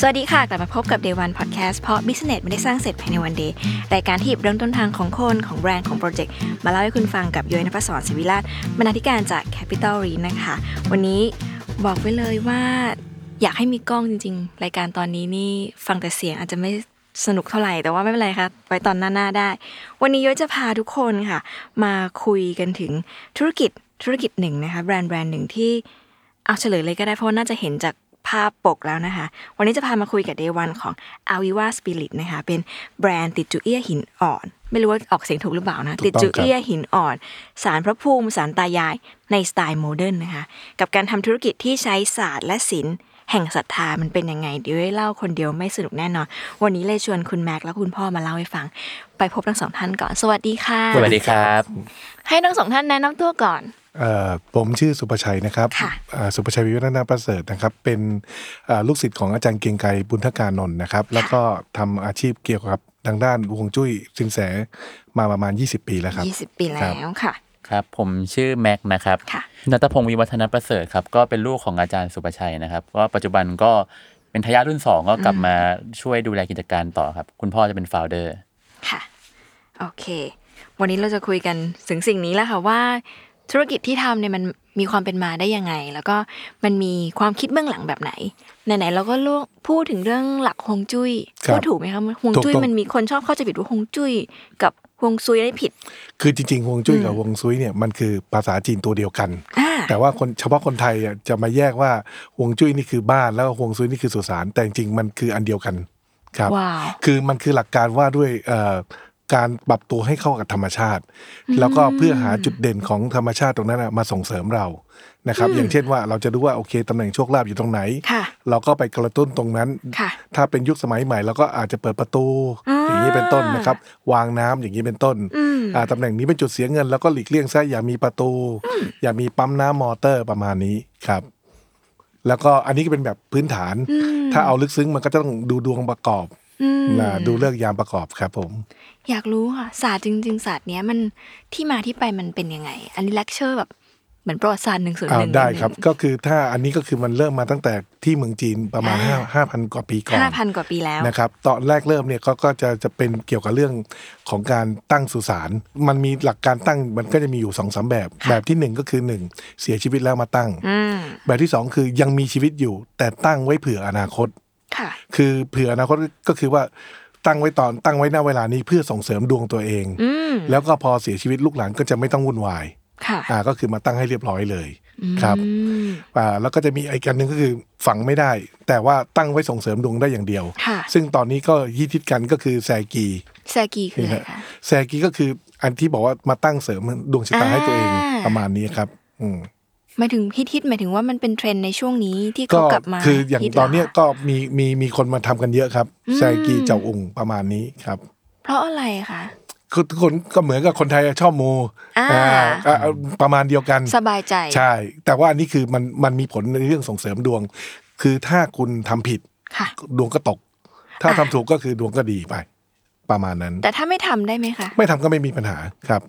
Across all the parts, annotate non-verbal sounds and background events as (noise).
สวัสดีค่ะ กลับมาพบกับ Day One Podcast เพราะ Business ไม่ได้สร้างเสร็จภายในวันเดย์รายการที่หยิบเรื่องต้นทางของคน ของแบรนด์ของโปรเจกต์ มาเล่าให้คุณฟังกับย้อยนภศรศิวิราชบรรณาธิการจาก Capital r e นะคะ วันนี้บอกไว้เลยว่า อยากให้มีกล้องจริงๆ รายการตอนนี้นี่ฟังแต่เสียงอาจจะไม่สนุกเท่าไหร่แต่ว่าไม่เป็นไรค่ะไว้ตอนหน้าๆได้ วันนี้ย้อยจะพาทุกคนค่ะ มาคุยกันถึงธุรกิจธุรกิจหนึ่งนะคะ แบรนด์แบรนด์หนึ่งที่ เอาเฉลยเลยก็ได้เพราะว่าน่าจะเห็นจากภาพปกแล้วนะคะ วันนี้จะพามาคุยกับ Day One ของ a v i v a Spirit นะคะ เป็นแบรนด์ติดจุเอียหินอ่อน ไม่รู้ว่าออกเสียงถูกหรือเปล่านะ ติดจุเอียหินอ่อน สารพระภูมิ สารตายายในสไตล์โมเดิร์นนะคะ กับการทำธุรกิจที่ใช้ศาสตร์และศิลป์แห่งศรัทธามันเป็นยังไงเดี๋ยวเล่าคนเดียวไม่สนุกแน่นอน วันนี้เลยชวนคุณแม็กซ์และคุณพ่อมาเล่าให้ฟัง ไปพบทั้งสองท่านก่อนสวัสดีค่ะ สวัสดีครับ ให้ทั้งสองท่านแนะนำตัวก่อน เอ่อผมชื่อสุประชัยนะครับ ค่ะ อ่าสุประชัยวิวัฒนาประเสริฐนะครับ เป็นอ่าลูกศิษย์ของอาจารย์เกรียงไกรบุญทการนนท์นะครับ แล้วก็ทำอาชีพเกี่ยวกับทางด้านวงจุ้ยสินแสมาประมาณ 20 ปีแล้วครับ ยี่สิบปีแล้ ครับ วค่ะ ครับ ผมชื่อแม็กนะครับ ค่ะ นัตพงศ์วิวัฒนประเสริฐครับ ก็เป็นลูกของอาจารย์สุประชัยนะครับ ก็ปัจจุบันก็เป็นทายาทรุ่นสองก็กลับมาช่วยดูแลกิจการต่อครับ คุณพ่อจะเป็นฟาวเดอร์ ค่ะ โอเค วันนี้เราจะคุยกันถึงสิ่งนี้แล้วค่ะว่า ธุรกิจที่ทำเนี่ยมันมีความเป็นมาได้ยังไง แล้วก็มันมีความคิดเบื้องหลังแบบไหนไหนๆเราก็ล่วงพูดถึงเรื่องหลักฮวงจุย้ย ครับ พูดถูกไหมคะฮวงจุ้ย ถูกต้อง มันมีคนชอบเข้าใจผิดว่าฮวงจุ้ยกับฮวงซุยได้ผิด คือจริงๆฮวงจุ้ยกับฮวงซุยเนี่ยมันคือภาษาจีนตัวเดียวกัน อ่า แต่ว่าคนเฉพาะคนไทยอ่ะจะมาแยกว่าฮวงจุ้ยนี่คือบ้านแล้วก็ฮวงซุยนี่คือสุสานแต่จริงๆมันคืออันเดียวกันครับ ว้าว คือมันคือหลักการว่าด้วยเอ่อการปรับตัวให้เข้ากับธรรมชาติ แล้วก็เพื่อหาจุดเด่นของธรรมชาติตรงนั้นอะมาส่งเสริมเรานะครับ อย่างเช่นว่าเราจะรู้ว่าโอเคตำแหน่งโชคลาภอยู่ตรงไหน ค่ะ เราก็ไปกระตุ้นตรงนั้น ค่ะ ถ้าเป็นยุคสมัยใหม่เราก็อาจจะเปิดประตู อ่า อย่างนี้เป็นต้นนะครับ วางน้ำอย่างนี้เป็นต้น อืม อ่าตำแหน่งนี้เป็นจุดเสียเงิน แล้วก็หลีกเลี่ยงซะอย่ามีประตู อย่ามีปั๊มน้ำมอเตอร์ประมาณนี้ครับ แล้วก็อันนี้ก็เป็นแบบพื้นฐาน ถ้าเอาลึกซึ้งมันก็ต้องดูดวงประกอบ อืม นะดูเลิกษ์ยามประกอบครับผม อยากรู้ค่ะศาสตร์จริงๆศาสตร์เนี้ยมันที่มาที่ไปมันเป็นยังไง อันนี้เลคเชอร์แบบเหมือนประวัติศาสตร์หนึ่งส่วนห อ่า นึ่ง ได้ครับก็คือถ้าอันนี้ก็คือมันเริ่มมาตั้งแต่ที่เมืองจีนประมาณห้าห้าพันกว่าปีก่อน ห้าพันกว่าปีแล้ว นะครับตอนแรกเริ่มเนี่ยก็ก็จะจะเป็นเกี่ยวกับเรื่องของการตั้งสุสานมันมีหลักการตั้งมันก็จะมีอยู่สองสามแบบ แบบที่หนึ่งก็คือหนึ่งเสียชีวิตแล้วมาตั้ง อืม แบบที่สองคือยังมีชีวิตอยู่ แต่ตั้งไว้เผื่ออนาคต ค่ะ คือเผื่ออนาคตก็คือว่าตั้งไว้ตอนตั้งไว้หน้าเวลานี้เพื่อส่งเสริมดวงตัวเอง อืม แล้วก็พอเสียชีวิตลูกหลานก็จะไม่ต้องวุ่นวาย ค่ะ อ่าก็คือมาตั้งให้เรียบร้อยเลยครับ อืม อ่าแล้วก็จะมีอีกอันหนึ่งก็คือฝังไม่ได้ แต่ว่าตั้งไว้ส่งเสริมดวงได้อย่างเดียว ค่ะ ซึ่งตอนนี้ก็ฮิตฮิตกันก็คือแซกี แซกีคืออะไรคะ แซกีก็คืออันที่บอกว่ามาตั้งเสริมดวงชะตาให้ตัวเอง อ่า ประมาณนี้ครับอืม หมายถึงฮิตฮิตหมายถึงว่ามันเป็นเทรนด์ในช่วงนี้ที่ ก็ เขากลับมา คืออย่าง ฮิหร ตอนเนี้ยก็มีมีมีคนมาทำกันเยอะครับแซกีเจ้าองค์ประมาณนี้ครับ เพราะอะไรคะ คือทุกคนก็เหมือนกับคนไทยอะชอบมู อ่า อ่าอ่าประมาณเดียวกัน สบายใจ ใช่ แต่ว่าอันนี้คือมันมันมีผลในเรื่องส่งเสริมดวง คือถ้าคุณทำผิด ค่ะ ดวงก็ตก ถ้า อ่ะ ทำถูกก็คือดวงก็ดีไป ประมาณนั้น แต่ถ้าไม่ทำได้ไหมคะ ไม่ทำก็ไม่มีปัญหาครับ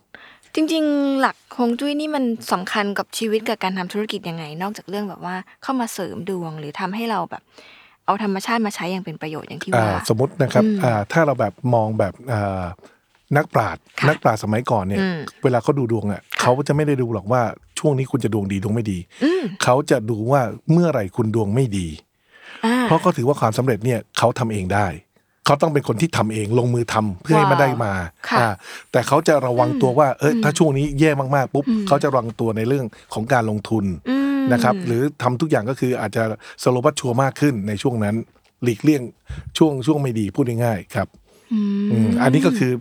จริงๆ หลักฮวงจุ้ยนี่มันสำคัญกับชีวิตกับการทำธุรกิจยังไง นอกจากเรื่องแบบว่าเข้ามาเสริมดวงหรือทำให้เราแบบ เอาธรรมชาติมาใช้อย่างเป็นประโยชน์อย่างที่ อ่า ว่า สมมตินะครับอ่าถ้าเราแบบมองแบบอ่านักปราชญ์ ค่ะ นักปราชญ์สมัยก่อนเนี่ย อืม เวลาเขาดูดวงอ่ะเขาจะไม่ได้ดูหรอกว่าช่วงนี้คุณจะดวงดีดวงไม่ดี อืม เขาจะดูว่าเมื่อไหร่คุณดวงไม่ดี อ่า เพราะเขาถือว่าความสำเร็จเนี่ยเขาทำเองได้ เขาต้องเป็นคนที่ทำเองลงมือทำเพื่อให้มันได้มา ค่ะ อ่าแต่เขาจะระวังตัวว่าเอยถ้าช่วงนี้แย่มากๆปุ๊บเขาจะระวังตัวในเรื่องของการลงทุน อืม นะครับหรือทำทุกอย่างก็คืออาจจะสโลบัตชัวร์มากขึ้นในช่วงนั้นหลีกเลี่ยงช่วงช่วงไม่ดีพูดง่ายๆครับ อืม อืมอันนี้ก็คือ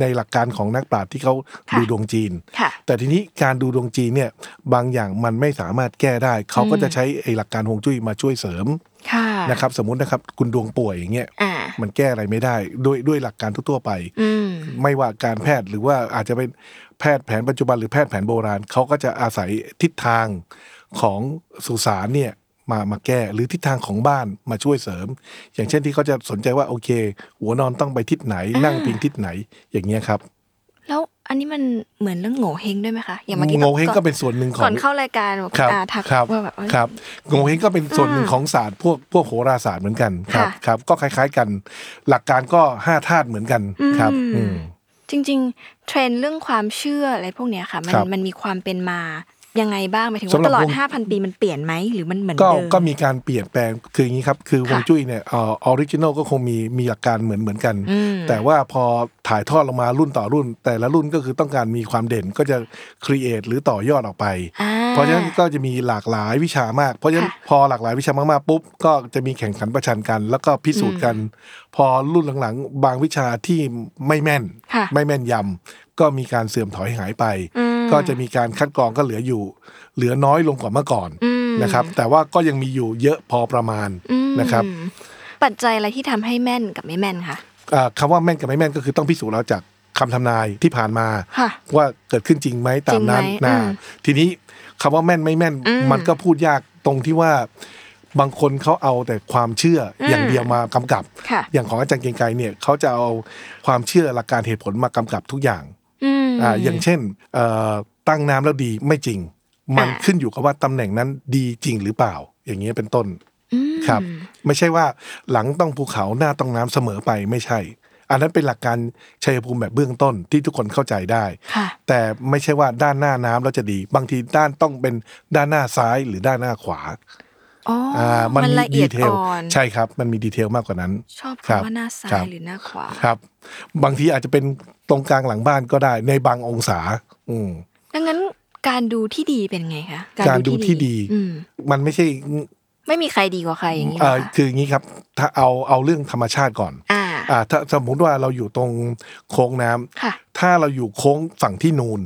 ในหลักการของนักปราชญ์ที่เขา ค่ะ ดูดวงจีน ค่ะ แต่ทีนี้การดูดวงจีนเนี่ยบางอย่างมันไม่สามารถแก้ได้ เขาก็จะใช้ไอ้หลักการฮวงจุ้ยมาช่วยเสริม ค่ะ นะครับสมมตินะครับคุณดวงป่วยอย่างเงี้ย อ่า มันแก้อะไรไม่ได้ด้วยด้วยหลักการทั่วๆไป อืม ไม่ว่าการแพทย์หรือว่าอาจจะเป็นแพทย์แผนปัจจุบันหรือแพทย์แผนโบราณเขาก็จะอาศัยทิศทางของสุสานเนี่ยมามาแก้หรือทิศทางของบ้านมาช่วยเสริม อย่างเช่นที่เขาจะสนใจว่าโอเค หัวนอนต้องไปทิศไหน นั่งพิงทิศไหนอย่างเงี้ยครับ แล้วอันนี้มันเหมือนเรื่องโง่เฮงด้วยไหมคะ อย่างเมื่อกี้ โงเฮงก็เป็นส่วนหนึ่งของ ก่อนเข้ารายการบอก ครับ อาทัก ครับ ว่าแบบเอ้ย ครับโงเฮงก็เป็นส่วนหนึ่งของศาสตร์พวกพวกโหราศาสตร์เหมือนกันครับ ค่ะ ครับ ก็คล้ายๆกัน หลักการก็ห้าธาตุเหมือนกันครับอืม จริง ๆ เทรนด์เรื่องความเชื่ออะไรพวกเนี้ยค่ะ มัน ครับ มันมีความเป็นมายังไงบ้างหมายถึง สำ ว่า หรับ ตลอด วง 5,000 ปีมันเปลี่ยนไหมหรือมันเหมือน ก็ เดิม ก็มีการเปลี่ยนแปลงคืออย่างนี้ครับ คือ ค่ะ ฮวงจุ้ยเนี่ยเออริจินอลก็คงมีมีหลักการเหมือนเหมือนกัน อืม แต่ว่าพอถ่ายทอดลงมารุ่นต่อรุ่น แต่ละรุ่นก็คือต้องการมีความเด่นก็จะครีเอทหรือต่อยอดออกไป อ่า เพราะฉะนั้นก็จะมีหลากหลายวิชามาก เพราะฉะนั้น ค่ะ พอหลากหลายวิชามากๆปุ๊บก็จะมีแข่งขันประชันกัน แล้วก็พิสูจน์กัน พอรุ่นหลังๆ บางวิชาที่ไม่แม่น ค่ะ ไม่แม่นยำก็มีการเสื่อมถอยหายไป อืม ก็จะมีการคัดกรองก็เหลืออยู่ เหลือน้อยลงกว่าเมื่อก่อน อืม นะครับ แต่ว่าก็ยังมีอยู่เยอะพอประมาณ อืม นะครับ ปัจจัยอะไรที่ทำให้แม่นกับไม่แม่นคะ อ่าคำาว่าแม่นกับไม่แม่นก็คือต้องพิสูจน์เราจากคำทำนายที่ผ่านมา ค่ะ ว่าเกิดขึ้นจริงไหมตามนั้น จริงไหม นะ อืม ทีนี้คำว่าแม่นไม่แม่น อืม มันก็พูดยากตรงที่ว่าบางคนเขาเอาแต่ความเชื่ออ ม อย่างเดียวมากำกับ ค่ะ อย่างของอาจารย์เกรียงไกรเนี่ยเขาจะเอาความเชื่อหลักการเหตุผลมากำกับทุกอย่าง อืม อ่าอย่างเช่นเอ่อตั้งน้ำแล้วดีไม่จริง มัน อ่า ขึ้นอยู่กับว่าตำแหน่งนั้นดีจริงหรือเปล่า อย่างเงี้ยเป็นต้น ครับไม่ใช่ว่าหลังต้องภูเขาหน้าต้องน้ำเสมอไปไม่ใช่ อันนั้นเป็นหลักการชัยภูมิแบบเบื้องต้นที่ทุกคนเข้าใจได้ ค่ะ แต่ไม่ใช่ว่าด้านหน้าน้ำแล้วจะดี บางทีด้านต้องเป็นด้านหน้าซ้ายหรือด้านหน้าขวา อ๋ออา มั มัน มี ละเอียด เทล อ่อน ใช่ครับ มันมีดีเทลมากกว่านั้น ชอบ ครับ คำว่าหน้าซ้า ครั ย บ หรือหน้าขวา ครับ บางทีอาจจะเป็นตรงกลางหลังบ้านก็ได้ในบางองศา อืม ดังนั้นการดูที่ดีเป็นไงคะ การดูที่ดี อืม มันไม่ใช่ ไม่มีใครดีกว่าใครอย่างนี้หร เอ่ อ อ คะ คืออย่างนี้ครับ ถ้าเอาเอาเรื่องธรรมชาติก่อน อ่า อ่าถ้าสมมติว่าเราอยู่ตรงโค้งน้ำ ค่ะ ถ้าเราอยู่โค้งฝั่งที่นูน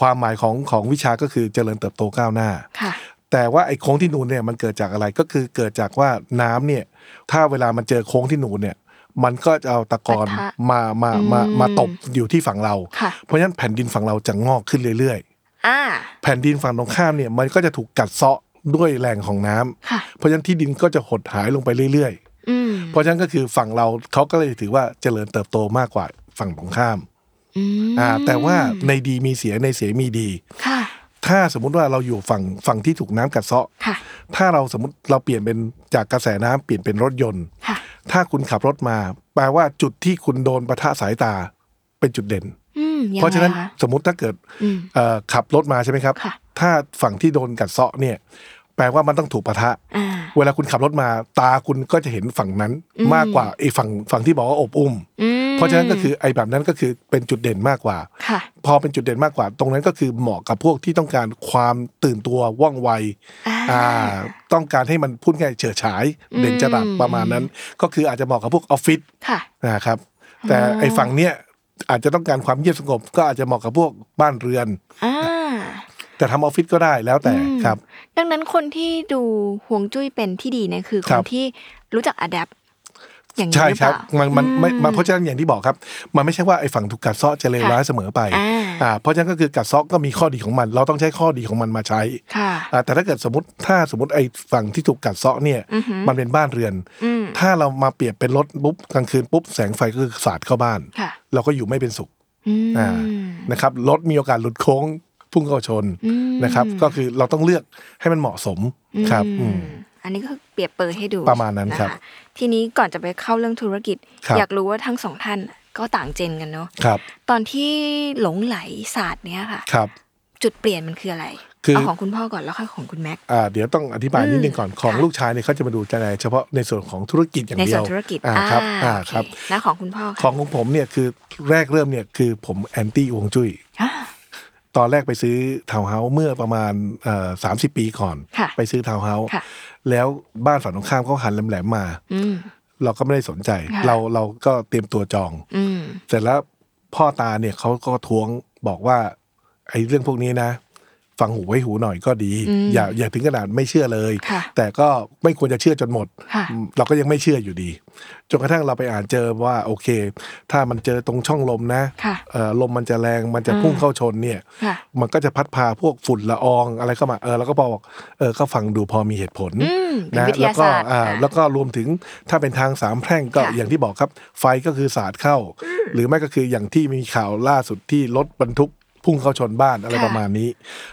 ความหมายของของวิชาก็คือเจริญเติบโตก้าวหน้า ค่ะ แต่ว่าไอ้โค้งที่นูนเนี่ยมันเกิดจากอะไรก็คือเกิดจากว่าน้ำเนี่ยถ้าเวลามันเจอโค้งที่นูนเนี่ยมันก็จะเอาตะกอน ปะทะ มามามา อืม มาตบอยู่ที่ฝั่งเรา ค่ะ เพราะฉะนั้นแผ่นดินฝั่งเราจะงอกขึ้นเรื่อย อ่า ๆ แผ่นดินฝั่งตรงข้ามเนี่ยมันก็จะถูกกัดเซาะด้วยแรงของน้ำ ค่ะ เพราะฉะนั้นที่ดินก็จะหดหายลงไปเรื่อย ๆ อืม เพราะฉะนั้นก็คือฝั่งเราเขาก็เลยถือว่าเจริญเติบโตมากกว่าฝั่งตรงข้าม อืม อ่าแต่ว่าในดีมีเสียในเสียมีดี ค่ะ ถ้าสมมุติว่าเราอยู่ฝั่งฝั่งที่ถูกน้ำกัดเซาะ ค่ะ ถ้าเราสมมติเราเปลี่ยนเป็นจากกระแสน้ำเปลี่ยนเป็นรถยนต์ ค่ะ ถ้าคุณขับรถมา แปลว่าจุดที่คุณโดนปะทะสายตาเป็นจุดเด่น อืมยังไง เพราะฉะนั้น ค สมมติถ้าเกิด อืม เอ่อขับรถมาใช่ไหมครับ ค่ะ ถ้าฝั่งที่โดนกัดเซาะเนี่ยแปลว่ามันต้องถูกปะทะ อ่า เวลาคุณขับรถมาตาคุณก็จะเห็นฝั่งนั้นมากกว่าไอ้ฝั่งฝั่งที่บอกว่าอบอุ้ม อืม เพราะฉะนั้นก็คือไอ้แบบนั้นก็คือเป็นจุดเด่นมากกว่า ค่ะ พอเป็นจุดเด่นมากกว่า ตรงนั้นก็คือเหมาะกับพวกที่ต้องการความตื่นตัวว่องไว อ่า อ่าต้องการให้มันพูดง่ายเฉื่อยฉาย เด่นจรัสประมาณนั้น ก็คืออาจจะเหมาะกับพวกออฟฟิศ ค่ะ นะครับ แต่ไอ้ฝั่งเนี้ยอาจจะต้องการความเงียบสงบ ก็อาจจะเหมาะกับพวกบ้านเรือน อ่า แต่ทำออฟฟิศก็ได้แล้วแต่ครับ ดังนั้นคนที่ดูห่วงจุ้ยเป็นที่ดีเนี่ยคือค ครั น บ ที่ ที่รู้จักอัดแอปอย่างนี้ ใช่ หรือ ค เป รับ ล่า มันมันไม่มันเพราะฉะนั้นอย่างที่บอกครับ มันไม่ใช่ว่าไอ้ฝั่งถูกกัดเซาะจะเลวร้ายเสมอไป อ่า อ่าเพราะฉะนั้นก็คือกัดเซาะก็มีข้อดีของมัน เราต้องใช้ข้อดีของมันมาใช้ ค่ะ อ่าแต่ถ้าเกิดสมมติถ้าสมมติไอ้ฝั่งที่ถูกกัดเซาะเนี่ยมันเป็นบ้านเรือน ถ้าเรามาเปรียบเป็นรถปุ๊บกลางคืนปุ๊บแสงไฟก็คือสาดเข้าบ้าน ค่ะ เราก็อยู่ไม่เป็นสุข อืม อ่า นะครับรถมีโอกาสหลุดโค้งพุ่งเข้าชน อืม นะครับ ก็คือเราต้องเลือกให้มันเหมาะสมครับอืม อันนี้ก็คือเปรียบเปรยให้ดู ประมาณนั้นครับ ะะทีนี้ก่อนจะไปเข้าเรื่องธุรกิจ ครับ อยากรู้ว่าทั้งสองท่านก็ต่างเจนกันเนาะ ครับ ตอนที่หลงไหลศาสตร์เนี้ยค่ะ ครับ จุดเปลี่ยนมันคืออะไร คือ เอาของคุณพ่อก่อนแล้วค่อยของคุณแม็ก อ่าเดี๋ยวต้องอธิบายนิดนึงก่อนของ ค่ะ ลูกชายเนี่ยเขาจะมาดูใจในเฉพาะในส่วนของธุรกิจอย่าง ใน เดียว ส่วนธุรกิจ อ่าครับอ่า โอเ ครับ แล้วของคุณพ่อ ของ ค่ะ ของผมเนี่ยคือแรกเริ่มเนี่ยคือผมแอนตี้ฮวงจุ้ย อ่า ตอนแรกไปซื้อทาวน์เฮาส์เมื่อประมาณสามสิบปีก่อน ค่ะ ไปซื้อทาวน์เฮาส์ ค่ะ แล้วบ้านฝั่งตรงข้ามเขาหันแหลมๆมา อืม เราก็ไม่ได้สนใจ ค่ะ เราเราก็เตรียมตัวจอง อืม เสร็จแล้วพ่อตาเนี่ยเขาก็ท้วงบอกว่าไอ้เรื่องพวกนี้นะ ฟังหูไว้หูหน่อยก็ดี อืม อย่าอย่าถึงขนาดไม่เชื่อเลย ค่ะ แต่ก็ไม่ควรจะเชื่อจนหมด ค่ะ เราก็ยังไม่เชื่ออยู่ดีจนกระทั่งเราไปอ่านเจอว่าโอเค ถ้ามันเจอตรงช่องลมนะ ค่ะ เอ่อลมมันจะแรงมันจะพุ่งเข้าชนเนี่ย ค่ะ มันก็จะพัดพาพวกฝุ่นละอองอะไรเข้ามาเออเราก็บอกเออก็ฟังดูพอมีเหตุผล อืมเป็นวิท แล้ ยาว ก็ ศาสตร์ อ่า ค่ะ แล้ว ก็รวมถึงถ้าเป็นทางสามแพร่งก็ ค่ะ อย่างที่บอกครับ ไฟก็คือสาดเข้า หรือไม่ก็คืออย่างที่มีข่าวล่าสุดที่รถบรรทุกพุ่งเข้าชนบ้านอะไร ค่ะ ประมาณนี้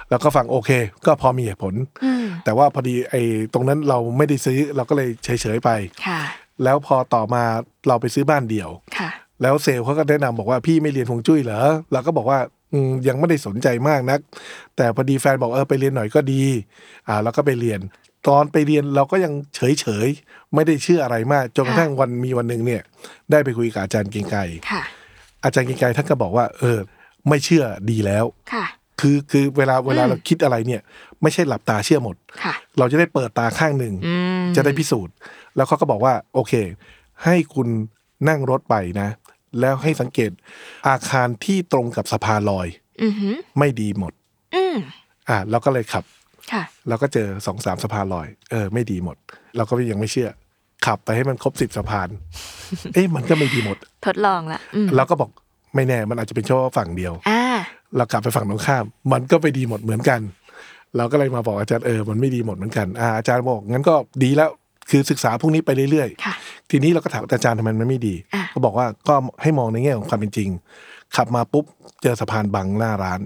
แล้วก็ฟังโอเค ก็พอมีเหตุผล อืม แต่ว่าพอดีไอ้ตรงนั้นเราไม่ได้ซื้อเราก็เลยเฉยๆไป ค่ะ แล้วพอต่อมาเราไปซื้อบ้านเดี่ยว ค่ะ แล้วเซลล์เขาก็แนะนำบอกว่าพี่ไม่เรียนฮวงจุ้ยเหรอเราก็บอกว่าอืมยังไม่ได้สนใจมากนัก แต่พอดีแฟนบอกเออไปเรียนหน่อยก็ดี อ่าเราก็ไปเรียน ตอนไปเรียนเราก็ยังเฉยเฉยๆไม่ได้เชื่ออะไรมากจนกระทั่งวันมีวันหนึ่งเนี่ย ได้ไปคุยกับอาจารย์เกรียงไกร ค่ะ อาจารย์เกรียงไกรท่านก็บอกว่า เออ ไม่เชื่อดีแล้ว ค่ะ คือคือเวลาเวลา อืม เราคิดอะไรเนี่ย ไม่ใช่หลับตาเชื่อหมด ค่ะ เราจะได้เปิดตาข้างหนึ่ง อืม จะได้พิสูจน์ แล้วเขาก็บอกว่า โอเค ให้คุณนั่งรถไปนะ แล้วให้สังเกตอาคารที่ตรงกับสะพานลอย อือหือ ไม่ดีหมด อืม อ่ะเราก็เลยขับ ค่ะ เราก็เจอสองสามสะพานลอย เออ ไม่ดีหมด เราก็ยังไม่เชื่อ ขับไปให้มันครบสิบสะ (laughs) พาน เอ๊ะมันก็ไม่ดีหมด ทดลองละอืม เราก็บอกไม่แน่มันอาจจะเป็นเฉพาะฝั่งเดียว อ่า เรากลับไปฝั่งตรงข้าม มันก็ไปดีหมดเหมือนกัน เราก็เลยมาบอกอาจารย์เออมันไม่ดีหมดเหมือนกันอ่าอาจารย์บอกงั้นก็ดีแล้วคือศึกษาพวกนี้ไปเรื่อย ค่ะ ๆ ทีนี้เราก็ถามอาจารย์ทำไมมันไม่ดี อ่ะ ก็บอกว่าก็ให้มองในแง่ของความเป็นจริง ขับมาปุ๊บเจอสะพานบังหน้าร้าน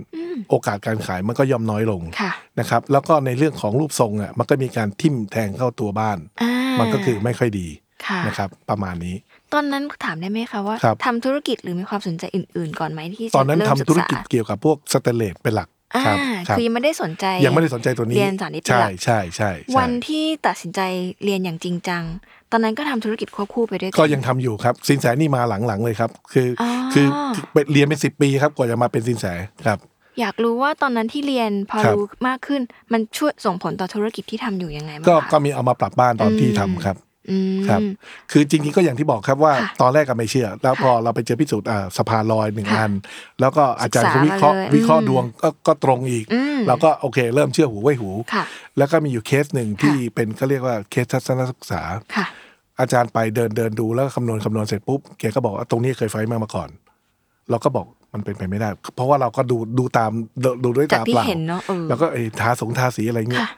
โอกาสการขายมันก็ย่อมน้อยลง ค่ะ นะครับ แล้วก็ในเรื่องของรูปทรงอ่ะมันก็มีการทิ่มแทงเข้าตัวบ้าน อ่ามั มันก็คือไม่ค่อยดี ค่ะ นะครับ ประมาณนี้ ตอนนั้นถามได้ไหมคะว่า ครับ ทำธุรกิจหรือมีความสนใจอื่น ๆ ก่อนไหมที่จะ ตอนนั้น เริ่มทำศึ ธุร ษา กิจเกี่ยวกับพวกสเตนเลสเป็นหลัก อ่า ครับรับ คือยังไม่ได้สนใจ ยังไม่ได้สนใจตัวนี้ เรียนสานิตเป็น ใช่ หลัก ใช่ใช่ใช่ วันที่ตัดสินใจเรียนอย่างจริงจัง ตอนนั้นก็ทำธุรกิจควบคู่ไปด้วยน ก็ยังทำอยู่ครับสินแสนี่มาหลังๆเลยครับ คืออ อ คือคือไปเรียนเป็นสิบปีครับกว่าจะมาเป็นสินแสครับ อยากรู้ว่าตอนนั้นที่เรียนพอ ครับ รู้มากขึ้น มันช่วยส่งผลต่อธุรกิจที่ทำอยู่ยังไงบ้าง ก็ คะ ก็มีเอามาปรับบ้านตอนที่ทำครับ อืม ครับ คือจริงๆก็อย่างที่บอกครับว่า ค่ะ ตอนแรกก็ไม่เชื่อ แล้วพอเราไปเจอพิสูจน์อ่าสะพานลอยหนึ่ง ค่ะ อัน แล้วก็อาจารย์เขา ศึ วิ กษา เคราะห์ มาเลย วิเคราะห์ อืม ดวงก็ก็ตรงอีก อืม เราก็โอเค เริ่มเชื่อหูไว้หู ค่ะ แล้วก็มีอยู่เคสหนึ่งที่ ค่ะ เป็นเขาเรียกว่าเคสทัศนศึกษา ค่ะ อาจารย์ไปเดินเดินดูแล้วคำนวณคำนวณเสร็จปุ๊บแกก็บอกว่าตรงนี้เคยไฟไหม้มาก่อน เราก็บอกมันเป็นไปไม่ได้ เพราะว่าเราก็ดูดูตามดูดูด้วย จาก ตา ที่ เปล่า เห็นเนอะเออ แล้วก็ไอ้ทาสงทาสีอะไรเงี้ย ค่ะ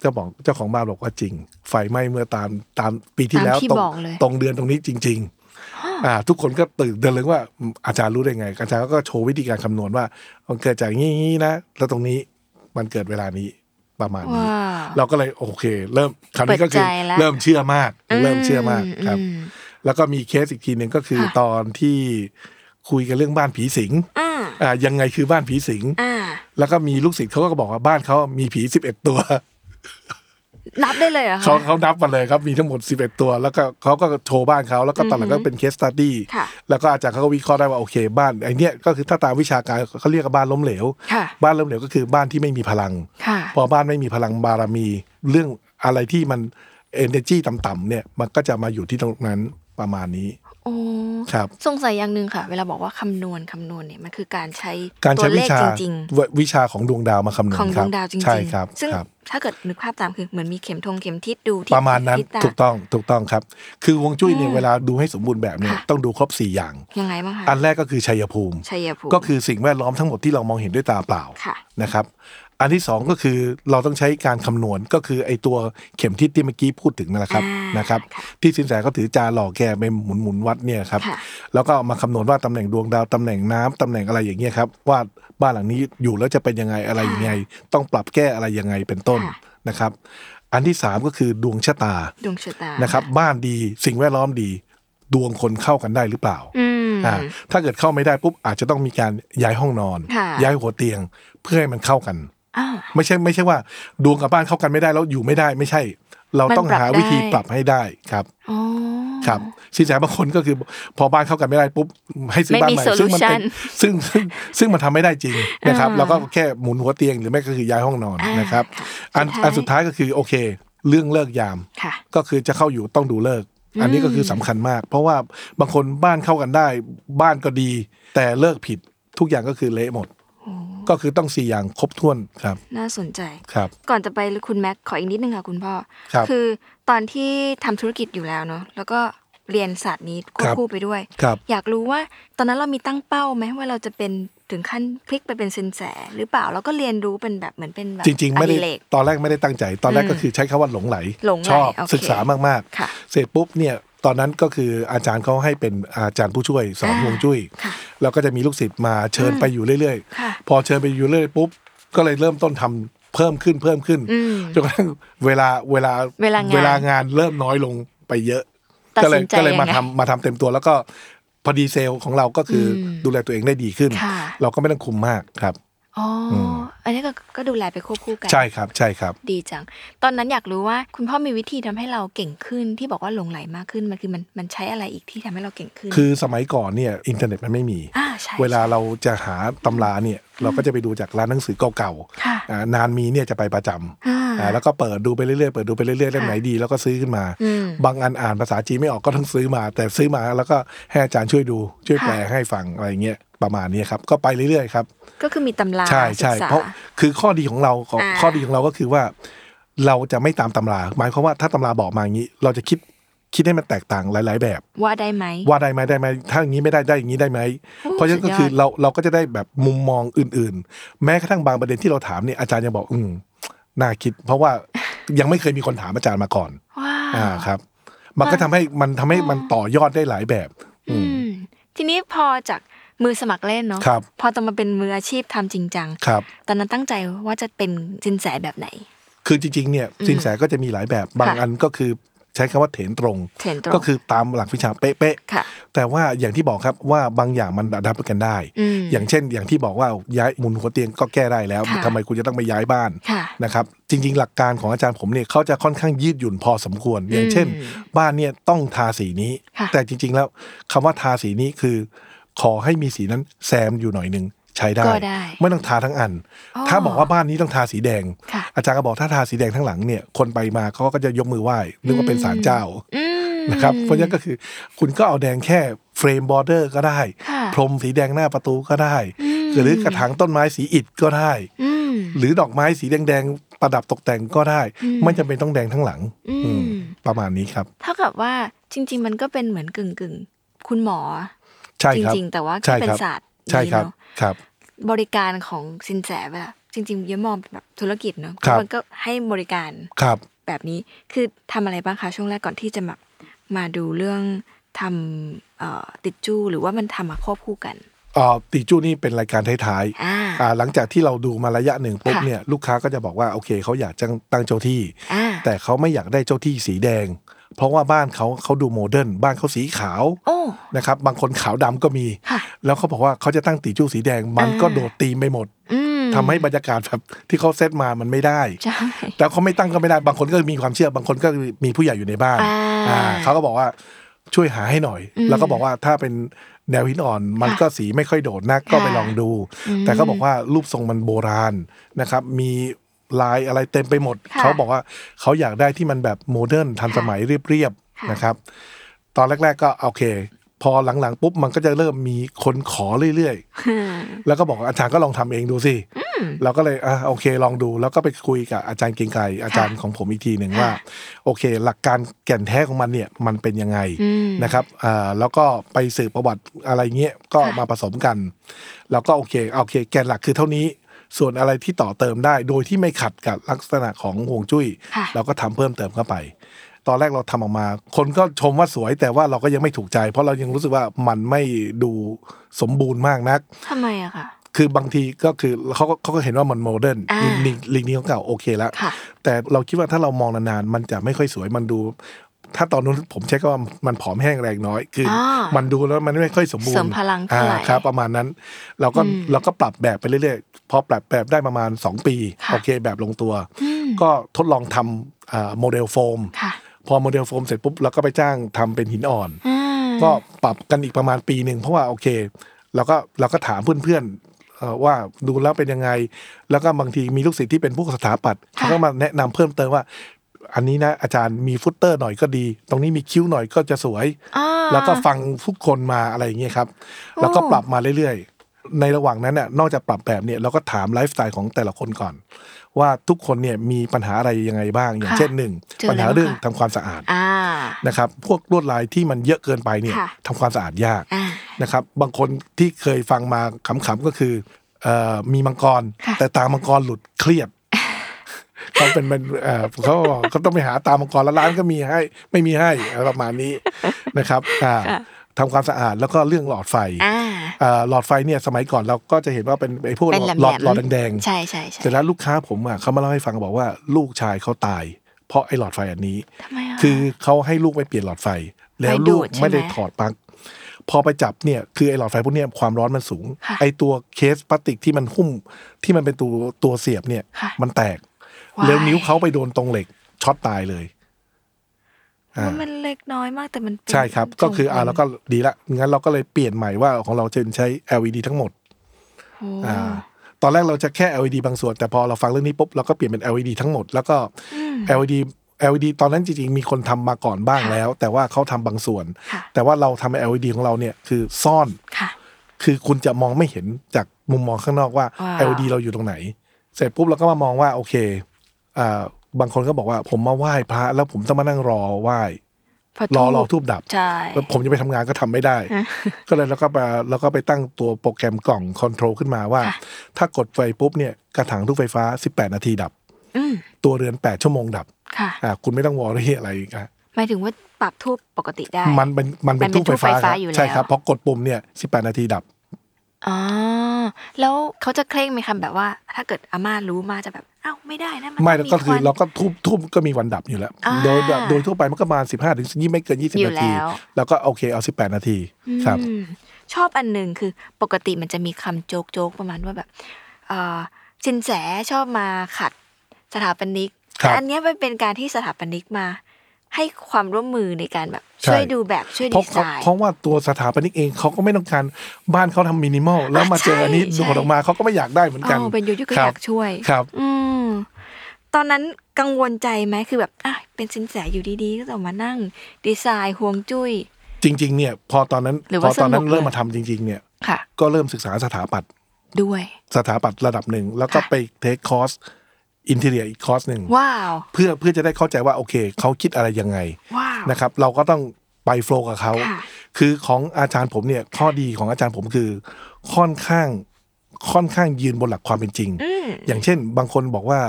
เจ้าบอกเจ้าของบ้านบอกว่าจริง ไฟไหม้เมื่อตามตามปีที่แล้ว ตามที่ ตรง บอกเลย ตรงเดือนตรงนี้จริง (gasps) ๆ อ่า ทุกคนก็ตื่นเดินเลยว่าอืมอาจารย์รู้ได้ไง อาจารย์ก็โชว์วิธีการคำนวณว่ามันเกิดจากงี้งี้นะแล้วตรงนี้มันเกิดเวลานี้ประมาณนี้ ว้าว เราก็เลยโอเค เริ่มคราวนี้ก็คือ เปิดใจละ เริ่มเชื่อมาก เริ่มเชื่อมากครับ อืม แล้วก็มีเคสอีกทีหนึ่งก็คือ ค่ะ ตอนที่คุยกันเรื่องบ้านผีสิง อ่า อ่ายังไงคือบ้านผีสิง อ่า แล้วก็มีลูกศิษย์เขาก็บอกว่าบ้านเขามีผีสิบเอ็ดตัว นับได้เลยเหรอคะ เขาเขานับมาเลยครับ มีทั้งหมด 11 ตัว แล้วก็เขาก็โชว์บ้านเขาแล้วก็ตอนหลังก็เป็นเคสตัดดี้ ค่ะ แล้วก็อาจารย์เขาก็วิเคราะห์ได้ว่าโอเค บ้านไอเนี้ยก็คือถ้าตามวิชาการเขาเรียกว่าบ้านล้มเหลว ค่ะ บ้านล้มเหลวก็คือบ้านที่ไม่มีพลัง ค่ะ พอบ้านไม่มีพลังบารมี เรื่องอะไรที่มันเอเนจีต่ำๆเนี่ยมันก็จะมาอยู่ที่ตรงนั้นประมาณนี้ โอ้ ครับ สงสัยอย่างหนึ่งค่ะ เวลาบอกว่าคำนวณคำนวณเนี่ยมันคือการใช้ การ ตั ใช้ วเล วิ ข ชา จริง ววิชาของดวงดาวมาคำนวณ ๆ ของ ค ด รั ว บ งดาวจริงๆ ใช่ครับ ซึ่ง ครับ ถ้าเกิดนึกภาพตามคือเหมือนมีเข็มธงเข็มทิศดูที่ ประมาณนั้น ทิศต ถูกต้องถูกต้องครับ คือฮวงจุ้ยเนี่ยเวลาดูให้สมบูรณ์แบบเนี่ย ค่ะ ต้องดูครบสี่อย่าง ยังไงบ้างคะ อันแรกก็คือชัยภูมิ ชัยภูมิ ก็คือสิ่งแวดล้อมทั้งหมดที่เรามองเห็นด้วยตาเปล่า ค่ะ นะครับ อันที่สองก็คือเราต้องใช้การคำนวณก็คือไอตัวเข็มทิศที่เมื่อกี้พูดถึงนั่นแหละครับ อ่าน นะครับ ค่ะ ที่สินแสเขาถือจานหล่อแกไปหมุนหมุนๆวัดเนี่ยครับ ค่ะ แล้วก็มาคำนวณว่าตำแหน่งดวงดาว ตำแหน่งน้ำตำแหน่งอะไรอย่างเงี้ยครับ ว่าบ้านหลังนี้อยู่แล้วจะเป็นยังไงอะไรยังไง ต้องปรับแก้อะไรยังไงเป็นต้น ค่ะ นะครับ อันที่สามก็คือดวงชะตา ดวงชะตา นะครับ บ้านดีสิ่งแวดล้อมดี ดวงคนเข้ากันได้หรือเปล่า อืม อ่าถ้าเกิดเข้าไม่ได้ปุ๊บอาจจะต้องมีการย้ายห้องนอน ค่ะ ย้ายหัวเตียงเพื่อให้มันเข้ากัน อ่า ไม่ใช่ไม่ใช่ว่าดวงกับบ้านเข้ากันไม่ได้แล้วอยู่ไม่ได้ไม่ใช่ เราต้อง มันปรับ หาวิธี ได้ ปรับให้ได้ครับ อ๋อ ครับสินแสบางคนก็คือพอบ้านเข้ากันไม่ได้ปุ๊บให้ซื้อบ้านใหม่ ไม่มี ซึ่งมัเป็น solution ซึ่งซึ่งซึ่งมันทำไม่ได้จริงนะครับ อ่า แล้วก็แค่หมุนหัวเตียงหรือไม่ก็คือย้ายห้องนอน อ่าน นะครับ ค่ะ อัน สุดท้าย อันสุดท้ายก็คือโอเค เรื่องเลิกยาม ค่ะ ก็คือจะเข้าอยู่ต้องดูเลิก อันนี้ก็คือสำคัญมาก เพราะว่าบางคนบ้านเข้ากันได้ บ้านก็ดี แต่เลิกผิดทุกอย่างก็คือเละหมด ก็คือต้องสี่อย่างครบถ้วนครับ น่าสนใจ ครับ ก่อนจะไปคุณแม็กขออีกนิดนึงค่ะคุณพ่อ ครับ อตอนที่ทำธุรกิจอยู่แล้วเนอะแล้วก็เรียนศาสตร์นี้ควบคู่ไปด้วย ครับ อยากรู้ว่าตอนนั้นเรามีตั้งเป้าไหมว่าเราจะเป็นถึงขั้นพลิกไปเป็นซินแสหรือเปล่าแล้วก็เรียนรู้เป็นแบบเหมือนเป็นแบบ จริงๆไม่ได้ อดิเรก ตอนแรกไม่ได้ตั้งใจ ตอนแรก อืม ก็คือใช้คำว่าหลงไหล หลงไหล ชอบ โอเค ศึกษามาก ค่ะ ๆ เสร็จปุ๊บเนี่ยตอนนั้นก็คืออาจารย์เขาให้เป็นอาจารย์ผู้ช่วยสอน อ่า ฮวงจุ้ย ค่ะ แล้วก็จะมีลูกศิษย์มาเชิญไปอยู่เรื่อย ค่ะ ๆ พอเชิญไปอยู่เรื่อยปุ๊บก็เลยเริ่มต้นทำเพิ่มขึ้นเพิ่มขึ้น อืม จนกระทั่งเวลาเวลา เวลางาน นเริ่มน้อยลงไปเยอะ ตัด ก็เล สิ ย นใจ ก็เลยมา ยังไง ทำมาทำเต็มตัวแล้วก็พอดีเซลล์ของเราก็คืออ ม ดูแลตัวเองได้ดีขึ้น ค่ะ เราก็ไม่ต้องคุมมากครับ อ๋ออ ม อันนี้ก็ก็ดูแลไปควบคู่กัน ใช่ครับใช่ครับ ดีจัง ตอนนั้นอยากรู้ว่าคุณพ่อมีวิธีทำให้เราเก่งขึ้นที่บอกว่าหลงไหลมากขึ้นมันคือมันมันใช้อะไรอีกที่ทำให้เราเก่งขึ้น คือสมัยก่อนเนี่ยอินเทอร์เน็ตมันไม่มี อ่าใช่ เวลาเราจะหาตำราเนี่ยเราก็จะไปดูจากร้านหนังสือเก่า ค่ะ ๆอ่านานมีเนี่ยจะไปประจำ อ่า อ่าแล้วก็เปิดดูไปเรื่อยๆเปิดดูไปเรื่อยๆเล่ม ค่ะ ไหนดีแล้วก็ซื้อขึ้นมา อืม บางอันอ่านภาษาจีนไม่ออกก็ต้องซื้อมา แต่ซื้อมาแล้วก็ให้อาจารย์ช่วยดูช่วยแปล ค่ะ ให้ฟังอะไรเงี้ยประมาณนี้ครับก็ไปเรื่อยๆครับ ก็คือมีตำรา ใช่ใช่ ศึกษ เพราะคือข้อดีของเราของ อ่า ข้อดีของเราก็คือว่า เราจะไม่ตามตำราหมายความว่าถ้าตำราบอกมาอย่างนี้ เราจะคิดคิดให้มันแตกต่างหลาย ๆ แบบ ว่าได้ไหม ว่าได้ไหมได้ไหมถ้าอย่างนี้ไม่ได้ได้อย่างนี้ได้ไหม โอ้ เพราะฉะนั้นก็คือ สุดยอด เราเราก็จะได้แบบมุมมองอื่นๆ แม้กระทั่งบางประเด็นที่เราถามเนี่ยอาจารย์ยังบอกอืมน่าคิด เพราะว่ายังไม่เคยมีคนถามอาจารย์มาก่อน ว้าว อ่าครับ มันก็ทำให้มันทำให้มันต่อยอดได้หลายแบบ อืม อืมทีนี้พอจากมือสมัครเล่นเนาะ ครับ พอจะมาเป็นมืออาชีพทำจริงจัง ครับ ตอนนั้นตั้งใจว่าจะเป็นสินแสแบบไหน คือจริงๆเนี่ยสินแสก็จะมีหลายแบบ บาง ค่ะ อันก็คือใช้คำว่าเถนตรง เทรนตรง ก็คือตามหลักวิชาเป๊ะ ค่ะ ๆแต่ว่าอย่างที่บอกครับว่าบางอย่างมันดับกันได้ อืม อย่างเช่น อย่างที่บอกว่าย้ายหมุนหัวเตียงก็แก้ได้แล้ว ค่ะ ทำไมคุณจะต้องไปย้ายบ้าน ค่ะ นะครับจริงๆ หลักการของอาจารย์ผมเนี่ยเขาจะค่อนข้างยืดหยุ่นพอสมควร อย่างเช่น บ้านเนี่ยต้องทาสีนี้ ค่ะ แต่จริงๆแล้วคำว่าทาสีนี้คือ ขอให้มีสีนั้นแซมอยู่หน่อยหนึ่งใช้ได้ ก็ได้ ไม่ต้องทาทั้งอัน อ๋อ ถ้าบอกว่าบ้านนี้ต้องทาสีแดง ค่ะ อาจารย์ก็บอกถ้าทาสีแดงทั้งหลังเนี่ยคนไปมาเขาก็จะยกมือไหว้นึกว่าเป็นศาลเจ้า อืม นะครับเพราะฉะนั้นก็คือคุณก็เอาแดงแค่เฟรมบอร์เดอร์ก็ได้ ค่ะ พรมสีแดงหน้าประตูก็ได้ ม หรือกระถางต้นไม้สีอิฐก็ได้ อืม หรือดอกไม้สีแดงๆ ประดับตกแต่งก็ได้ อืม ไม่จำเป็นต้องแดงทั้งหลัง อืม อืม ประมาณนี้ครับ เท่ากับว่าจริง ๆ มันก็เป็นเหมือนกึ่งกึ่งๆคุณหมอ ใช่ จ ครับ ริง ๆ แต่ว่าแค่ ใช่ เป็ คน รับ ศาสตร์ ใช่ นี้ ครับ เนาะ ครับ บริการของสินแสเวลาจริงๆเยอะมองเป็นแบบธุรกิจเนาะ ครับ มันก็ให้บริการ ครับ แบบนี้คือทำอะไรบ้างคะ ช่วงแรกก่อนที่จะมามาดูเรื่องทำเอ่อติดจู้หรือว่ามันทำมาควบคู่กัน เอ่อติจูนี่เป็นรายการท้าย อ่า ๆอ่าหลังจากที่เราดูมาระยะหนึ่งปุ๊บ ค่ะ เนี่ยลูกค้าก็จะบอกว่าโอเคเขาอยากจ้างตั้งเจ้าที่ อ่า แต่เขาไม่อยากได้เจ้าที่สีแดง เพราะว่าบ้านเขาเขาดูโมเดิร์นบ้านเขาสีขาว โอ้ นะครับบางคนขาวดำก็มี ค่ะ แล้วเขาบอกว่าเขาจะตั้งติจูสีแดงมันก็โดดตีมไปหมด อืม ทำให้บรรยากาศแบบที่เขาเซตมามันไม่ได้ ใช่ แต่เขาไม่ตั้งก็ไม่ได้บางคนก็มีความเชื่อบางคนก็มีผู้ใหญ่อยู่ในบ้าน อ่า อ่าเขาก็บอกว่าช่วยหาให้หน่อย อืม แล้วก็บอกว่าถ้าเป็นแนวหินอ่อนมัน ค่ะ ก็สีไม่ค่อยโดดนักก็ไปลองดู อืม แต่เขาบอกว่ารูปทรงมันโบราณนะครับมีลายอะไรเต็มไปหมด ค่ะ เขาบอกว่าเขาอยากได้ที่มันแบบโมเดิร์นทันสมัยเรียบ ค่ะ ๆนะครับ ตอนแรก ๆ ก็โอเค พอหลังๆปุ๊บมันก็จะเริ่มมีคนขอเรื่อยๆ อืม แล้วก็บอกว่าอาจารย์ก็ลองทำเองดูสิเราก็เลยอ่ะโอเคลองดู แล้วก็ไปคุยกับอาจารย์เกรียงไกรอาจารย์ของผมอีกทีหนึ่งว่า โอเค หลักการแก่นแท้ของมันเนี่ยมันเป็นยังไง อืม นะครับอ่าแล้วก็ไปสืบประวัติอะไรเงี้ยก็ ค่ะ มาผสมกัน แล้วก็โอเคโอเค แก่นหลักคือเท่านี้ ส่วนอะไรที่ต่อเติมได้ โดยที่ไม่ขัดกับลักษณะของห่วงจุ้ย ค่ะ เราก็ทำเพิ่มเติมเข้าไป ตอนแรกเราทำออกมา คนก็ชมว่าสวยแต่ว่าเราก็ยังไม่ถูกใจ เพราะเรายังรู้สึกว่ามันไม่ดูสมบูรณ์มากนัก ทำไมอะค่ะ คือบางทีก็คือเขาก็เขาก็เห็นว่ามันโมเดิร์น อ่า ลิงก์ลิงก์นี้ของเก่าโอเคแล้ว ค่ะ แต่เราคิดว่าถ้าเรามองนานๆ มันจะไม่ค่อยสวยมันดู ถ้าตอนนู้นผมเช็คก็ว่ามันผอมแห้งแรงน้อย คืออ อ่ามั มันดูแล้วมันไม่ค่อยสมบูรณ์ เสริมพลังเท่าไหร่ อ่ครับ ประมาณนั้น เราก็เราก็ปรับแบบไปเรื่อยๆ พอปรับแบบได้ประมาณ 2 ปี ค่ะ โอเคแบบลงตัว ก็ทดลองทำอ่าโมเดลโฟม ค่ะ พอโมเดลโฟมเสร็จปุ๊บเราก็ไปจ้างทำเป็นหินอ่อน อืม ก็ปรับกันอีกประมาณปีหนึ่งเพราะว่าโอเคเราก็เราก็ถามเพื่อนๆเอ่อว่าดูแล้วเป็นยังไง แล้วก็บางทีมีลูกศิษย์ที่เป็นพวกสถาปัตย์ ค่ะ เขาก็มาแนะนำเพิ่มเติมว่า อันนี้นะอาจารย์มีฟุตเตอร์หน่อยก็ดี ตรงนี้มีคิ้วหน่อยก็จะสวย อ่า แล้วก็ฟังผู้คนมาอะไรอย่างเงี้ยครับ แล้วก็ปรับมาเรื่อยๆ ในระหว่างนั้นน่ะนอกจากปรับแบบเนี่ยเราก็ถามไลฟ์สไตล์ของแต่ละคนก่อน ว่าทุกคนเนี่ยมีปัญหาอะไรยังไงบ้าง อย่าง ค่ะ เช่นหนึ่ง เจออะไร ปัญหาเรื่อง บ้างคะ ทำความสะอาด อ่า นะครับพวกลวดลายที่มันเยอะเกินไปเนี่ย ค่ะ ทำความสะอาดยาก อ่า นะครับบางคนที่เคยฟังมาขำๆก็คือเอ่อมีมังกร ค่ะ แต่ตามังกรหลุดเค (laughs) รียด เขาเป็นมันเอ่อเขาบอกเขาต้องไปหาตามังกรแล้วร้านก็มีให้ ไม่มีให้อะไรประมาณนี้นะครับอ่าทำความสะอาดแล้วก็เรื่องหลอดไฟ อ่า เอ่อหลอดไฟเนี่ยสมัยก่อนเราก็จะเห็นว่าเป็นไอ้พวก เป็นแหลม หลอด ๆ หลอดแดงๆ ใช่ใช่ใช่ เสร็จแล้วลูกค้าผมอ่ะเขามาเล่าให้ฟังบอกว่าลูกชายเขาตาย เพราะไอ้หลอดไฟอันนี้ คือเขาให้ลูกไปเปลี่ยนหลอดไฟ แล้วลูกไม่ได้ถอดปลั๊กพอไปจับเนี่ยคือไอ้หลอดไฟพวกเนี้ยความร้อนมันสูง ไอ้ตัวเคสพลาสติกที่มันหุ้มที่มันเป็นตัวตัวเสียบเนี่ย มันแตก แล้วนิ้วเขาไปโดนตรงเหล็กช็อตตายเลย เพราะมันเล็กน้อยมากแต่มันเป็น ใช่ครับ ก็คืออ่า ส่งผล แล้วก็ดีละงั้นเราก็เลยเปลี่ยนใหม่ว่าของเราจะใช้ LED ทั้งหมดอ่าตอนแรกเราจะแค่ LED บางส่วน แต่พอเราฟังเรื่องนี้ปุ๊บเราก็เปลี่ยนเป็น LED ทั้งหมด แล้วก็ LED LED ตอนนั้นจริงๆ มีคนทำมาก่อนบ้างแล้ว แต่ว่าเขาทำบางส่วน ค่ะ แต่ว่าเราทำ LED ของเราเนี่ยคือซ่อน ค่ะ คือคุณจะมองไม่เห็นจากมุมมองข้างนอกว่า ว้าว LED เราอยู่ตรงไหน เสร็จปุ๊บเราก็มามองว่าโอเคอ่าบางคนก็บอกว่าผมมาไหว้พระแล้วผมต้องมานั่งรอไหว้ พอ รทูบอรอทูบดับ ใช่ แล้วผมจะไปทำงานก็ทำไม่ได้ ก็เลยแล้วก็มาแล้วก็ไปตั้งตัวโปรแกรมกล่องคอนโทรลขึ้นมาว่า ถ้ากดไฟปุ๊บเนี่ยกระถางทูบไฟฟ้า 18 นาทีดับ อืม ตัวเรือน 8 ชั่วโมงดับ ค่ะ อ่าคุณไม่ต้องวอรี่อะไรอีกอ่ะ หมายถึงว่าปรับทูบปกติได้ มันเป็นมันเป็มันนเป็ ทู น บไฟฟ้า ธูปไฟ ค ฟ้า รับ อยู่แล้ว ใช่ครับพอกดปุ่มเนี่ย 18 นาทีดับ อ๋อ แล้วเขาจะเคร่งไหมคะแบบว่า ถ้าเกิดอาม่ารู้มาจะแบบเอ้าไม่ได้นะน ไม่ ต้อง ก็คือ วัน เราก็ทูบทูบก็มีวันดับอยู่แล้ว อ่า โดยแบบโดยทั่วไปมันก็ประมาณ 15ถึง20ไม่เกิน อยู่ 20 นาที แล้ว แล้วก็โอเคเอา 18 นาทีครับ อืมชอบอันหนึ่งคือปกติมันจะมีคำโจกโจกๆประมาณว่าแบบเอ่อสินแสชอบมาขัดสถาปนิก ครับ แต่อันเนี้ยมันเป็นการที่สถาปนิกมา ให้ความร่วมมือในการแบบ ใช่ ช่วยดูแบบช่วย เพ ดี ราะ ไซ เขา น์ เพราะว่าตัวสถาปนิกเองเขาก็ไม่ต้องการบ้านเขาทำมินิมอลแล้วมาเจออันนี้ ใช่ โดดออกมาเขาก็ไม่อยากได้เหมือนกัน เออเป็นอยู่ๆก็ ครับ อยากช่วย ครับ อืม ตอนนั้นกังวลใจไหมคือแบบอ่ะเป็นสินแสอยู่ดีๆ ก็ต้องมานั่ง ดีไซน์ห่วงจุ้ย จริง ๆ เนี่ยพอตอนนั้น หรือ พอ ว่า ตอนนั้ ส น นุก เริ่ม เลย มาทำจริง ๆ เนี่ย ค่ะ ก็เริ่มศึกษาสถาปัตย์ ด้วย สถาปัตย์ระดับหนึ่งแล้วก็ไปเทคคอร์สอินเทเรียอีกคอร์สหนึ่ง ว้าว เพื่อเพื่อจะได้เข้าใจว่าโอเคเขาคิดอะไรยังไง ว้าว นะครับเราก็ต้องไปโฟล์กับเขา ค่ะ คือของอาจารย์ผมเนี่ยข้อดีของอาจารย์ผมคือ ค่อนข้างค่อนข้างยืนบนหลักความเป็นจริง อย่างเช่น บางคนบอกว่า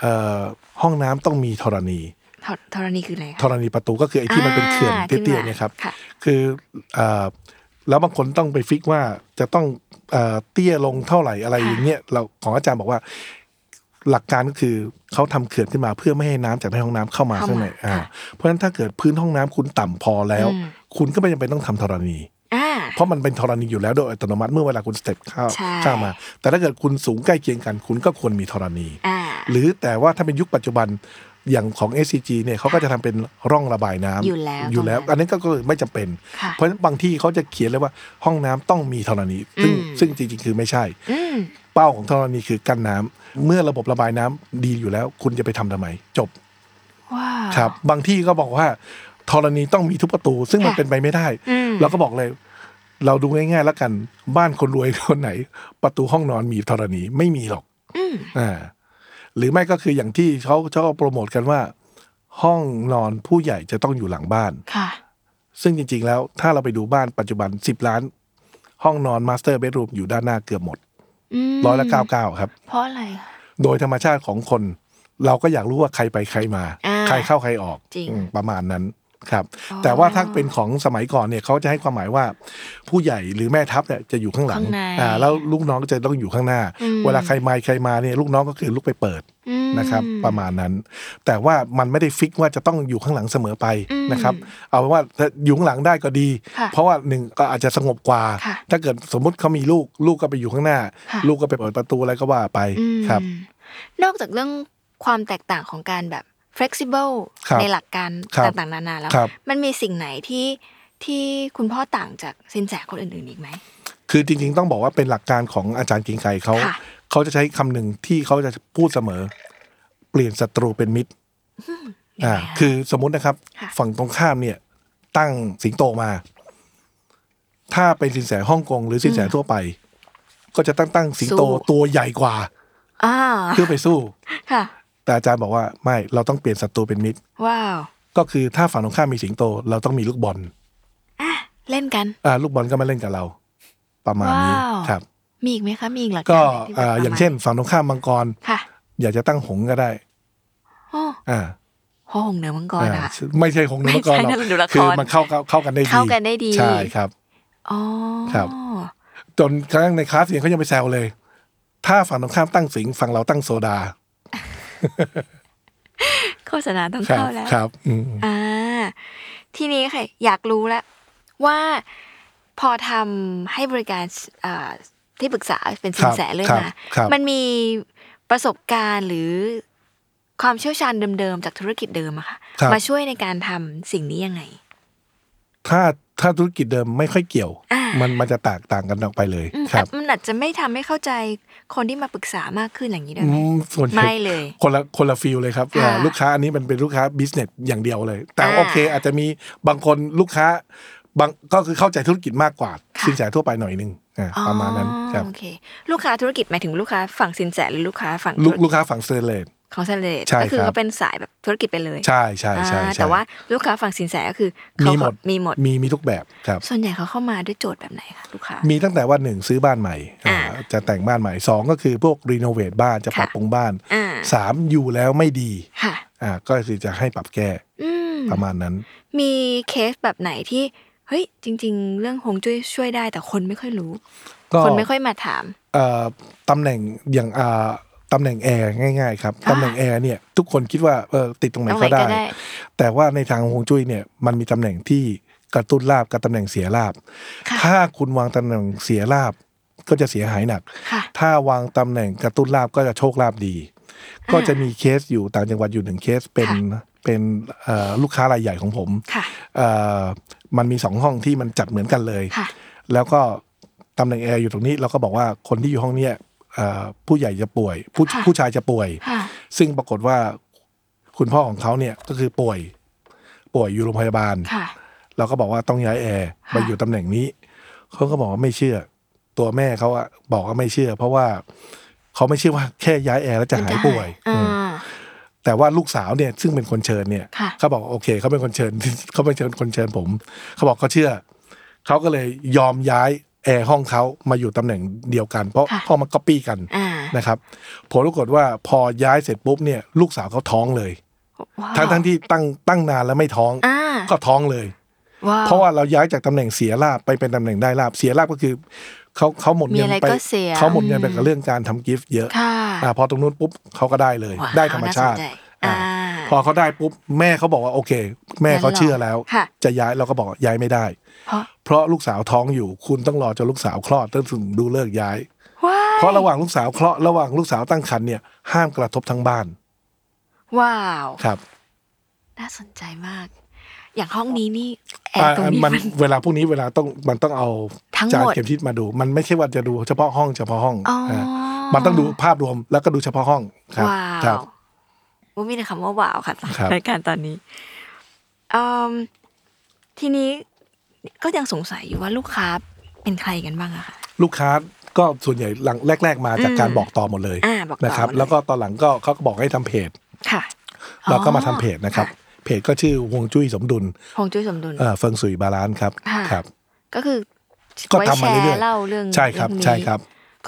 เอ่อห้องน้ำต้องมีธรณี ธรธรณีคืออะไร ธ คะ รณีประตูก็คือไอ้ที่มันเป็นเขื่อน อ่า เตี้ยๆเนี่ยครับ ค่ะ คือเอ่อแล้วบางคนต้องไปฟิกว่าจะต้องเอ่อเตี้ยลงเท่าไหร่อะไรอย่างเงี้ยเราของอาจารย์บอกว่า หลักการก็คือเขาทำเขื่อนขึ้นมาเพื่อไม่ให้น้ำจากในห้องน้ำเข้ามา เข้ามา ข้างในอ่า ค่ะ เพราะฉะนั้นถ้าเกิดพื้นห้องน้ำคุณต่ำพอแล้ว คุณก็ไม่จำเป็นต้องทำธรณี อ่า เพราะมันเป็นธรณีอยู่แล้วโดยอัตโนมัติเมื่อเวลาคุณสเต็ปเข้า ใช่ เข้ามา แต่ถ้าเกิดคุณสูงใกล้เคียงกัน คุณก็ควรมีธรณี อ่า หรือแต่ว่าถ้าเป็นยุคปัจจุบันอย่างของ SCG เนี่ยเขาก็จะทำเป็นร่องระบายน้ำ อยู่แล้ว อยู่แล้ว ตรงนั้น อันนี้นก็คือไม่จำเป็น ค่ะ เพราะฉะนั้นบางที่เขาจะเขียนเลยว่าห้องน้ำต้องมีธรณีซึ่ง อืม ซึ่งจริงๆคือไม่ใช่ อืม เป้าของธรณีคือกั้นน้ำเมื่อระบบระบายน้ำดีอยู่แล้ว คุณจะไปทำทำไม จบ ว้าว ครับ บางที่ก็บอกว่าธรณีต้องมีทุกประตู ซึ่งมัน ค่ะ เป็นไปไม่ได้ อืม เราก็บอกเลย เราดูง่าย ๆ แล้วกันบ้านคนรวยคนไหน ประตูห้องนอนมีธรณีไม่มีหรอก อืม อ่าหรือไม่ก็คืออย่างที่เขาชอบโปรโมทกันว่า ห้องนอนผู้ใหญ่จะต้องอยู่หลังบ้าน ค่ะ ซึ่งจริง ๆ แล้วถ้าเราไปดูบ้านปัจจุบัน 10 ล้าน ห้องนอนมาสเตอร์เบดรูมอยู่ด้านหน้าเกือบหมด ม ร้อยละเก้าเก้าครับ เพราะอะไรคะ โดยธรรมชาติของคน เราก็อยากรู้ว่าใครไปใครมา อ่า ใครเข้าใครออก จริง อืมประมาณนั้นครับ อ๋อ แต่ว่าถ้าเป็นของสมัยก่อนเนี่ยเขาจะให้ความหมายว่า ผู้ใหญ่หรือแม่ทัพเนี่ยจะอยู่ข้างหลั ข้างใน อ่าแล้วลูกน้องก็จะต้องอยู่ข้างหน้า อืม เวลาใครมาใครมาเนี่ยลูกน้องก็คือลูกไปเปิด อืม นะครับ ประมาณนั้น แต่ว่ามันไม่ได้ฟิกว่าจะต้องอยู่ข้างหลังเสมอไป อืม นะครับ เอาเป็นว่าถ้าอยู่ข้างหลังได้ก็ดี ค่ะ เพราะว่าหนึ่งก็อาจจะสงบกว่า ค่ะ ถ้าเกิดสมมติเขามีลูกลูกก็ไปอยู่ข้างหน้า ค่ะ ลูกก็ไปเปิดประตูอะไรก็ว่าไป อืม ครับ นอกจากเรื่องความแตกต่างของการแบบ flexible ครับ ในหลักการ ครับ ต่างๆนานาแล้ว ครับ มันมีสิ่งไหนที่ที่คุณพ่อต่างจากสินแสคนอื่นๆอีกไหม คือจริงๆ ต้องบอกว่าเป็นหลักการของอาจารย์เกรียงไกรเขา ค่ะ เขาจะใช้คำหนึ่งที่เขาจะพูดเสมอ เปลี่ยนศัตรูเป็นมิตรอ่า ยังไงะ คือสมมตินะครับ ค่ะ ฝั่งตรงข้ามเนี่ย ตั้งสิงโตมา ถ้าเป็นสินแสฮ่องกงหรือสินแสทั่วไป ก็จะตั้งตั้งสิงโตตัวใหญ่กว่า อ่า เพื่อไปสู้ ค่ะ แต่อาจารย์บอกว่าไม่เราต้องเปลี่ยนศัตรูเป็นมิตร ว้าว ก็คือถ้าฝั่งตรงข้ามมีสิงโต เราต้องมีลูกบอล เล่นกัน อ่าลูกบอลก็มาเล่นกับเรา ประมาณนี้ ว้าว ครับ มีอีกไหมคะ มีอีกหลัก ก็ การไหนที่แบบ อ่า ประมณ อย่างเช่น ฝั่งตรงข้ามมังกร ค่ะ อยากจะตั้งหงส์ก็ได้ โอ้ อ่า โหงเหนือมังกร อ่า อะ ไม่ใช่หงส์ในมังกรหรอ ไม่ใช่นะดูละคกร คือมันเข้าเข้าเข้ากันได้ดี เข้ากันได้ดี ใช่ครับ อ๋อ ครับ จนครั้งในคลาสเรียนเขายังไปแซวเลย ถ้าฝั่งตรงข้ามตั้งสิงห์ฝั่งเราตั้งโซดา โฆษณาต้อง ครั เข้าแล้ว ครับอืม อ่าทีนี้ค่ะ อยากรู้แล้วว่าพอทำให้บริการเอ่อที่ปรึกษาเป็นสินแส ครับ เรื่อง ครับ มา ครับ มันมีประสบการณ์หรือความเชี่ยวชาญเดิมๆ จากธุรกิจเดิมอะค่ะ ครับ มาช่วยในการทำสิ่งนี้ยังไง ถ้าถ้าธุรกิจเดิมไม่ค่อยเกี่ยว อ่ามั มันมันจะแตกต่างกันออกไปเลย อืม ครับ มันอาจจะไม่ทำให้เข้าใจคนที่มาปรึกษามากขึ้นอย่างนี้ได้ อื ไหม มส่วนใหญ่ ไม่เลย คนละคนละฟิลเลยครับ ค่ะ อ่าลูกค้าอันนี้มันเป็นลูกค้าบิสเนสอย่างเดียวเลย แต่ อ่า โอเค อาจจะมีบางคนลูกค้าบางก็คือเข้าใจธุรกิจมากกว่า ค่ะ สินแสทั่วไปหน่อยนึงอ่า อ๋อ ประมาณนั้นครับ โอเค ลูกค้าธุรกิจหมายถึงลูกค้าฝั่งสินแสหรือลูกค้าฝั่ง ลู ธุ ก ร ลูกค้าฝั่งเซเลต ของเซเลต ใช่ ก็คือ ครับ เขาเป็นสายแบบธุรกิจไปเลย ใช่ใช่ใช่ อ่า ใช่ แต่ว่าลูกค้าฝั่งสินแสก็คือเขา มีหมด มีหมด มีมีทุกแบบครับ ส่วนใหญ่เขาเข้ามาด้วยโจทย์แบบไหนคะลูกค้า มีตั้งแต่ว่าหนึ่งซื้อบ้านใหม่ อ่า อ่าจะแต่งบ้านใหม่สองก็คือพวกรีโนเวทบ้านจะปรับ ค่ะ ปรุงบ้าน อ่า สามอยู่แล้วไม่ดี ค่ะ อ่าก็คือจะให้ปรับแก้ อืม ประมาณนั้น มีเคสแบบไหนที่เฮ้ยจริง ๆ เรื่องฮวงจุ้ยช่วยได้แต่คนไม่ค่อยรู้ ก็ คนไม่ค่อยมาถาม เอ่อตำแหน่งอย่างอ่าตำแหน่งแอร์ง่ายๆครับ อ่า ตำแหน่งแอร์เนี่ยทุกคนคิดว่าเออติดตรงไหน เอาไหนก็ก็ได้ ได้ แต่ว่าในทางฮวงจุ้ยเนี่ยมันมีตำแหน่งที่กระตุ้นลาบกับตำแหน่งเสียลาบ ค่ะ ถ้าคุณวางตำแหน่งเสียลาบก็จะเสียหายหนัก ค่ะ ถ้าวางตำแหน่งกระตุ้นลาบก็จะโชคลาบดี ก็จะมีเคสอยู่ต่างจังหวัดอยู่หนึ่งเคสเป็นเป็นเอ่อลูกค้ารายใหญ่ของผม ค่ะ เอ่อมันมีสองห้องที่มันจัดเหมือนกันเลย ค่ะ แล้วก็ตำแหน่งแอร์อยู่ตรงนี้เราก็บอกว่าคนที่อยู่ห้องเนี้ยเอ่อผู้ใหญ่จะป่วย ผู้ ค่ะ ผู้ชายจะป่วย ค่ะ ซึ่งปรากฏว่าคุณพ่อของเขาเนี่ยก็คือป่วย ป่วยอยู่โรงพยาบาล ค่ะ เราก็บอกว่าต้องย้ายแอร์ ค่ะ มาอยู่ตำแหน่งนี้ เขาก็บอกว่าไม่เชื่อ ตัวแม่เขาอะบอกว่าไม่เชื่อ เพราะว่าเขาไม่เชื่อว่าแค่ย้ายแอร์แล้วจะหายป่วย อ่ อืมา แต่ว่าลูกสาวเนี่ยซึ่งเป็นคนเชิญเนี่ย ค่ะ เขาบอกว่าโอเคเขาเป็นคนเชิญ (laughs) เขาเป็นเชิญคนเชิญผม เขาบอกเขาเชื่อ เขาก็เลยยอมย้ายแอร์ห้องเขามาอยู่ตำแหน่งเดียวกัน เพราะ ค่ะ ห้องมันก็ปี้กัน อ่า นะครับผลปรากฏว่าพอย้ายเสร็จปุ๊บเนี่ย ลูกสาวเขาท้องเลย ว้าว ทั้งทั้งๆที่ตั้งตั้งนานแล้วไม่ท้อง อ่า ก็ท้องเลย ว้าว เพราะว่าเราย้ายจากตำแหน่งเสียลาบไปเป็นตำแหน่งได้ลาบเสียลาบก็คือเขาเขาหมด มี เงิน อะไร ไป ก็เสีย หมดเงินไป อืม กับเรื่องการทำกิฟต์เยอะ ค่ะ อ่าพอตรงนู้นปุ๊บเขาก็ได้เลย ว้าว ได้ธรรมชาติ น่าสนใจ อ่า อ่า พอเขาได้ปุ๊บแม่เขาบอกว่าโอเค แม่เขาเชื่อแล้ว ค่ะ จะย้ายเราก็บอกย้ายไม่ได้ เพราะ เพราะลูกสาวท้องอยู่ คุณต้องรอจนลูกสาวคลอดต้องถึงดูเลิกย้าย ว้าว เพราะระหว่างลูกสาวคลอดระหว่างลูกสาวตั้งครรภ์เนี่ยห้ามกระทบทั้งบ้าน ว้าว ครับ น่าสนใจมาก อย่างห้องนี้นี่แอ อ่า ร์ตรงนี้ มัน มัน เวลาพวกนี้เวลาต้องมันต้องเอา ทั้ง จา ห น มด เข็มทิศมาดู มันไม่ใช่ว่าจะดูเฉพาะห้องเฉพาะห้อง อ๋ออ า มันต้องดูภาพรวมแล้วก็ดูเฉพาะห้องครับ ว้า ครั วว่ามีแต่คำว่าว้าวค่ะ ครับ รายการตอนนี้เอิ่มทีนี้ก็ยังสงสัยอยู่ว่าลูกค้าเป็นใครกันบ้างอะค่ะ ลูกค้าก็ส่วนใหญ่หลังแรก ๆ มาจากการบอกต่อหมดเลย อ่าบอกต่อ นะครับ หมดเลย แล้วก็ตอนหลังก็เขาก็บอกให้ทำเพจ ค่ะ เราก็มาทำเพจนะครับ เพจก็ชื่อฮวงจุ้ยสมดุล ฮวงจุ้ยสมดุล เอ่อเฟิงสุยบาลานซ์ครับ ค่ะ ครับ ก็คือ ก็ ไว้ ทำ แช มาเรื่อย ร์ ๆ เล่าเรื่อง ใช่ครับ เองนี้ ใช่ครับ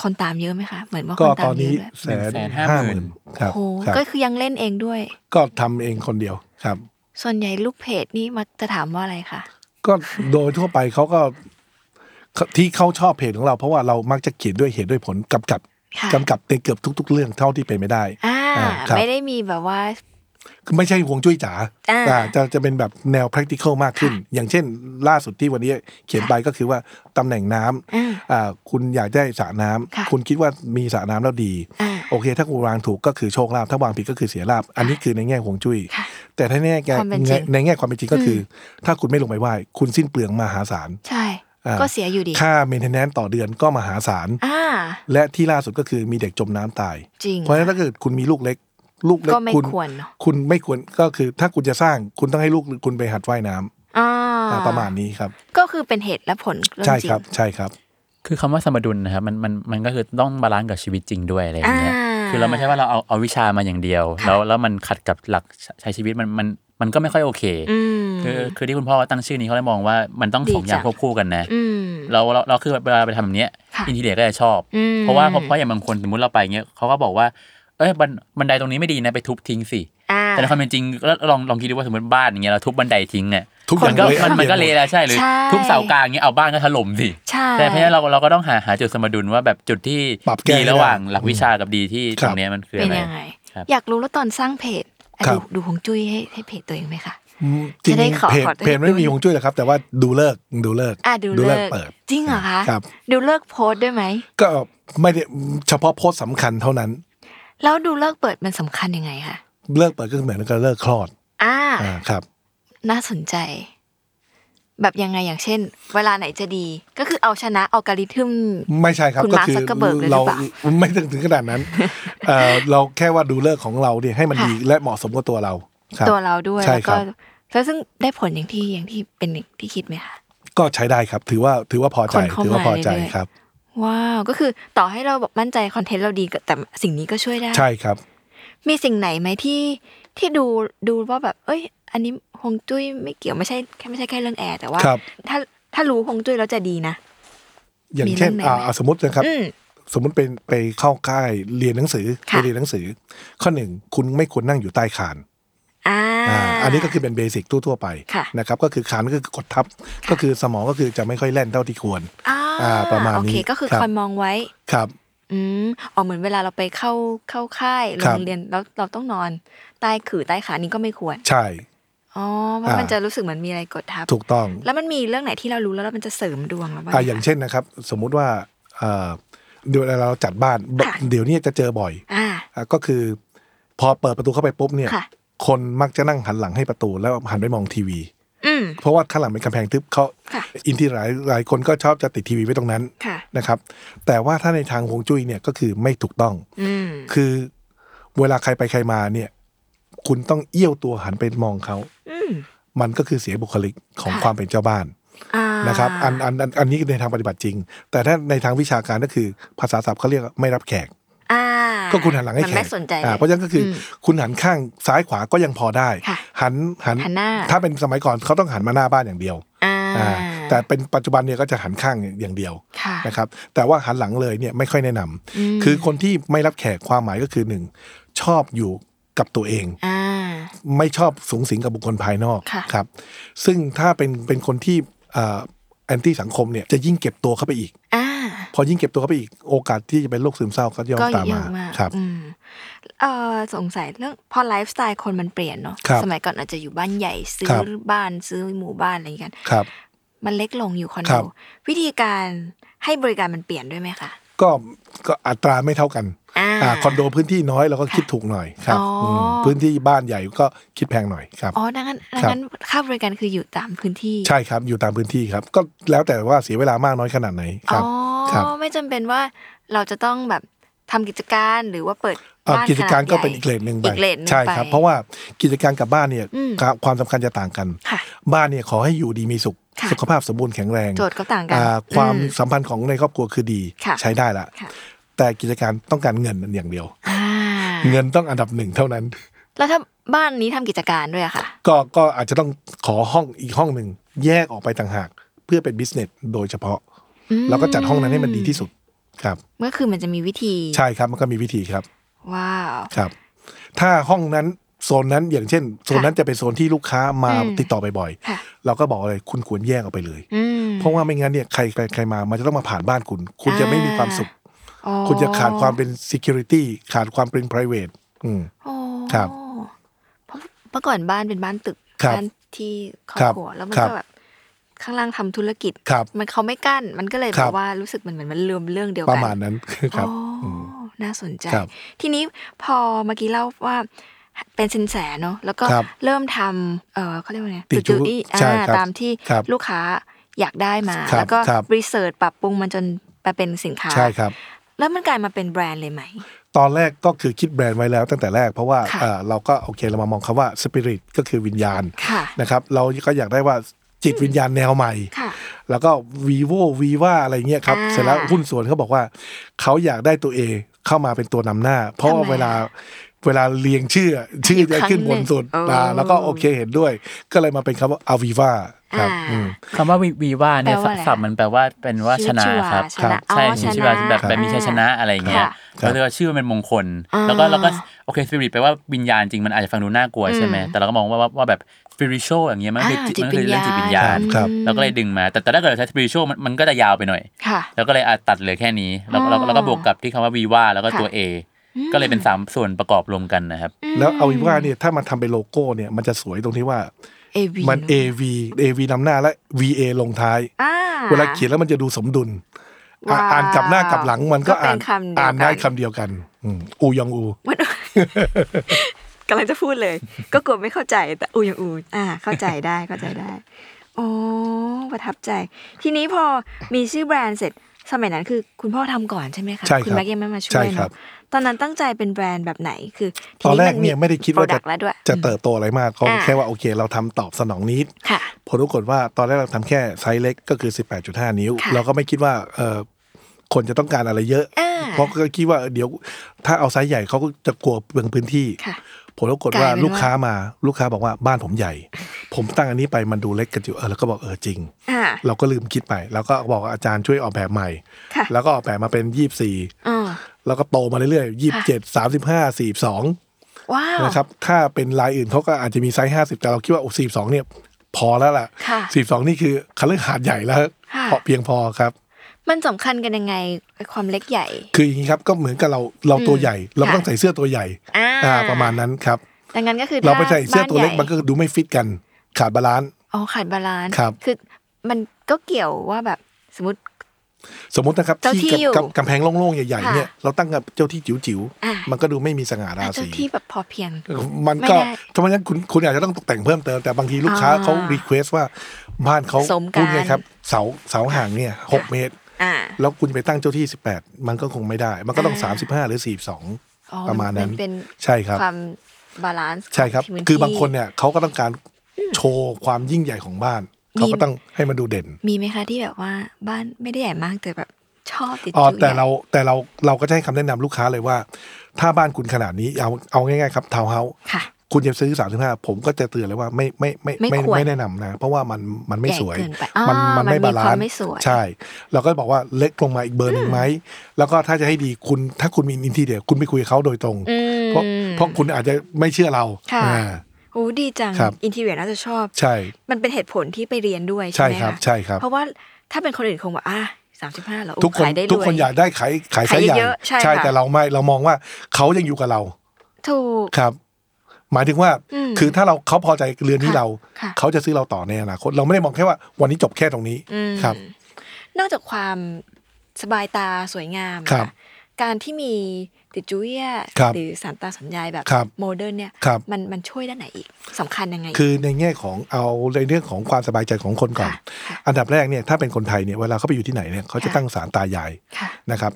คนตามเยอะไหมคะเหมือนว่าค ก็ นตา ตอ ม น เย นี้ อะไหม แสนห้าหมื่น 150,000 ครับ โห ครับ ก็คือยังเล่นเองด้วย ก็ทำเองคนเดียวครับ ส่วนใหญ่ลูกเพจนี่มักจะถามว่าอะไรคะ ก็โดยทั่วไปเขาก็ที่เขาชอบเพจของเราเพราะว่าเรามักจะเขียนด้วยเหตุด้วยผลกำกับ ค่ะ กำกับในเกือบทุก ๆ เรื่องเท่าที่เป็นไม่ได้ อ่า อ่าครับ ไม่ได้มีแบบว่า คือไม่ใช่ห่วงจุ้ยจ๋า อ่า อ่าจะจะเป็นแบบแนว practical มากขึ้น อย่างเช่น ล่าสุดที่วันนี้เขียนไปก็คือว่าตำแหน่งน้ำ อ่า อ่าคุณอยากได้สระน้ำ ค่ะ คุณคิดว่ามีสระน้ำแล้วดี อ่า โอเค ถ้าคุณวางถูกก็คือโชคลาภถ้าวางผิดก็คือเสียลาภอันนี้คือในแง่ห่วงจุ้ย ค่ะ แต่ถ้าในแง่ ความเป็นจริง ในแง่ความเป็นจริงก็คือ ถ้าคุณไม่ลงไปไหว้คุณสิ้นเปลืองมหาศาล ใช่ อ่า ก็เสียอยู่ดี ค่า maintenance ต่อเดือนก็มหาศาล อ่า และที่ล่าสุดก็คือมีเด็กจมน้ำตาย จริง เพราะฉะนั้นถ้าเกิดคุณมีลูกเล็ก ลูกเล็ก ก็ไม่ คุณ ควรเนอะ คุณไม่ควรก็คือถ้าคุณจะสร้างคุณต้องให้ลูกคุณไปหัดว่ายน้ำ อ่า อ่าประมาณนี้ครับ ก็คือเป็นเหตุและผลเรื่อง ใช่ จริ ครับ ง ใช่ครับ คือคำว่าสมดุลนะครับมันมันมันก็คือต้องบาลานซ์กับชีวิตจริงด้วยอะไรอย่า อ่า งเงี้ย คือเราไม่ใช่ว่าเราเอาเอาวิชามาอย่างเดียว ค่ะ แล้วแล้วมันขัดกับหลักใช้ชีวิตมันมันมันก็ไม่ค่อยโอเค อืม คือคือที่คุณพ่อตั้งชื่อนี้เขาเลยมองว่ามันต้อง ดี สองอย่า จั ง ง ควบคู่กันนะ อืม เราเราเราคือเวลาไปทำแบบเนี้ย ค่ะ อินทีเดียก็จะชอบ อืม เพราะว่าเพราะเพราะอย่างบางคนสมมติเราไปเงี้ยเขาก็บอกว่าเอ้ยบันบันไดตรงนี้ไม่ดีนะไปทุบทิ้งสิ อ่า แต่ในความเป็นจริงแล้วลองลองคิดดูว่าสมมติบ้านอย่างเงี้ยเราทุบบันไดทิ้งเนี่ย ทุกอย่าง ก็ เละ มันมันก็ เละหมด เละแล้วใช่หรือ ใช่ ทุบเสากลางเงี้ยเอาบ้านก็ถล่มสิ ใช่ แต่เพราะฉะนั้นเราเราก็ต้องหาหาจุดสมดุลว่าแบบจุดที่ ปรับแก้ ดี ให้ได้ ระหว่างหลักวิชากับดีที่ ค ต รับ รงเนี้ยมันคือ เป็ อะ น ไร ยังไง ครับ อยากรู้แล้วตอนสร้างเพจอ่ะ ครับ ดูดูหงจุ้ยให้ให้เพจตัวเองไหมคะ อืมจริง จะได้ขอ เพจ ขอได้ เพจไม่มี ดู ฮวงจุ้ยหรอกครับ แต่ว่าดูเลิกษ์ดูเลิกษ์ อ่ะดู ดู เลิ เลิ ก กษ์เปิด จริงเหรอคะ ครับ ดูเลิกโพสต์ด้วยไหม ก็ไม่ได้เฉพาะโพสต์สำคัญเท่านั้น แล้วดูเลิกเปิดมันสำคัญยังไงคะ เลิกเปิดก็เหมือนกับเลิกคลอด อ่า อ่าครับ น่าสนใจ แบบยังไงอย่างเช่น เวลาไหนจะดี ก็คือเอาชนะอัลกอริทึม ไม่ใช่ครับ คุณ ก็ Mark คือ Zuckerberg ด้วยหรื เรา อเปล่า ไม่ถึงถึงขนาดนั้นเอ่อเราแค่ว่าดูเลิกษ์ของเราเนี่ยให้มัน ค่ะ ดีและเหมาะสมกับตัวเราคบ ตัวเราด้วย ใช่ แล้ว ค ก็ รับ แล้วซึ่งได้ผลอย่างที่อย่างที่เป็นอย่างที่คิดไหมคะ ก็ใช้ได้ครับ ถือว่าถือว่าพอใจ คนเข้า ถืว่าพอใจ มาเรื่อยๆ ครับ ว้าวก็คือต่อให้เราแบบมั่นใจคอนเทนต์เราดีก็แต่สิ่งนี้ก็ช่วยได้ ใช่ครับ มีสิ่งไหนไหมที่ที่ดูดูว่าแบบ เอ้ย อันนี้ฮวงจุ้ยไม่เกี่ยวไม่ใช่แค่ไม่ใช่แค่เรื่องแอร์แต่ว่า ครับ ถ้าถ้ารู้ฮวงจุ้ยแล้วจะดีนะ อย่างมีเช่นเรื่องไหน อ่า ไหม อ่าสมมตินะครับ อืม สมมติเป็นไปเข้าค่ายเรียนหนังสือ ค่ะ ไปเรียนหนังสือ ข้อหนึ่งคุณไม่ควรนั่งอยู่ใต้คาน อ่า อ่าอันนี้ก็คือเป็นเบสิกทั่วๆไป ค่ะ นะครับก็คือคานก็คือกดทับก็คือสมองก็คือจะไม่ค่อยแล่นเท่าที่ควร อ่าประมาณนี้ โอเคก็คือ ครับ คอยมองไว้ ครับ อืมอ๋อเหมือนเวลาเราไปเข้าเข้าค่าย ค โร รับ งเรียนแล้วเราต้องนอนใต้ขื่อใต้ขานี้ก็ไม่ควร ใช่ อ๋อเพราะ อ่ามั มันจะรู้สึกเหมือนมีอะไรกดทับ ถูกต้อง แล้วมันมีเรื่องไหนที่เรารู้แล้วแล้วมันจะเสริมดวงเราบ้าง อ่ะ ไหม อย่าง คะ เช่นนะครับ สมมุติว่าเอ่อเดี๋ยวเราจัดบ้าน ค่ะ เดี๋ยวนี้จะเจอบ่อย อ่า อ่ะก็คือ พอเปิดประตูเข้าไปปุ๊บเนี่ย ค่ะ คนมักจะนั่งหันหลังให้ประตูแล้วหันไปมองทีวี อืม เพราะว่าข้างหลังเป็นกำแพงทึบเขา ค่ะ อินที่หลายหลายคนก็ชอบจะติดทีวีไว้ตรงนั้น ค่ะ นะครับ แต่ว่าถ้าในทางฮวงจุ้ยเนี่ยก็คือไม่ถูกต้อง อืม คือเวลาใครไปใครมาเนี่ย คุณต้องเอี้ยวตัวหันไปมองเขา อืม มันก็คือเสียบุคลิกของ ค่ะ ความเป็นเจ้าบ้าน อ่า นะครับอันอันอันอันนี้ในทางปฏิบัติจริง แต่ถ้าในทางวิชาการก็คือภาษาศัพท์เขาเรียกว่าไม่รับแขก อ่า ก็คุณหันหลังให้มัแขน ก ไม่สนใจ อ่า ลย เพราะฉะนั้นก็คืออ ม คุณหันข้างซ้ายขวาก็ยังพอได้ ค่ะ หันหัน หันหน้า ถ้าเป็นสมัยก่อนเขาต้องหันมาหน้าบ้านอย่างเดียว อ่า อ่าแต่เป็นปัจจุบันเนี่ยก็จะหันข้างอย่างเดียว ค่ะ นะครับแต่ว่าหันหลังเลยเนี่ยไม่ค่อยแนะนำ อืม คือคนที่ไม่รับแขกความหมายก็คือหนึ่งชอบอยู่กับตัวเอง อ่า ไม่ชอบสูงสิงกับบุคคลภายนอก ค่ะ ครับ ซึ่งถ้าเป็นเป็นคนที่แอนตี้สังคมเนี่ยจะยิ่งเก็บตัวเข้าไปอีก อ่า พอยิ่งเก็บตัวเข้าไปอีกโอกาสที่จะเป็นโรคซึมเศร้าก็ย่อม ก็ ตาม เย มา อะมาก ครับ อืมเอ่อสงสัยเรื่องพอไลฟ์สไตล์คนมันเปลี่ยนเนาะ ครับ สมัยก่อนอาจจะอยู่บ้านใหญ่ซื้ ค อ รับ บ้านซื้อหมู่บ้านอะไรอย่างเงี้ยกัน ครับ มันเล็กลงอยู่คอน ค โด รับ วิธีการให้บริการมันเปลี่ยนด้วยไหมคะ ก็ก็อัตราไม่เท่ากัน อ่า อ่าคอนโดพื้นที่น้อยเราก็ ค่ะ คิดถูกหน่อยครับ อ๋ออื มพื้นที่บ้านใหญ่ก็คิดแพงหน่อยครับ อ๋อดังนั้นดัง ครับ นั้นค่าบริการคืออยู่ตามพื้นที่ ใช่ครับอยู่ตามพื้นที่ครับ ก็แล้วแต่ว่าเสียเวลามากน้อยขนาดไหนค อ๋ รั อบ ครับ ไม่จำเป็นว่าเราจะต้องแบบทำกิจการหรือว่าเปิด เอ่อ บ้าน กิจการ ขดใหญ่ ก็เป็นอีกเลนหนึ่งไป อีกเลนหนึ่ง ใช่ ไป ครับ เพราะว่ากิจการกับบ้านเนี่ย อืม ความสำคัญจะต่างกัน ค่ะ บ้านเนี่ยขอให้อยู่ดีมีสุข ค่ะ สุขภาพสมบูรณ์แข็งแรง โจทย์ก็ต่างกัน อ่าความ อื สัมพันธ์ของในครอบครัวคือดี ค่ะ ใช้ได้ละ ค่ะ แต่กิจการต้องการเงินอย่างเดียว อ่า เงินต้องอันดับหนึ่งเท่านั้น แล้วถ้าบ้านนี้ทำกิจการด้วยอะค่ะ ก็ก็อาจจะต้องขอห้องอีกห้องหนึ่งแยกออกไปต่างหาก เพื่อเป็นบิสเนสโดยเฉพาะ แล้วก็จัดห้องนั้นให้มันดีที่สุด ครับ เมื่อคือมันจะมีวิธี ใช่ครับมันก็มีวิธีครับ ว้าว ครับ ถ้าห้องนั้นโซนนั้นอย่างเช่น โซนนั้นจะเป็นโซนที่ลูกค้ามา อืม ติดต่อบ่อย ค่ะ ๆเราก็บอกเลยคุณควรแยกออกไปเลย อืม เพราะว่าไม่งั้นเนี่ยใครใครใครมามันจะต้องมาผ่านบ้านคุณ คุณจะไม่มีความสุข อ๋อ คุณจะขาดความเป็น security ขาดความเป็น private อืม อ๋อ ครับ เพราะเมื่อก่อนบ้านเป็นบ้านตึก ครับ บ้านที่ครอบ ครับ ครัวแล้วมัน ครับ ก็แบบข้างล่างทำธุรกิจ ครับ มันเขาไม่กั้น มันก็เลย ค แบ รั บบ ว่ารู้สึกมันเหมือนมันลืมเรื่องเดียว ป กัน ระมาณนั้น ครับ อ๋ออน่าสนใจ ครับ ทีนี้พอเมื่อกี้เล่าว่าเป็นสินแสเนอะแล้วก็ ครับ เริ่มทำเออเขาเรียกว่าไง ติดจุ ดอี้อ่า ใช่ครับ ตามที่ ครับ ลูกค้าอยากได้มา ครับ แล้วก็ ครับ รีเสิร์ชปรับปรุงมันจนมาเป็นสินค้า ใช่ครับ แล้วมันกลายมาเป็นแบรนด์เลยไหม ตอนแรกก็คือคิดแบรนด์ไว้แล้วตั้งแต่แรกเพราะว่า ค่ะ เอ่อเราก็โอเคเรามามองคำว่าสปิริตก็คือวิญญาณ ค่ะ นะครับ เราก็อยากได้ว่าจิตวิญญาณแนวใหม่ ค่ะ แล้วก็ vivo viva อะไรเงี้ยครับ อ่า เสร็จแล้วหุ้นส่วนเขาบอกว่า เขาอยากได้ตัวเองเข้ามาเป็นตัวนำหน้า เพราะว่า ทำไม เวลาเวลาเรียงชื่อชื่อจะขึ้นบนสุด อยู่ครั้งหนึ่งเอนะอ แล้วก็โอเคเห็นด้วย ก็เลยมาเป็นคำว่า aviva ครับ อ่า อืม คำว่าวีวีว่าเนี่ย แปลว่าอะไร ศัพท์มันแปลว่าเป็นว่าชนะครับ ชีวิตชีวาชนะครับ ใช่ อ๋อ ชีวิตชีวา ชนะ แบบแบบมีชัยชนะอะไรอย่างเงี้ย ค่ะ เราเรียกว่าชื่อมันเป็นมงคล อ่า แล้วก็เราก็โอเคสปิริตแปลว่าวิญญาณจริงมันอาจจะฟังดูน่ากลัวใช่ไหมแต่เราก็มองว่าว่าว่าแบบสปิริชวลอย่างเงี้ยมันคือ อ่าจิต มันคือเรื่อง วิ จิญญาณตวิญญาณ ครับ เราก็เลยดึงมา แต่แต่ถ้าเกิดเราใช้สปิริชวลมันก็จะยาวไปหน่อย ค่ะ แล้วก็เลยอาตัดเหลือแค่นี้แล้วก็ อ๋อ แล้วก็แล้วก็บวกกับที่คำว่าวีว่าแล้วก็ตัว ค่ะ A ก็เลยเป็นสามส่วนประกอบรวมกันนะครับ แล้ว aviva เนี่ยถ้ามันทำเป็นโลโก้เนี่ยมันจะสวยตรงที่ว่า เอวี มัน AV AV นำหน้าและ VA ลงท้าย อ่า เวลาเขียนแล้วมันจะดูสมดุลอ่ะ ว้าว อ่านกลับหน้ากลับหลังมันก็ ก็เป็ อ่าน น คำเดียวกัน อ่านได้คำเดียวกันอืมอูยองอู (laughs) กำลังจะพูดเลย ก็กลัวไม่เข้าใจแต่อูยังอูอ่า เข้าใจได้เข้าใจได้โอ้ประทับใจ ทีนี้พอมีชื่อแบรนด์เสร็จสมัยนั้นคือคุณพ่อทำก่อนใช่ไหมคะ ใช่ครัณบแม็กยังไม่มาช่ ใช่ วย ครั เนาะ บ ตอนนั้นตั้งใจเป็นแบรนด์แบบไหนคือ ตอนแรกเนี่ยไม่ได้คิดว่า จะ จะ แล้วด้วย จะเติบโตอะไรมากเขา อ่า แค่ว่าโอเค เราทำตอบสนองนี้ ค่ะ ผลปรากฏว่าตอนแรกเราทำแค่ไซส์เล็กก็คือ 18.5 นิ้ว ค่ะ เราก็ไม่คิดว่าเออคนจะต้องการอะไรเยอะ อ่า เพราะก็คิดว่าเดี๋ยวถ้าเอาไซส์ใหญ่เขาก็จะกลัวเปลืองพื้นที่ ค่ะ ผลปรากฏลาว่ากยเป็นว่า ลูกค้ามาลูกค้าบอกว่าบ้านผมใหญ่ ผมตั้งอันนี้ไปมันดูเล็กกันอยู่เออแล้วก็บอกเออจริง อ่า เราก็ลืมคิดไป แล้วก็บอกว่าอาจารย์ช่วยออกแบบใหม่ ค่ะ แล้วก็ออกแบบมาเป็นยี่สี่ อ่า แล้วก็โตมาเรื่อยๆยี่สิบเจ็ดสามสิบห้าสี่สอง ว้าว นะครับ ถ้าเป็นลายอื่นเขาก็อาจจะมีไซส์ห้าสิบแต่เราคิดว่าโอ้สี่สองเนี่ย พอแล้วล่ะ ค่ะ สี่สองนี่คือคันเลือหาดใหญ่แล้ว ค่ะ พอเพียงพอครับ มันสำคัญกันยังไงความเล็กใหญ่ คืออย่างนี้ครับก็เหมือนกับเราเราตัวใหญ่ เราก็ ค่ะ ต้องใส่เสื้อตัวใหญ่ อ่า อ่าประมาณนั้นครับ ดังนั้นก็คือ เราไป ถ้ ใส่เสื้อตัวเล็ก บ้าใหญ่ มันก็ดูไม่ฟิตกัน ขาดบาลานซ์ อ๋อขาดบาลานซ์ ครับ คือมันก็เกี่ยวว่าแบบสมมติ สมมตินะครับ เจ้าที่ ที่ อยู่ กับกำแพงโล่งๆใหญ่ๆเนี่ย ค่ะ เราตั้งกับเจ้าที่จิ๋ว อ่ามั ๆมันก็ดูไม่มีสง่ารา เจ้า ศี ที่แบบพอเพียง มัน ไม่ ก็ ได้ ทำไมงั้นคุณคุณอาจจะต้องตกแต่งเพิ่มเติมแต่บางทีลูกค้า อ่า เขารีเควสว่าบ้านเขา สมการ พูดไงครับ เสาเสาห่างเนี่ยหกเมตร อ่า แล้วคุณไปตั้งเจ้าที่ 18 มันก็คงไม่ได้ มันก็ต้อง อ่า 35 หรือ อ๋อ 42 ประมาณนั้น นเป็น ใช่ครับ ความบาลานซ์ ใช่ครับ ที่พื้ คือบางคน ที่ เนี่ยเขาก็ต้องการโชว์ความยิ่งใหญ่ของบ้าน มี เขาก็ต้องให้มันดูเด่น มีไหมคะที่แบบว่าบ้านไม่ได้ใหญ่มากแต่แบบชอบติด อ๋อ จุ แต่ ใหญ่ เราแต่เราเราก็จะให้คำแนะนำลูกค้าเลยว่า ถ้าบ้านคุณขนาดนี้เอาเอาง่ายๆครับทาวน์เฮาส์ ค่ะ คุณจะซื้อ 35 ผมก็จะเตือนเลยว่าไม่ไม่ไม่ ไม่ ไม่ ควร ไม่แนะนำนะ เพราะว่ามันมันไม่สวย ใหญ่เกินไปอ่ามั มันไม่ มี บาลา ควาน ม ซ์ ไม่สวย ใช่ เราก็บอกว่าเล็กลงมาอีกเบอร์หนึ่งไหม แล้วก็ถ้าจะให้ดีคุณถ้าคุณมีอินทีเดียคุณไปคุยกับเขาโดยตรง อืม เพราะเพราะคุณอาจจะไม่เชื่อเรา ค่ะ อ่า โอ้ดีจัง ครับ อินทีเรียน่าจะชอบ ใช่ มันเป็นเหตุผลที่ไปเรียนด้วย ใช่ ใช่ไหครับมะ ใช่ครับ เพราะว่าถ้าเป็นคนอื่นคงแบบอ่ะสามสิบห้าแล้ว ทุกคน ขายได้รว ทุกคนอยากได้ขายขายไซส์ใหญ่ ขายเยอะๆใช่ค่ะ แต่เราไม่เรามองว่าเขายังอยู่กับเรา ถูก ครับ หมายถึงว่า อืม คือถ้าเราเขาพอใจเรือนที่ ค่ะ เรา ค่ะ เขาจะซื้อเราต่อในอนาคตเราไม่ได้มองแค่ว่าวันนี้จบแค่ตรงนี้ อืม ครับ นอกจากความสบายตาสวยงามอะ ครับ ค่ะการที่มีติดจุเยีย ครับ หรือสารตาสัญญายแบบ ครับ โมเดิร์นเนี่ย ครับ มันมันช่วยด้านไหนอีกสำคัญยังไง คือในแง่ของเอาในเรื่องของความสบายใจของคนก่อน ค่ะค่ะ อันดับแรกเนี่ยถ้าเป็นคนไทยเนี่ยเวลาเขาไปอยู่ที่ไหนเนี่ยเขาจะ ค่ะ ตั้งศาลตายาย ค่ะ นะครับ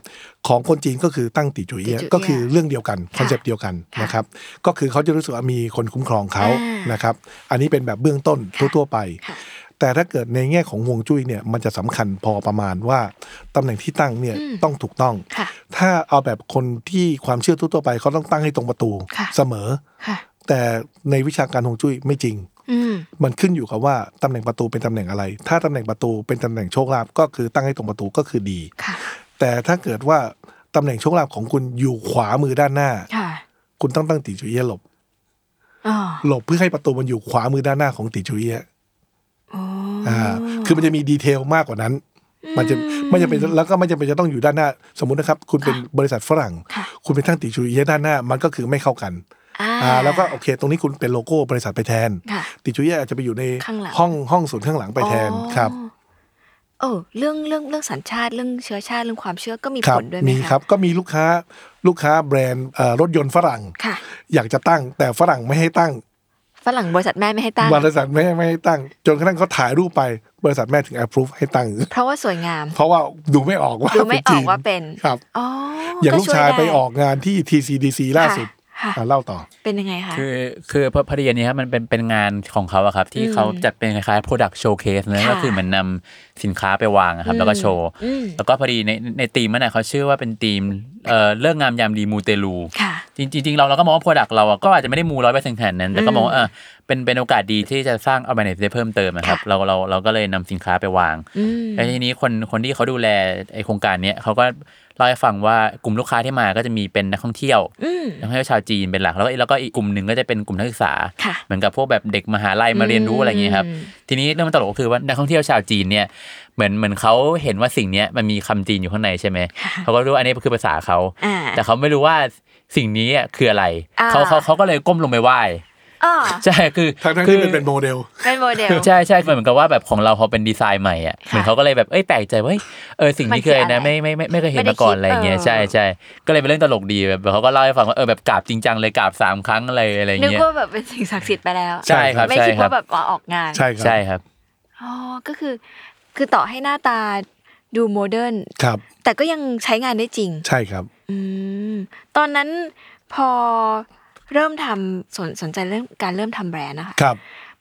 ของคนจีนก็คือตั้งติจุยเอีย ติจุยเอี้ย ก็คือเรื่องเดียวกัน ค่ะ คอนเซปต์เดียวกัน ค่ะ นะครับ ก็คือเขาจะรู้สึกว่ามีคนคุ้มครองเขา อ่าน นะครับ อันนี้เป็นแบบเบื้องต้น ค่ะ ทั่วๆไป ค่ะ แต่ถ้าเกิดในแง่ของฮวงจุ้ยเนี่ยมันจะสำคัญพอประมาณว่าตำแหน่งที่ตั้งเนี่ย อืม ต้องถูกต้อง ค่ะ ถ้าเอาแบบคนที่ความเชื่อทั่วๆไปเขาต้องตั้งให้ตรงประตู ค่ะ เสมอ ค่ะ แต่ในวิชาการฮวงจุ้ยไม่จริง อืม มันขึ้นอยู่กับว่าตำแหน่งประตูเป็นตำแหน่งอะไร ถ้าตำแหน่งประตูเป็นตำแหน่งโชคลาภก็คือตั้งให้ตรงประตูก็คือดี ค่ะ แต่ถ้าเกิดว่าตำแหน่งโชคลาภของคุณอยู่ขวามือด้านหน้า ค่ะ คุณต้องตั้งตีจุเอียะหลบ อ๋อ หลบเพื่อให้ประตูมันอยู่ขวามือด้านหน้าของตีจุเอียะ โอ้ อ่า คือมันจะมีดีเทลมากกว่านั้น มันจะไม่จำเป็นแล้วก็ไม่จำเป็นจะต้องอยู่ด้านหน้า สมมุตินะครับ คุณเป็นบริษัทฝรั่ง ค่ะ คุณไปตั้งตีจุเอียะด้านหน้า มันก็คือไม่เข้ากัน อ่า อ่า แล้วก็โอเค ตรงนี้คุณเป็นโลโก้บริษัทไปแทน ค่ะ ติจุเย่อาจจะไปอยู่ใน ข้างหลัง ห้องห้องศูนย์ข้างหลังไปแทนครับ เออเรื่องเรื่องเรื่องสัญชาติเรื่องเชื้อชาติเรื่องความเชื่อก็มี ค ผ รั ลด้วยไหม มี ะ ครับก็มีลูกค้าลูกค้าแบรนด์เอ่อรถยนต์ฝรั่ง ค่ะ อยากจะตั้งแต่ฝรั่งไม่ให้ตั้ง ฝรั่งบริษัทแม่ไม่ให้ตั้ง บริษัทไม่ให้ไม่ให้ตั้ง จนกระทั่งเขาถ่ายรูปไปบริษัทแม่ถึง approve ให้ตั้ง เพราะว่าสวยงาม เพราะว่าดูไม่ออกว่า ดูไม่ออก จี ว่าเป็น ครับ อ๋ออ อย่างลูกชายไปออกงานที่ TCDC ล่าสุด ค่ะ อ่ะ ค่ะ เล่าต่อ เป็นยังไงคะ คือคือพอพอดีอันนี้ครับมันเป็นเป็นงานของเขาอะครับ ที่ อืม เขาจัดเป็นคล้ายๆ product showcase นะ ค่ะ ก็คือเหมือนนำสินค้าไปวางอะครับ แล้วก็โชว์ อืม แล้วก็พอดีในในทีมนั้นนะเขาชื่อว่าเป็นทีมเอ่อเรื่องงามยามดีมูเตลู ค่ะ จริงๆจริงๆเราเราก็มองว่า Product เราอะก็อาจจะไม่ได้มูร้อยเปอร์เซ็นต์ขนาดนั้น แต่ก็มองว่าเออเป็นเป็นโอกาสดีที่จะสร้าง awareness ได้เพิ่มเติมนะครับ ค่ะ เราเราเราก็เลยนำสินค้าไปวาง อืม แล้วทีนี้คนคนที่เขาดูแลไอโครงการเนี้ยเขาก็เล่าให้ฟังว่ากลุ่มลูกค้าที่มาก็จะมีเป็นนักท่องเที่ยว อืม นักท่องเที่ยวชาวจีนเป็นหลักแล้วก็แล้วก็อีกกลุ่มหนึ่งก็จะเป็นกลุ่มนักศึกษา ค่ะ เหมือนกับพวกแบบเด็กมหาลัยมาเรียนรู้อะไรอย่างเงี้ยครับ อืม ทีนี้เรื่องมันตลกก็คือว่านักท่องเที่ยวชาวจีนเนี่ยเหมือนเหมือนเขาเห็นว่าสิ่งเนี้ยมันมีคำจีนอยู่ข้างในใช่ไหมเขาก็รู้ว่าอันนี้คือภาษาเขา อ่า แต่เขาไม่รู้ว่าสิ่งนี้อ่ะคืออะไร อ่า เขาเขาเขาก็เลยก้มลงไปไหว้ อ๋อ ใช่คือ ทั้งทั้ง คื ที่ อ มันเป็นโมเดล เป็นโมเดล ใช่ใช่เหมือนกับว่าแบบของเราพอเป็นดีไซน์ใหม่อ่ะเหมือนเขาก็เลยแบบเอ้ยแปลกใจว่าเฮ้ยเออสิ่งนี้คืออะไรนะไม่ไม่ไม่ไม่เคยเห็นมาก่อน ไม่ อะ ได้ ไร คิด เงี้ย เออ ใช่ใช่ก็เลยเป็นเรื่องตลกดีแบบเขาก็เล่าให้ฟังว่าเออแบบกราบจริงจังเลยกราบสามครั้งอะไรอะไร นึก เงี้ย ว่าแบบเป็นสิ่งศักดิ์สิทธิ์ไปแล้ว ใช่ครับ ไม่ ใช่ คิด ครั ว่า บ แบบว่าออกงาน ใช่ครับ ใช่ครับ อ๋อ ก็คือ คือต่อให้หน้าตาดูโมเดิร์น ครับ แต่ก็ยังใช้งานได้จริง ใช่ครับ อืม ตอนนั้นพอเริ่มทำสนสนใจเรื่องการเริ่มทำแบรนด์นะคะ ครับ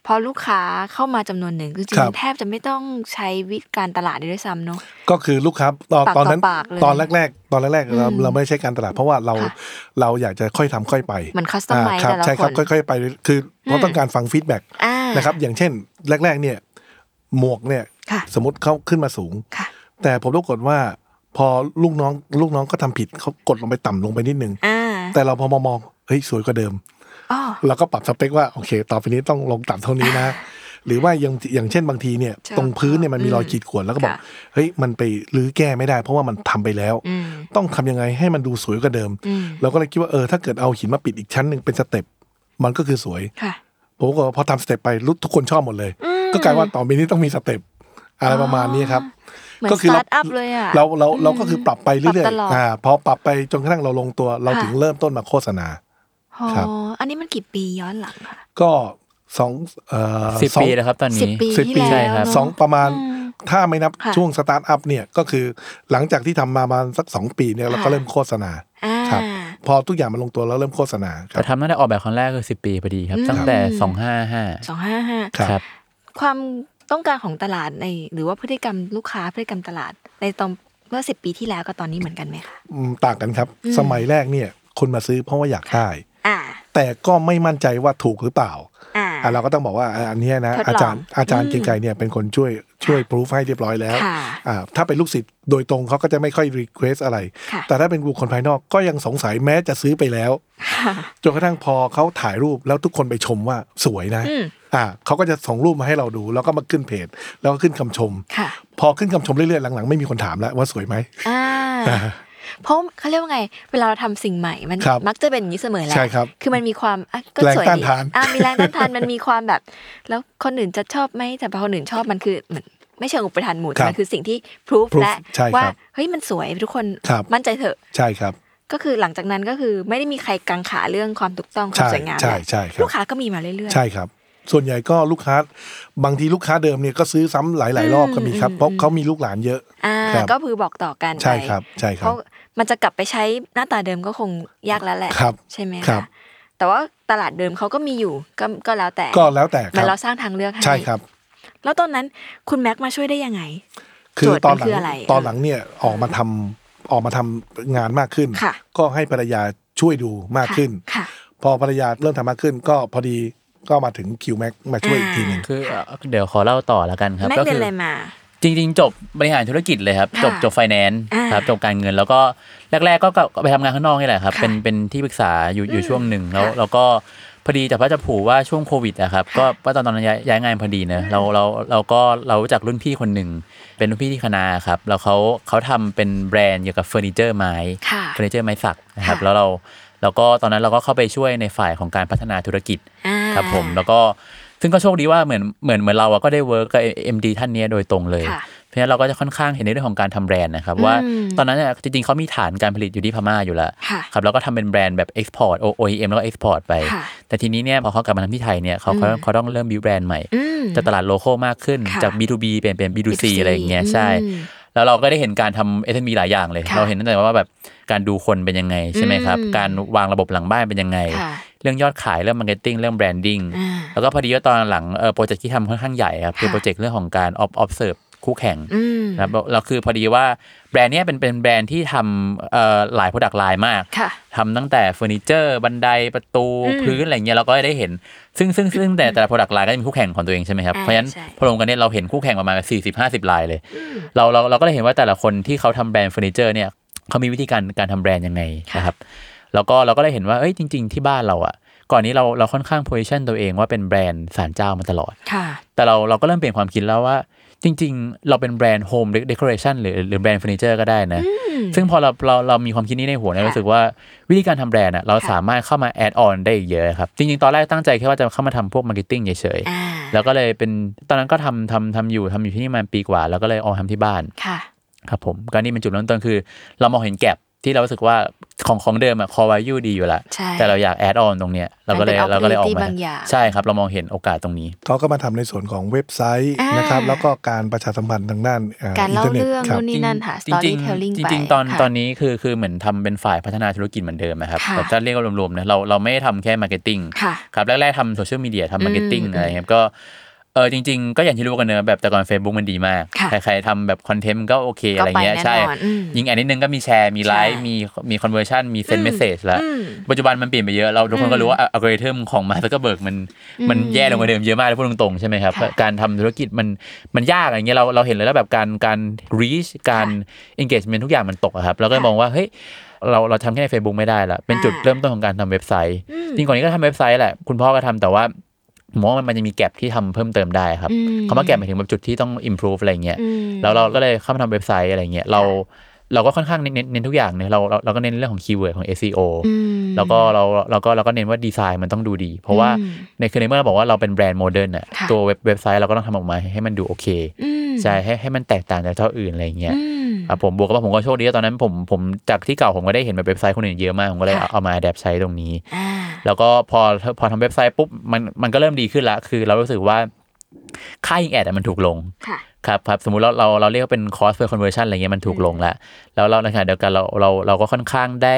พอลูกค้าเข้ามาจำนวนหนึ่งคือจริ ครั ง บ ๆแทบจะไม่ต้องใช้วิธีการตลาดเลยด้วยซ้ำเนาะ ก็คือลูกค้าตอน ปากต่อตอนนั้น ปากเลย ตอนแรก ๆ ตอนแรกๆเรา อืม เราไม่ได้ใช้การตลาด เพราะว่าเรา ค่ะ เราอยากจะค่อยทำค่อยไป เหมือน customize าครับ แต่ละ ใช่ครับ คน ค่อย ๆ ไปคือเราต้องการฟังฟีดแบ็ก อ่านะ นะครับอย่างเช่น แรก ๆ เนี่ยหมวกเนี่ย ค่ะ สมมติเขาขึ้นมาสูง ค่ะ แต่ผมรู้กฏว่า พอลูกน้องลูกน้องก็ทำผิดเขากดลงไปต่ำลงไปนิดนึง อ่า แต่เราพอมามองเฮ้ยสวยกว่าเดิม อ๋อ เราก็ปรับสเปคว่าโอเค ต่อไปนี้ต้องลงต่ำเท่านี้นะ หรือว่าอย่างอย่างเช่นบางทีเนี่ย ใช่ ตรงพื้นเนี่ยมันมีรอย อืม ขีดข่วนแล้วก็บอก ค่ะ เฮ้ยมันไปรื้อแก้ไม่ได้ เพราะว่ามันทำไปแล้ว อืม ต้องทำยังไงให้มันดูสวยกว่าเดิม อืม เราก็เลยคิดว่าเออถ้าเกิดเอาหินมาปิดอีกชั้นหนึ่งเป็นสเต็ปมันก็คือสวย ค่ะ ผมก็พอทำสเต็ปไปรู้ทุกคนชอบหมดเลย ก็กลายว่าต่อไปนี้ต้องมีสเต็ปอะไรประมาณนี้ครับ เหมือน ก็ ส คือ ตาร์เราทอัพเลยอ่ะ เราเราเราก็คือปรับไปเรื่ ปรั อย บตลอด ๆอ่าพอปรับไปจนกระทั่งเราลงตัวเรา ค่ะ ถึงเริ่มต้นมาโฆษณา อ๋อ ครับ อันนี้มันกี่ปีย้อนหลังคะ ก็สองเอ่อ สิบ สอง ปีแล้วครับตอน สิบ นี้ ปี สิบ ที่ ปี แล้ว ใช่ค เน รับ อะ สองประมาณ อืม ถ้าไม่นับ ค่ะ ช่วงสตาร์ทอัพเนี่ยก็คือหลังจากที่ทำมาประมาณสักสองปีเนี่ยเราก็ ค่ะ เริ่มโฆษณา อ่า ครับ พอทุกอย่างมันลงตัวแล้วเริ่มโฆษณาครั แต่ บ ทำตั้งแต่ออกแบบครั้งแรกคือสิบปีพอดีครับ อืม ตั้งแต่สองห้าห้า สองห้าห้า ครับ ครับ ความต้องการของตลาดในหรือว่าพฤติกรรมลูกค้าพฤติกรรมตลาด ในตอนเมื่อสิบปีที่แล้วกับตอนนี้เหมือนกันไหมคะ อืมต่างกันครับ สมัยแรกเนี่ยคนมาซื้อเพราะว่าอยากได้ อ่า แต่ก็ไม่มั่นใจว่าถูกหรือเปล่า อ่า อ่ะเราก็ต้องบอกว่าอ่ะอันเนี้ยนะ ทดลอง อาจารย์อาจารย์เกรียงไกรเนี่ยเป็นคนช่วยช่วยพรูฟให้เรียบร้อยแล้ว ค่ะ อ่ะถ้าเป็นลูกศิษย์โดยตรงเขาก็จะไม่ค่อยรีเควสอะไร ค่ะ แต่ถ้าเป็นบุคคลภายนอกก็ยังสงสัยแม้จะซื้อไปแล้ว ค่ะ จนกระทั่งพอเขาถ่ายรูปแล้วทุกคนไปชมว่าสวยนะ อืม อ่าเขาก็จะส่งรูปมาให้เราดู แล้วก็มาขึ้นเพจ แล้วก็ขึ้นคำชม ค่ะ พอขึ้นคำชมเรื่อยๆหลังๆไม่มีคนถามแล้วว่าสวยไหม อ่า เพราะเขาเรียกว่าไง เวลาเราทำสิ่งใหม่มัน ครับ มักจะเป็นอย่างนี้เสมอแหละ ใช่ครับ คือมันมีความอ่ะก็ แรง สวย ต้าน ดี ทาน อ่ะมีแรงต้านทาน มันมีความแบบ แล้วคนอื่นจะชอบไหมแต่พอคนอื่นชอบมันคือเหมือนไม่เชิงอุปทานหมู่แต่ ครับ มันคือสิ่งที่พิสูจ proof และ ใช่ครับ ว่าเฮ้ยมันสวยทุกคน ครับ มั่นใจเถอะ ใช่ครับ ก็คือหลังจากนั้นก็คือไม่ได้มีใครกังขาเรื่องความถูกต้องความ ใช่ สวยงาม ใช่ แล้ว ใช่ครับ ลูกค้าก็มีมาเรื่อย ใช่ครับ ส่วนใหญ่ก็ลูกค้า บางทีลูกค้าเดิมเนี่ยก็ซื้อซ้ำหลายๆรอบก็มีครับ อืม เพราะเขามีลูกหลานเยอะ ๆอ่า ครับ ก็คือบอกต่อกันไป ใช่ครับ ใช่ค เพ รับ ราะมันจะกลับไปใช้หน้าตาเดิมก็คงยากแล้วแหละ ครับ ใช่ไหม ครั คะ บ แต่ว่าตลาดเดิมเขาก็มีอยู่ก็ก็แล้วแต่ ก็แล้วแต่ เห ค มั รั น บ เราสร้างทางเลือกให้ ใช่ครับ แล้วตอนนั้นคุณแม็กมาช่วยได้ยังไง คือ โจทย์ ตอ มัน น หลั คื ง ออะไร ตอนหลังเนี่ยออกมาทำออกมาทำงานมากขึ้น ค่ะ ก็ให้ภรรยาช่วยดูมากขึ้น ค่ะ พอภรรยาเริ่มทำมากขึ้น ก็พอดีก็มาถึงคิวแม็กมาช่วยอีกทีหนึ่ง คือเอ่อเดี๋ยวขอเล่าต่อแล้วกันครับ แม็ก ก็ เรียน คื อะไรมา จริง ๆ จบบริหารธุรกิจเลยครับ ค่ะ จบจบไฟแนนซ์ อ่า ครับจบการเงินแล้วก็แรก ๆ ก็กลับไปทำงานข้างนอกนี่แหละครับ ค่ะ เป็นเป็นที่ปรึกษาอยู่อยู่ช่วงหนึ่งแล้ว ค่ะ แล้วก็พอดีจับพระจับผูว่าช่วงโควิดอะครับก็ก็ตอนตอนนั้นย้ายย้ายงานพอดีเนอะเราเราเราก็เรารู้จักรุ่นพี่คนหนึ่งเป็นรุ่นพี่ที่คณะครับแล้วเขาเขาทำเป็นแบรนด์เกี่ยวกับเฟอร์นิเจอร์ไม้ ค่ะ เฟอร์นิเจอร์ไม้สักนะครับ ค่ะ แล้วเราแล้วก็ตอนนั้นเราก็เข้าไปช่วยในฝ่ายของการพัฒนาธุรกิจ อ่า ครับผมแล้วก็ซึ่งก็โชคดีว่าเหมือนเหมือนเหมือนเราอะก็ได้เวิร์กกับเอ็มดีท่านเนี้ยโดยตรงเลย ค่ะ เพราะฉะนั้นเราก็จะค่อนข้างเห็นในเรื่องของการทำแบรนด์นะครับ ว่า อืม ตอนนั้นเนี่ยจริงๆเขามีฐานการผลิตอยู่ที่พม่าอยู่แล้ว ค่ะ ครับแล้วก็ทำเป็นแบรนด์แบบ Export O- OEM แล้วก็ Export ไป ค่ะ แต่ทีนี้เนี่ยพอเขากลับมาทำที่ไทยเนี่ยเขาเขา อืม เขาต้องเริ่มบิวแบรนด์ใหม่ อืม จะตลาดโลโก้มากขึ้น ค่ะ จาก B2B เปลี่ยนเป็น B2C อะไรอย่างเงี้ยใช่ อืม แล้วเราก็ได้เห็นการทำ SME หลายอย่างเลย ค่ะ เราเห็นตั้งแต่ว่าแบบการดูคนเป็นยังไงใช่ไหมครับ อืม การวางระบบหลังบ้านเป็นยังไง ค่ะ เรื่องยอดขายเรื่องมาร์เก็ตติ้งเรื่องแบรนดิ้ง อ่า แล้วก็พอดีว่าตอนหลังเออโปรเจกต์ที่ทำค่อนข้างใหญ่ครับคือ ค่ะ โปรเจกต์เรื่องของการออฟออฟเซิร์ฟคู่แข่ง อืม นะครับเราคือพอดีว่าแบรนด์เนี้ยเป็นเป็นแบรนด์ที่ทำเอ่อหลายโปรดักต์ไลน์มาก ค่ะ ทำตั้งแต่เฟอร์นิเจอร์ บันไดประตู อืม พื้นอะไรเงี้ยเราก็ได้เห็น ซึ่งซึ่งซึ่งแต่แต่ละโปรดักต์ไลน์ก็จะมีคู่แข่งของตัวเองใช่ไหมครับ อ่า เพราะฉะนั้น ใช่ พอรวมกันเนี่ยเราเห็นคู่แข่งประมาณ 40 50ลายเลยเราเราเราก็เลยเห็นว่าแต่ละคนที่เขาทำแบรนด์เฟอร์นิเจอร์เนี่ยเขามีวิธีการการทำแบรนด์ยังไงนะครับแล้วก็เราก็ได้เห็นว่าเอ้ยจริง ๆที่บ้านเราอ่ะก่อนนี้เราเราค่อนข้างโพซิชันตัวเองว่าเป็นแบรนด์สารเจ้ามาตลอด ค่ะ แต่เราเราก็เริ่มเปลี่ยนความคิดแล้วว่า จริง ๆ เราเป็นแบรนด์โฮมเดคอเรชันหรือหรือแบรนด์เฟอร์นิเจอร์ก็ได้นะ ซึ่งพอเราเราเรามีความคิดนี้ในหัวเนี่ย ค่ะ รู้สึกว่าวิธีการทำแบรนด์อะเรา ค่ะ สามารถเข้ามาแอดออนได้อีกเยอะครับ จริง ๆ ตอนแรกตั้งใจแค่ว่าจะเข้ามาทำพวกมาร์เก็ตติ้งเฉย อ่า ๆ แล้วก็เลยเป็นตอนนั้นก็ทำทำทำอยู่ทำอยู่ที่นี่มาปีกว่า แล้วก็เลยเอาทำที่บ้าน ค่ะ ครับผมก็นี่เป็นจุดเริ่มต้นคือ เรามองเห็นแกลบที่เรารู้สึกว่าของของเดิมอะคอวายูดีอยู่ละ ใช่ แต่เราอยากแอดออนตรงเนี้ยเราก็เลย มันเป็น เราก็เลยออกมา opportunity บางอย่าง ใช่ครับเรามองเห็นโอกาสตรงนี้ เขาก็มาทำในส่วนของเว็บไซต์ อ่าน นะครับ แล้วก็การประชาสัมพันธ์ทางด้าน การเล่าเรื่อง ครั นู่น จ นี่ ริง นั่นค่ะ จริง storytelling จ ไป ริงๆตอน ค่ะ ตอนนี้คือคือเหมือนทำเป็นฝ่ายพัฒนาธุรกิจเหมือนเดิมนะครับ ค่ะ แต่ถ้าเรียกว่ารวมๆนะเราเราไม่ได้ทำแค่มาร์เก็ตติ้ง ค่ะ ครับแรกๆทำโซเชียลมีเดียทำมาร์เก็ตติ้ง อืม อะไรครับก็เออจริง ๆ ก็อย่างที่รู้กันเนอะแบบแต่ก่อน Facebook มันดีมาก ค่ะ ใครๆทำแบบคอนเทนต์ก็โอเคอะไรเงี้ย ก็ไปแน่นอน ใช่ อืม ยิงแอดนิดนึงก็มีแชร์มีไลค์ ใช่ มีมีคอนเวอร์ชันมีเซน อืม เมสเซจแล้ว อืม ปัจจุบันมันเปลี่ยนไปเยอะเราทุกคนก็รู้ว่าอัลกอริทึมของมาร์กเบิร์กมันมันแย่ลงกว่าเดิมเยอะมากเลยพูดตรงๆใช่ไหมครับ ค่ะ การทำธุรกิจมันมันยากอะไรเงี้ยเราเราเห็นเลยแล้วแบบการการ reach การ engagement ทุกอย่างมันตกอะครับเราก็เลยมองว่าเฮ้ยเราเราทำแค่ใน Facebook ไม่ได้ละเป็นจุด อ่า เริ่มต้นของการทำเว็บไซต์ จริงก่อนนี้ก็ทำเว็บไซต์แหละ คุณพ่อก็ทำแต่ว่าผมว่ามันมันจะมีแกลบที่ทำเพิ่มเติมได้ครับ อืม คำว่าแกลบหมายถึงแบบจุดที่ต้อง improve อะไรเงี้ย อืม แล้วเราก็เลยเข้ามาทำเว็บไซต์อะไรเงี้ยเราเราก็ค่อนข้างเน้นเน้นเน้นทุกอย่างเนี่ยเราเราเราก็เน้นเรื่องของคีย์เวิร์ดของ SEO อืม แล้วก็เราเราก็เราก็เน้นว่าดีไซน์มันต้องดูดี เพราะว่า อืม ในคือในเมื่อเราบอกว่าเราเป็นแบรนด์โมเดิร์นอ่ะ ค่ะ ตัวเว็บเว็บไซต์เราก็ต้องทำออกมาให้ให้มันดูโอเค อืม ใช่ให้ให้มันแตกต่างจากเจ้าอื่นอะไรอย่างเงี้ย อืม ครับผมบวกกับว่าผมก็โชคดีว่าตอนนั้นผมผมจากที่เก่าผมก็ได้เห็นแบบเว็บไซต์คนอื่นเยอะมาก ผมก็เลย ค่ะ เอามาแดบใช้ตรงนี้ อ่า แล้วก็พอพอทำเว็บไซต์ปุ๊บมันมันก็เริ่มดีขึ้นละคือเรารู้สึกว่าค่ายิงแอดอะมันถูกลง ค่ะ ครับครับสมมุติเราเราเราเรียกว่าเป็น cost per conversion อะไรเงี้ยมันถูกลงแล้ว แล้วเราในขณะเดียวกันเราเราเราก็ค่อนข้างได้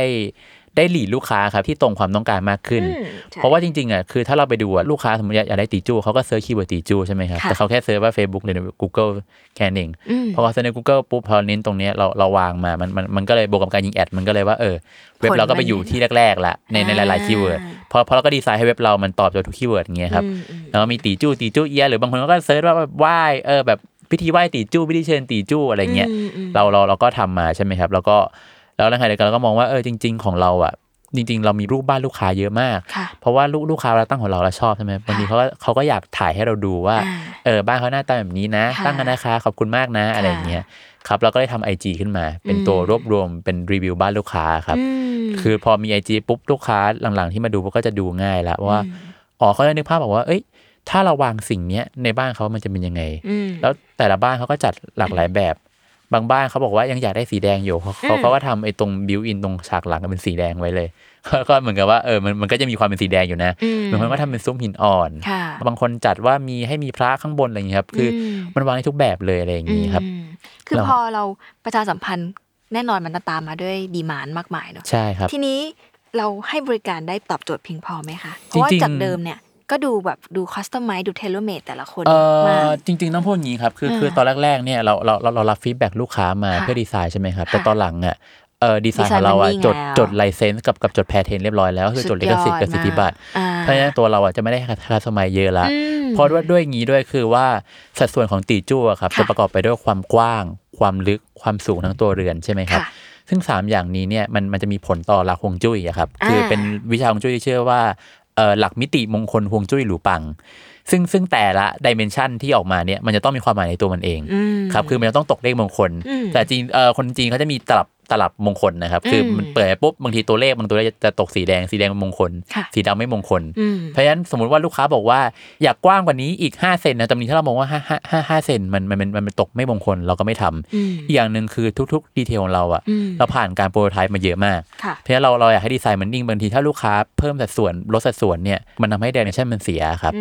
ได้หลีดลูกค้าครับที่ตรงความต้องการมากขึ้น อืมใช่ เพราะว่าจริงๆอ่ะคือถ้าเราไปดูอ่ะลูกค้าสมมติอยากได้ตีจูเขาก็เซิร์ชคีย์เวิร์ดตีจูใช่ไหมครับ ค่ะ แต่เขาแค่เซิร์ชว่า Facebook หรือใน Google แค่นั้นเอง อืม พอเขาเซิร์ชใน Google ปุ๊บพอเน้นตรงเนี้ยเราเราวางมามันมันมันก็เลยบวกกับการยิงแอดมันก็เลยว่าเออเว็บเราก็ไปอยู่ที่แรกๆละในในหลายๆคีย์เวิร์ด อ่า พอพอเราก็ดีไซน์ให้เว็บเรามันตอบโจทย์ทุกคีย์เวิร์ดอย่างเงี้ยครับ แล้วก็มีตีจู้ตีจู้เอียหรือบางคนก็เซิร์ชว่าแบบไหว้เออแบบพิธีไหว้ตีจู้พิธีเชิญตีจู้อะไรเงี้ย อืมอืม เราเราเราก็ทำมาใช่ไหมครับ แล้วก็แล้วในขณะเดียวกันเราก็มองว่าเออจริง ๆ ของเราอ่ะจริง ๆ เรามีรูปบ้านลูกค้าเยอะมาก ค่ะ เพราะว่าลูกลูกค้าเราตั้งของเราเราชอบใช่ไหมบางทีเขาก็เขาก็อยากถ่ายให้เราดูว่า อ่า เออบ้านเขาหน้าตาแบบนี้นะ ค่ะ ตั้งกันนะคะขอบคุณมากนะอะไรอย่างเงี้ยครับเราก็ได้ทำ IG ขึ้นมา เป็น อืม ตัวรวบรวมเป็นรีวิวบ้านลูกค้าครับ อืม คือพอมี IG ปุ๊บลูกค้าหลังๆ ที่มาดูก็จะดูง่ายละว่าอ๋อเขาจะนึกภาพบอกว่า เอ้ย ถ้าเราวางสิ่งเนี้ยในบ้านเขามันจะเป็นยังไง อืม แล้วแต่ละบ้านเขาก็จัดหลากหลายแบบ บางบ้านเขาบอกว่ายังอยากได้สีแดงอยู่เขาเขาเขาก็ทำไอ้ตรงบิวอินตรงฉากหลังเป็นสีแดงไว้เลย (laughs) ก็เหมือนกับว่าเออมันมันก็จะมีความเป็นสีแดงอยู่นะ อืม บางคนก็ทำเป็นซุ้มหินอ่อน ค่ะ บางคนจัดว่ามีให้มีพระข้างบนอะไรอย่างเงี้ยครับคืออ ม มันวางได้ทุกแบบเลยอะไรอย่างงี้ครับ อืมคือ เรา พอเราประชาสัมพันธ์แน่นอนมันจะตามมาด้วยดีมานมากมายเนอะ ใช่ครับ ทีนี้เราให้บริการได้ตอบโจทย์เพียงพอไหมคะ เพ จริ ราะว่างๆจากเดิมเนี่ยก็ดูแบบดูคัสตอมไม e ดูเทเลเมดแต่ละคน เอ มา อก จริง ๆ ต้องพูดอย่างนี้ครับ คือ อ่า คือตอนแรกๆเนี่ยเราเราเราเรารับฟีดแบ็ลูกค้ามา ค่ะ เพื่อดีไซน์ใช่ไหมครับ ค่ะ แต่ตอนหลังอ่ะเออดีไซน์ design ของเรา มัน อ่ะ นิ่ง จด แล้ว จดไลเซนส์กับกับจดแพทเทนเรียบร้อยแล้วก็คือจดลิขสิทธิ์กับสิทธิบัตร อ่า เพราะฉะนั้นตัวเราอ่ะจะไม่ได้คัสตอมไมเยอะละ อืม เพราะด้วยด้วยอย่างนี้ด้วยคือว่าสัดส่วนของตีจู้อะครับ ค่ะ จะประกอบไปด้วยความกว้าง ความลึกความสูงทั้งตัวเรือนใช่ไหมครับ ค่ะ ซึ่ง 3 อย่างนี้เนี่ยมันมันจะมีผลต่อหลักฮวงจุ้ยอะครับ อ่า คือเป็นวิชาฮวงจุ้ยที่เชื่อว่าเอ่อหลักมิติมงคลฮวงจุ้ยหรูปัง ซึ่งซึ่งแต่ละดิเมนชันที่ออกมาเนี่ยมันจะต้องมีความหมายในตัวมันเอง อืม ครับคือมันจะต้องตกเลขมงคล อืม แต่จีนเอ่อคนจีนเขาจะมีตลับตลับมงคลนะครับ อืม คือมันเปิดไปปุ๊บบางทีตัวเลขบางตัวเลขจะตกสีแดงสีแดงเป็นมงคล ค่ะ สีดำไม่มงคล อืม เพราะฉะนั้นสมมติว่าลูกค้าบอกว่าอยากกว้างกว่านี้อีก 5 เซนนะแต่วันนี้ถ้าเรามองว่า5 5 5 5เซนมันมันมันมันมันตกไม่มงคลเราก็ไม่ทำ อืม อีกอย่างหนึ่งคือทุกๆดีเทลของเราอะ อืม เราผ่านการโปรโตไทป์มาเยอะมาก ค่ะ เพราะฉะนั้นเราเราอยากให้ดีไซน์มันนิ่งบางทีถ้าลูกค้าเพิ่มสัดส่วนลดสัดส่วนเนี่ยมันทำให้เดเรชั่นมันเสียครับ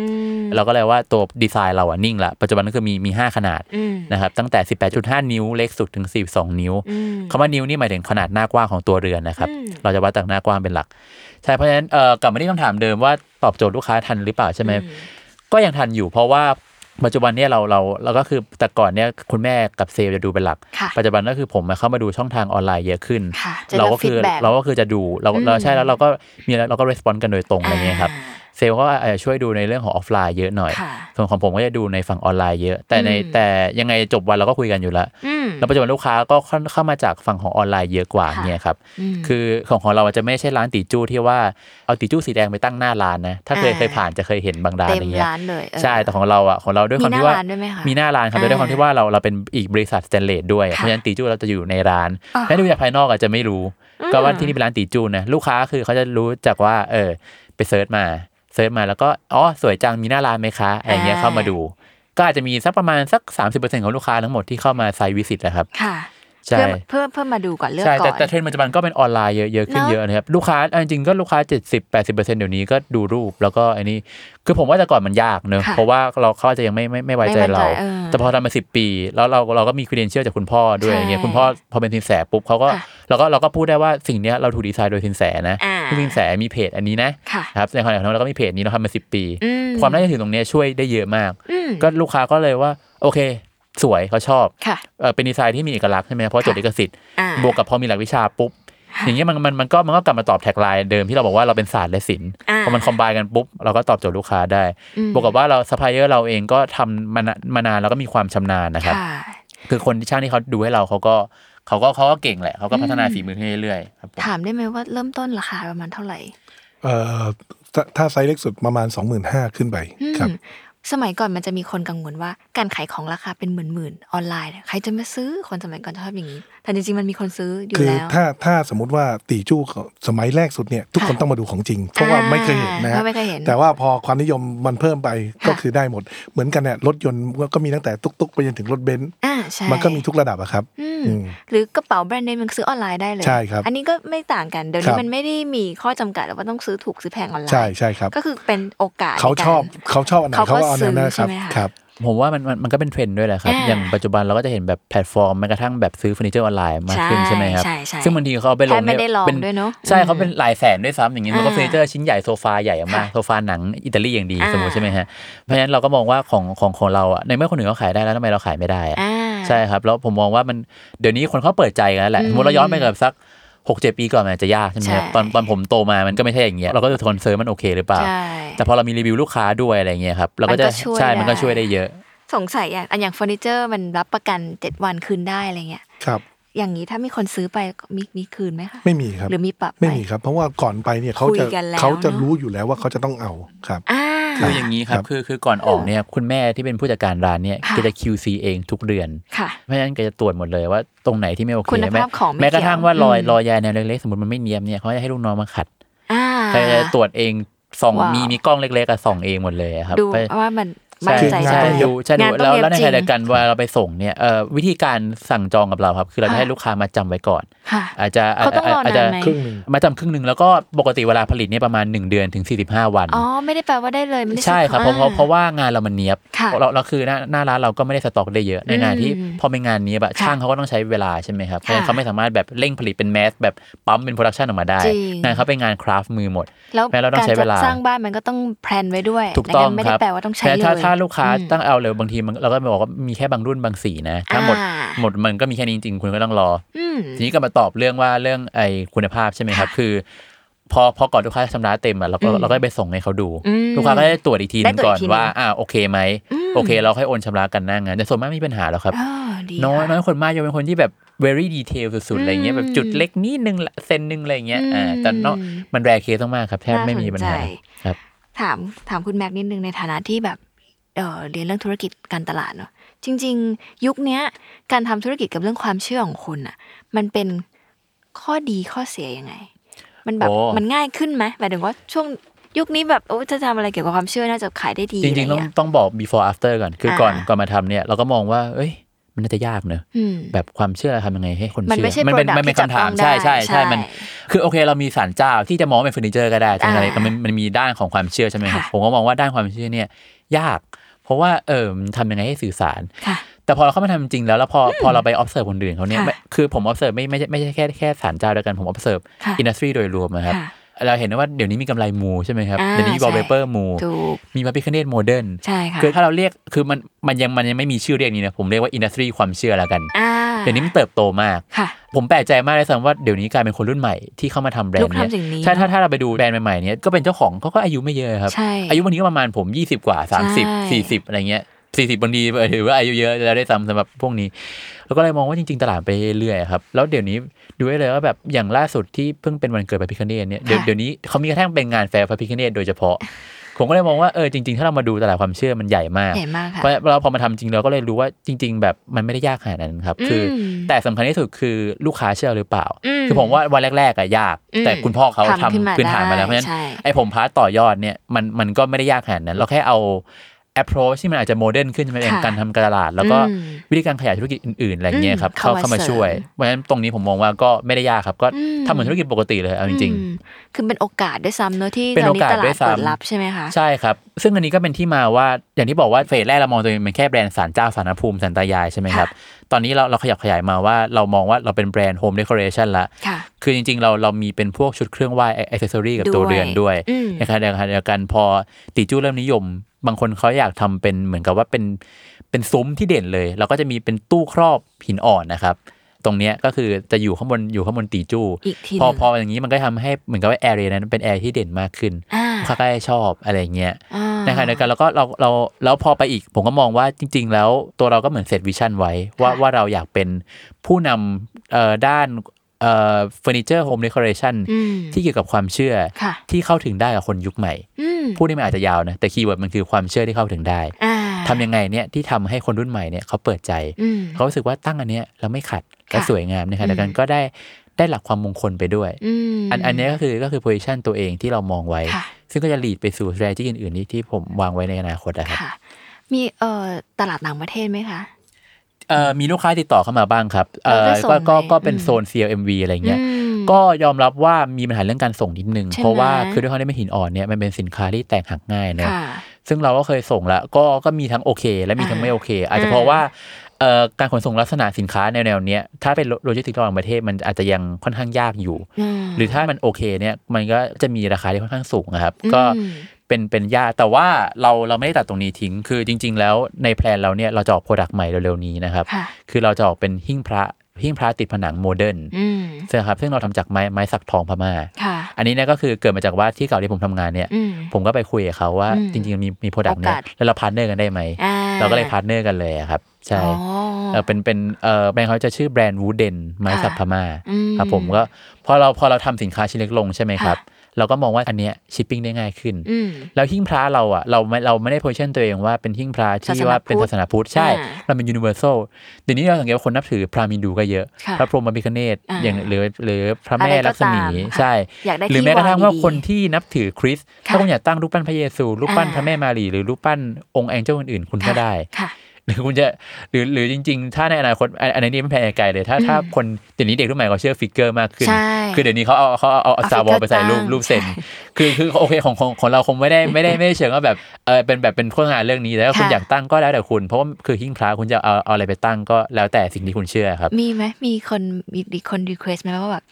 เราก็เลยว่าตัวดีไซน์เราอะนิ่งละปัจจุบันก็คือมีมีห้าขนาด อืม นะครับตั้งแต่ 18.5 นิ้ว เล็กสุดถึง 42 นิ้ว อืม คำว่านิ้วนี่หมายถึงขนาดหน้ากว้างของตัวเรือนนะครับ อืม เราจะวัดจากหน้ากว้างเป็นหลัก ใช่เพราะฉะนั้นเอ่อกลับมาที่คำถามเดิมว่าตอบโจทย์ลูกค้าทันหรือเปล่าใช่ไหมก็ยังทันอยู่เพราะว่าปัจจุบันเนี่ยเราเราเราก็คือแต่ก่อนเนี่ยคุณแม่กับเซลล์จะดูเป็นหลัก ค่ะ ปัจจุบันก็คือผมมาเข้ามาดูช่องทางออนไลน์เยอะขึ้น ค่ะจะ เรา รับ ก็คือ feedback เราก็คือจะดูเราเราใช่แล้วเราก็มีเราก็รีสปอนส์กันโดยตรงอะไรเงี้ยครับ อ่า เซลล์ก็อาจจะช่วยดูในเรื่องของออฟไลน์เยอะหน่อย ค่ะ ส่วนของผมก็จะดูในฝั่งออนไลน์เยอะ แต่ใน อืม แต่ยังไงจบวันเราก็คุยกันอยู่แล้ว อืม แล้วปัจจุบันลูกค้าก็ค่อนเข้ามาจากฝั่งของออนไลน์เยอะกว่า ค่ะ เนี่ยครับ อืม คือของของเราจะไม่ใช่ร้านตีจู้ที่ว่าเอาตีจู้สีแดงไปตั้งหน้าร้านนะ ถ้าเคย อ่า เคยผ่านจะเคยเห็นบางร้าน เต็ อะ ม ไรเงี้ย ร้านเลยเออ ใช่แต่ของเราอ่ะของเราด้วยความที่ว่า หน้าร้านด้วยไหมคะ หน้าร้านครับ อ่า แต่ด้วยความที่ว่าเราเราเป็นอีกบริษัทสเตนเลสด้วย ค่ะ เพราะฉะนั้นตีจู้เราจะอยู่ในร้าน อ่า ถ้าดูจากภายนอกอาจจะไม่รู้ ก็ว่าที่นี่เป็นร้านตีจู้นะลูกค้าคือเขาจะรู้จากว่าเออไปเซิร์ชมาเซิร์ชมาแล้วก็อ๋อสวยจังมีหน้าร้านไหมคะอะไรเงี้ย อ่า เข้ามาดู ก็อาจจะมีสักประมาณสัก 30%ของลูกค้าทั้งหมดที่เข้ามาไซต์วิสิตนะครับ ค่ะ ใช่ เพื่อเพื่อเพื่อมาดูก่อนเลือก ใช่ ก่อ แต่ น แต่เทรนด์ปัจจุบันก็เป็นออนไลน์เยอะเยอะขึ้น เนอะ เยอะนะครับลูกค้าเอาจริงๆก็ลูกค้า 70 80เดี๋ยวนี้ก็ดูรูปแล้วก็อันนี้คือผมว่าแต่ก่อนมันยากเนอะ ค่ะ เพราะว่าเราเขาอาจจะยังไม่ไม่ไม่ไว้ใจ ไม่ไว้ใจ เรา เออ แต่พอทำมาสิปี แล้วเราเราก็มีคุณเดนเชียลจากคุณพ่อด้วย ใช่ อย่างเงี้ยคุณพ่อพอเป็นสินแสปุ๊บเขาก็ ค่ะ เราก็เราก็พูดได้ว่าสิ่งเนี้ยเราถูกดีไซน์โดยสินแสนะ อ่า คือสินแสมีเพจอันนี้นะ ค่ะ ครับในขณะเดียวกันเราก็มีเพจนี้เราทำมาสิปี อืม ความน่าจะถือตรงเนี้ยช่วยได้เยอะมาก อืม ก็ลูกค้าก็เลยว่าโอเค สวยเขาชอบ ค่ะ เอ่อเป็นดีไซน์ที่มีเอกลักษณ์ใช่ไหมเพราะจดลิขสิทธิ์ อ่า บวกกับพอมีหลักวิชาปุ๊บ อย่างเงี้ยมันมันมันก็มันก็กลับมาตอบแท็กไลน์เดิมที่เราบอกว่าเราเป็นศาสตร์และศิลป์ อ่า พอมันคอมไบกันปุ๊บ เราก็ตอบโจทย์ลูกค้าได้ บวกกับว่าเราซัพพลายเออร์เราเองก็ทำมานามานานแล้วก็มีความชำนาญนะครับ ค่ะ คือคนที่ช่างที่เขาดูให้เราเขาก็เขาก็เขาก็เก่งแหละเขาก็พัฒนาฝีมือขึ้นเรื่อยๆครับผม ถามได้ไหมว่าเริ่มต้นราคาประมาณเท่าไหร่ เอ่อถ้าถ้าไซส์เล็กสุดประมาณ 25,000 ขึ้นไปครับ อืมสมัยก่อนมันจะมีคนกังวลว่าการขายของราคาเป็นหมื่นๆออนไลน์เนี่ยใครจะมาซื้อคนสมัยก่อนชอบอย่างนี้ แต่จริงๆมันมีคนซื้ออยู่ คือ แล้ว ถ้าถ้าสมมติว่าตีจู้ของสมัยแรกสุดเนี่ยทุกคนต้องมาดูของจริง เพราะว่าไม่เคยเห็นนะ เพ ฮะ ราะไม่เคยเห็น แต่ว่าพอความนิยมมันเพิ่มไป ค่ะ ก็คือได้หมด เหมือนกันเนี่ยรถยนต์ก็มีตั้งแต่ตุ๊กๆ ไปจนถึงรถเบนซ์ อ่าใช่ มันก็มีทุกระดับอะครับ อืม อืม หรือกระเป๋าแบรนด์เนมมันซื้อออนไลน์ได้เลย ใช่ครับ อันนี้ก็ไม่ต่างกันเดี๋ยว ครั นี้ บ มันไม่ได้มีข้อจำกัดว่าต้องซื้อถูกซื้อแพงออนไลน์ ใช่ใช่ครับ ก็คือเป็นโอกาสในการ เขาชอบเขาชอบอันไหนเขาก็เอาอันนั้นนะครับ เขาก็ซื้อใช่ไหมคะ ครับ ผมว่ามันมันมันก็เป็นเทรนด์ด้วยแหละครับ อ่า อย่างปัจจุบันเราก็จะเห็นแบบแพลตฟอร์มแม้กระทั่งแบบซื้อเฟอร์นิเจอร์ออนไลน์มากขึ้นใช่ไหมครับ ใช่ใช่ ซึ่งบางทีเขาเอาไปลง แทบไม่ เนี่ย ได้ลอง เป็น ด้วยเนอะ ใช่ อืม เขาเป็นหลายแสนด้วยซ้ำอย่างนี้มันก็ อ่า เฟอร์นิเจอร์ชิ้นใหญ่โซฟาใหญ่มาก ค่ะ โซฟาหนังอิตาลีอย่างดี อ่า สมมติใช่ไหมฮะเพราะฉะนั้นเราก็มองว่าของของของเราอะในเมื่อคนอื่นเขาขายได้แล้วทำไมเราขายไม่ได้อะ อ่า ใช่ครับ แล้วผมมองว่ามันเดี๋ยวนี้คนเขาเปิดใจกันแล้วแหละ อืม สมมติเราย้อนไปกับสักหกเจ็ดปีก่อนมันอาจจะยากใช่ไหมครับ ใช่ ตอนตอนผมโตมามันก็ไม่ใช่อย่างเงี้ยเราก็จะคอนเซิร์นมันโอเคหรือเปล่า ใช่ แต่พอเรามีรีวิวลูกค้าด้วยอะไรเงี้ยครับเราก็มันจะก็ช่วย ใช่ ได้ มันก็ช่วยได้เยอะ สงสัยอย่างอันอย่างเฟอร์นิเจอร์มันรับประกันเจ็ดวันคืนได้อะไรเงี้ย ครับ อย่างนี้ถ้ามีคนซื้อไปมีมีคืนไหมคะ ไม่มีครับ หรือมีปรับ ไม่ ไป มีครับ เพราะว่าก่อนไปเนี่ยเขาจะ คุยกันแล้ว เขาจะรู้อยู่แล้วว่าเขาจะต้องเอาครับ อ่า คืออย่างนี้ครั ครับ บ คือคือก่อนออกเนี่ยคุณแม่ที่เป็นผู้จัดการร้านเนี่ย ค่ะ แกจะ QC เองทุกเดือน ค่ะ เพราะฉะนั้นแกจะตรวจหมดเลยว่าตรงไหนที่ไม่โอเค คุณภาพของไม่ แม้กระทั่ง เกี่ยว ว่ารอย อืม รอยยาแนวเล็กๆสมมติมันไม่เนียมเนี่ยเขาจะให้ลูกน้องมาขัด อ่า แกจะตรวจเองส่อง ว้าว มีมีกล้องเล็กๆอะส่องเองหมดเลยอะครับ ดู ไป ว่ามันมั่ ใช่ นใจ ใช่ ได้ ดูใช่ดู งานต้ แล้ อง ว เรียบ แล้วจในริง ขณะเดียวกันเวลาเราไปส่งเนี่ยเอ่อวิธีการสั่งจองกับเราครับ คือเราจะ ค่ะ ให้ลูกค้ามาจำไว้ก่อน ค่ะ อาจจะ เขาต้องรอนานไหม จจะ ครึ่งหนึ่ง มาจำครึ่งหนึ่งแล้วก็ปกติเวลาผลิตเนี่ยประมาณ 1 เดือนถึง 45 วัน อ๋อ ไม่ได้แปลว่าได้เลยไม่ได้ ใช่ครับเพราะเพราะ อ่ เพราะว่างานเรามันเนี้ยบ ค่ะ เราเราคือหน้าหน้าร้านเราก็ไม่ได้สต็อกได้เยอะ ในงานที่ อืม พอเป็นงานเนี้ยบอะ ค่ะ ช่างเขาก็ต้องใช้เวลาใช่ไหมครับเพราะฉะนั้ค่ะนเขาไม่สามารถแบบเร่งผลิตเป็นแมสแบบปั๊มเป็นโปรดักชันออกมาได้ จริง งานเขาเป็นงานคราฟมือหมด แล้ว แม้เราต้อง การ ใช้เว จะ ลา สร้างบ้านมันก็ต้องแพลนไว้ด้วย ถูกต้อง นะไม่ ค ได้ รับ แปลว่าต้องใช้ แต่ เลย ถ้าถ้าลูกค้า อืม ตั้งเอาเลยบางทีมันเราก็บอกว่ามีแค่บางรุ่นบางสีนะ ถ้าหมด อ่า หมดมันก็มีแค่นี้จริงๆคุณก็ต้องรออ อืม ทีนี้ก็มาตอบเรื่องว่าเรื่องไอคุณภาพใช่ไหมครับ คือ พอพอก่อนลูกค้าชำระเต็มอ่ะเราก็ อืม เราก็ไปส่งให้เขาดู อืม ลูกค้าก็ได้ตรวจอีกทีหนึง ได้ตร ก่ ว อ จ น อีกทีหนึ่ง ว่าอ่าโอเคไหมโอเค เราค่อยโอนชำระกันหน้างานแต่ส่วนมากไม่มีปัญหาแล้วครับ อ๋อดี น้อย ค่ะ น้อยคนมากยังเป็นคนที่แบบ very detail สุดๆอะไรเงี้ย อืม แบบจุดเล็กนิดนึงละเซนนึงอะไรเงี้ย อืม อ่าแต่เนาะมันแรเคสมากๆครับแทบไม่มีปัญหา น่าสนใจ ครับ ถามถามคุณแม็กนิดนึงในฐานะที่แบบเอ่อเรียนเรื่องธุรกิจการตลาดเนอะจริง ๆ ยุคเนี้ยการทำธุรกิจกับเรื่องความเชื่อของคุณอะมันเป็นข้อดีข้อเสียยังไง มันแบบ โอ้ มันง่ายขึ้นไหมหมายถึงว่าช่วงยุคนี้แบบโอ้จะทำอะไรเกี่ยวกับความเชื่อน่าจะขายได้ดี จริงๆ อะ ต้อ ไเย งต้องบอก before after ก่อนคืออา ก่อนก่อนมาทำเนี่ยเราก็มองว่า เอ้ย มันน่าจะยากเนอะ อืม แบบความเชื่อทำยังไงให้คน มัน เชื่อ ไม่ใช่ เป็น product มัเป็น ที่จับ คำถาม ต้องได้ ใช่ใช่ ใช่ ใช่มัน คือโอเคเรามีศาลเจ้าที่จะมองว่าเป็นเฟอร์นิเจอร์ก็ได้ทั้งอะไร อ่า แต่มันมันมีด้านของความเชื่อใช่ไหมครับ ค่ะ ผมก็มองว่าด้านความเชื่อเนี่ย ยาก เพราะว่าเออมันทำยังไงให้สื่อสาร ค่ะ แต่พอเราเข้ามาทำจริงแล้วแล้วพอพอเราไป observe คนอื่นเขาเนี่ย ค่ะ ไม่คือผม observe ไม่ไม่ใช่ไม่ใช่แค่แค่สารเจ้าด้วยกันผม observe ค่ะ อินดัสทรีโดยรวมนะครับ ค่ะ เราเห็นได้ว่าเดี๋ยวนี้มีกำไรมูใช่ไหมครับ อ่า เดี๋ยวนี้ ใช่ วอลเปเปอร์มู ถูก มีมาพิคเนตโมเดิร์น ใช่ค่ะ คือถ้าเราเรียกคือมันมันยังมันยังไม่มีชื่อเรียกนี้นะผมเรียกว่าอินดัสทรีความเชื่อแล้วกัน อ่า เดี๋ยวนี้มันเติบโตมาก ค่ะ ผมแปลกใจมากเลยซ้ำว่าเดี๋ยวนี้กลายเป็นคนรุ่นใหม่ที่เข้ามาทำแบรนด์ ลุกทำสิ่งนี้ เนี่ยใช่ถ้าถ้าเราไปดูแบรนด์ใหม่ๆเนี่ยก็เป็นเจ้าของเขาก็อายุไม่เยอะครับ ใช่ อายุวันนี้ก็ประมาณผม 20 กว่า 30 ใช่ 40 อะไรเงี้ย40บางทีถือว่าอายุเยอะแล้วได้ซ้ำสำหรับพวกนี้ แล้วก็เลยมองว่าจริงๆ ตลาดไปเรื่อยๆครับ แล้วเดี๋ยวนี้ดูได้เลยว่าแบบอย่างล่าสุดที่เพิ่งเป็นวันเกิดพระพิคเนตเนี่ยเดี๋ยว ค่ะ เดี๋ยวนี้เขามีกระทั่งเป็นงานแฟร์พระพิคเนตโดยเฉพาะ ผมก็เลยมองว่าเออจริงๆ ถ้าเรามาดูตลาดความเชื่อมันใหญ่มาก ใหญ่มากค่ะ เพราะเราพอมาทำจริงเราก็เลยรู้ว่าจริง ๆ แบบมันไม่ได้ยากขนาดนั้นครับ คืออ ม แต่สำคัญที่สุดคือลูกค้าเชื่อหรือเปล่า อืม คือผมว่าวันแรกๆอะยาก อืม แต่คุณพ่อเขาทำ ทำขึ้นมา พื้นฐานมาแล้วเพ ได้ ราะฉะนั้น ใช่ ไอ้ผมพาร์ตต่อยอดเนี่ยมันมันก็ไม่ได้ยากขนาดนั้น เราแค่เอา approach ที่มันอาจจะโมเดิร์นขึ้นใช่ไหมเองการทำการตลาด แล้วก็ อืม วิธีการขยายธุรกิจอื่นๆอะไรเงี้ยครับ อืม เข้า เข้า เข้า มา มาช่วย เสริม เพราะฉะนั้นตรงนี้ผมมองว่าก็ไม่ได้ยากครับ ก็ อืม ทำเหมือนธุรกิจปกติเลยเอาจริง อืมคือเป็นโอกาสด้วยซ้ำเนอะที่ เป็น ตอน โอ นี้ กาส ตลาดด้วย เปิด ซ้ำ รับใช่ไหมคะ ๆ ใช่ครับ ซึ่งอันนี้ก็เป็นที่มาว่าอย่างที่บอกว่าเฟสแรกเรามองตัวเองเป็นแค่แบรนด์สารเจ้าสารพระภูมิสันตายายใช่ไหมครับ ตอนนี้เราเราขยับขยายมาว่าเรามองว่าเราเป็นแบรนด์โฮมเดคอเรชันละ ค่ะ คือจริงๆ เราเรามีเป็นพวกชุดเครื่องไหว้อ c เซ s ซอรี่กับ ด้วย ตัวเรือนด้วย อืม นะครับเดียวกันเดียวกันพอติจู้เริ่มนิยม บางคนเขาอยากทำเป็นเหมือนกับว่าเป็นเป็นซุ้มที่เด่นเลย เราก็จะมีเป็นตู้ครอบหินอ่อนนะครับ ตรงเนี้ยก็คือจะอยู่ข้างบนอยู่ข้างบนตีจู้ อีกทีหนึ่ง พอพออย่างนี้มันก็ทำให้เหมือนกับว่าแอเรียนั้นเป็นแอร์ที่เด่นมากขึ้น อ่า ลูกค้าก็จะชอบอะไรอย่างเงี้ย อ่า นะคะเดียวกันแล้วก็เราเราแล้วพอไปอีกผมก็มองว่าจริง ๆ แล้วตัวเราก็เหมือนเซตวิชั่นไว้ว่า ค่ะ ว่าเราอยากเป็นผู้นำเอ่อด้านเอ่อเฟอร์นิเจอร์โฮมเดคอเรชัน อืม ที่เกี่ยวกับความเชื่อ ค่ะ ที่เข้าถึงได้กับคนยุคใหม่ อืม พูดนี่มันอาจจะยาวนะแต่คีย์เวิร์ดมันคือความเชื่อที่เข้าถึงได้ อ่า ทำยังไงเนี่ยที่ทำให้คนรุ่นใหม่เนี่ยเขาเปิดใจ อืม เขารู้สึกว่าตั้งอันเนี้ยแล้วไม่ขัดและ ค่ะ สวยงามนะคะเดียวกัน อืม ก็ได้ได้หลักความมงคลไปด้วย อืม อันอันเนี้ยก็คือก็คือ position ตัวเองที่เรามองไว้ ค่ะ ซึ่งก็จะ lead ไปสู่ strategy อื่นๆที่ที่ผมวางไว้ในอนาคตนะครับ ค่ะ มีเอ่อตลาดต่างประเทศไหมคะ เอ่อมีลูกค้าติดต่อเข้ามาบ้างครับเอ่ เรา อ ได้ส่ง ก็ก็ ไหม ก็เป็น อืม โซน CLMV อะไรเงี้ย อืม ก็ยอมรับว่ามีปัญหาเรื่องการส่งนิดนึง ใช่ไหม เพราะว่าคือด้วยความที่เป็นหินอ่อนเนี่ยมันเป็นสินค้าที่แตกหักง่ายเนอะ ค่ะ ซึ่งเราก็เคยส่งละก็ก็มีทั้งโอเค และมีทั้งไม่โอเค อาจจะเพราะว่าเอ่อการขนส่งลักษณะสินค้าแนวๆเนี้ยถ้าเป็นโลจิสติกส์ระหว่างประเทศมันอาจจะยังค่อนข้างยากอยู่ อืม หรือถ้ามันโอเคเนี่ยมันก็จะมีราคาที่ค่อนข้างสูงนะครับ ก็ อืม เป็นเป็นยากแต่ว่าเราเราไม่ได้ตัดตรงนี้ทิ้ง คือจริง ๆ แล้วในแพลนเราเนี่ยเราจะออกโปรดักต์ใหม่เร็วๆนี้นะครับ ค่ะ คือเราจะออกเป็นหิ้งพระหิ้งพระติดผนังโมเดิร์น อืม ซึ่งครับซึ่งเราทำจากไม้ไม้สักทองพม่า ค่ะ อันนี้เนี่ยก็คือเกิดมาจากว่าที่เก่าที่ผมทำงานเนี่ย อืม ผมก็ไปคุยกับเขาว่า อืม จริงๆมีมีโปรดักต์เนี่ย โอกาส แล้วเราพาร์ทเนอร์กันได้ไหม อ่า เราก็เลยพาร์ทเนอร์กันเลยอะครับใช่ อ๋อ เออเป็นเป็นเออแบรนด์เขาจะชื่อแบรนด์วูเดนไม้ ค่ะ สับพม่า อืม ครับผมก็พอเราพอเราทำสินค้าชิ้นเล็กลงใช่ไหมครับ ค่ะ เราก็มองว่าอันเนี้ยชิปปิ้งได้ง่ายขึ้น อืม แล้วหิ้งพระเราอ่ะเราไม่เราไม่ได้โพสชั่นตัวเองว่าเป็นหิ้งพระที่ว่าเป็นศาสนาพุทธใช่ อ่า เราเป็นยูนิเวอร์แซลเดี๋ยวนี้เราสังเกตว่าคนนับถือพราหมณ์ฮินดูก็เยอะ ค่ะ พระพรหมพระพิฆเนศ อ่า อย่างหรือหรือพระแม่ อะไรก็ ลักษมี ตามค่ะ ใช่ อยากได้ หรือ ที่ แม้กระทั่ง วาง ว่า ดีๆ คนที่นับถือคริสต์ถ้า ค่ะ คุณอยากตั้งรูปปั้นพระเยซูรูปปั้น อ่า พระแม่มารีหรือรูปปั้นองค์แองเจิลอื่นๆคุณก็ได้ ค่ะ หรือ (laughs) คุณจะหรือหรือจริง ๆ ถ้าในอนาคตอันอันนี้ไม่แพงไกลเลยถ้าถ้าคนเดี๋ยวนี้เด็กรุ่นใหม่เขาเชื่อฟิกเกอร์มากขึ้น ใช่ คือเดี๋ยวนี้เขาเอาเขาเอา เอา ซาวอ figure ไปใส่รูป ตั้ง รูปเซน ใช่ คือคือโอเคของของของเราคงไม่ได้ไม่ได้ไม่ได้เชิงว่าแบบเออเป็นแบบเป็นโฆษณาเรื่องนี้แต่ถ้าคุณ ค่ะ อยากตั้งก็แล้วแต่คุณ เพราะว่าคือหิ้งพระคุณจะเอาเอาอะไรไปตั้งก็แล้วแต่สิ่งที่คุณเชื่อครับ มีไหมมีคนมีคนรีเควสไหมว่าแบบ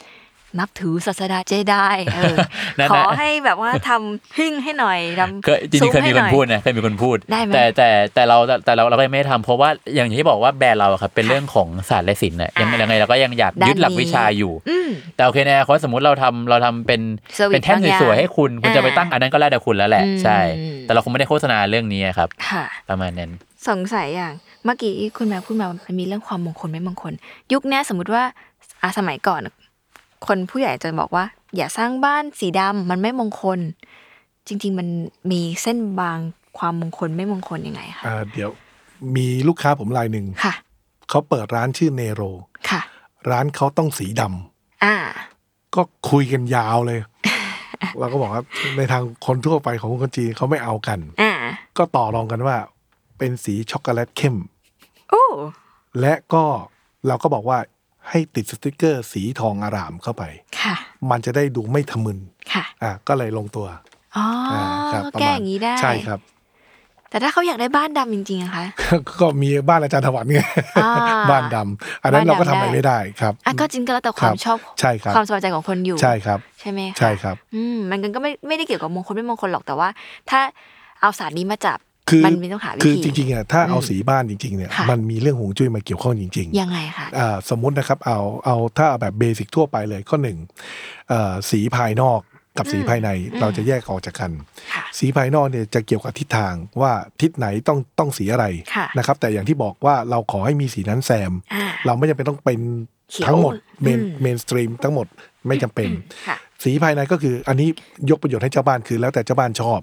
นับถือศาสดาเจไดเออ นั่น ข น่ะ อให้แบบว่าทำหิ้งให้หน่อยทำ เคยจริงๆเคยมี ซุ้ คน ให้หอ พูดนะเคยมีคนพูด ได้ไหม แต่แต่แต่เราแต่เราเราก็ยังไม่ได้ทำเพราะว่าอย่างที่บอกว่าแบรนด์เราอะครับเป็นเรื่องของศาสตร์และศิลป์น่ะยัง อ่ายั ยังไงเราก็ยังอยากยึดหลัก ด้านนี้ วิชาอยู่ อืม แต่โอเคในอนาคตสมมติเราทำเราทำเป็น Service เป็นแท่น บางอย่าง สวยๆให้คุณ คุณจะไปตั้งอันนั้นก็แล้วแต่คุณแล้วแหละ อืม ใช่ แต่เราคงไม่ได้โฆษณาเรื่องนี้ครับ ค่ะ ประมาณนั้น สงสัยอย่างเมื่อกี้คุณแม่พูดมามันมีเรื่องความมงคลไม่มงคล ยุคเนี้ยสมมติว่าอาสมัยก่อน คนผู้ใหญ่จะบอกว่า อย่าสร้างบ้านสีดำมันไม่มงคล จริง ๆ มันมีเส้นบางความมงคลไม่มงคลยังไงคะ อ่าเดี๋ยวมีลูกค้าผมรายหนึ่ง ค่ะ เขาเปิดร้านชื่อเนโร ค่ะ ร้านเขาต้องสีดำ อ่า ก็คุยกันยาวเลย (laughs) เราก็บอกว่าในทางคนทั่วไปของคนจีนเขาไม่เอากัน อ่า ก็ต่อรองกันว่า เป็นสีช็อกโกแลตเข้ม โอ้ และก็เราก็บอกว่าให้ติดสติกเกอร์สีทองอารามเข้าไป ค่ะ มันจะได้ดูไม่ทะมึน ค่ะ อ่ะก็เลยลงตัว อ๋ออา ครับประ แก้ มาณ อย่างนี้ได้ ใช่ครับ (laughs) แต่ถ้าเขาอยากได้บ้านดำจริงๆอะคะ ก็มีบ้านอาจารย์ถวันไง อ่า บ้านดำอันนั้นเราก็ทำ บ้านดำ อะไรไม่ได้ครับ อ่ะก็จริงก็แล้วแต่ความ ครับ ชอบ ใช่ครับ ความสบายใจของคนอยู่ ใช่ครับ ใช่ไหมคะ ใช่ครับ อืมมันก็ไม่ไม่ได้เกี่ยวกับมงคลไม่มงคลหรอกแต่ว่า ถ้าเอาสารนี้มาจับ คือ มันมีต้องหาวิธี คือจริงๆอ่ะถ้าเอาสีบ้านจริงๆเนี่ย ค่ะ มันมีเรื่องหงจุ้ยมาเกี่ยวข้องจริงๆ ยังไงคะ อ่าสมมุตินะครับเอาเอาถ้าเอาแบบเบสิกทั่วไปเลยข้อหนึ่งเอ่อสีภายนอกกับสีภายในเราจะแยกออกจากกัน ค่ะ สีภายนอกเนี่ยจะเกี่ยวกับทิศทางว่าทิศไหนต้องต้องสีอะไร ค่ะ นะครับ แต่อย่างที่บอกว่าเราขอให้มีสีนั้นแซม อ่า เราไม่จำเป็นต้องเป็น เขียว ทั้งหมดเมน อืม เมนสตรีมทั้งหมดไม่จำเป็น ค่ะ สีภายในก็คืออันนี้ยกประโยชน์ให้เจ้าบ้านคือแล้วแต่เจ้าบ้านชอบ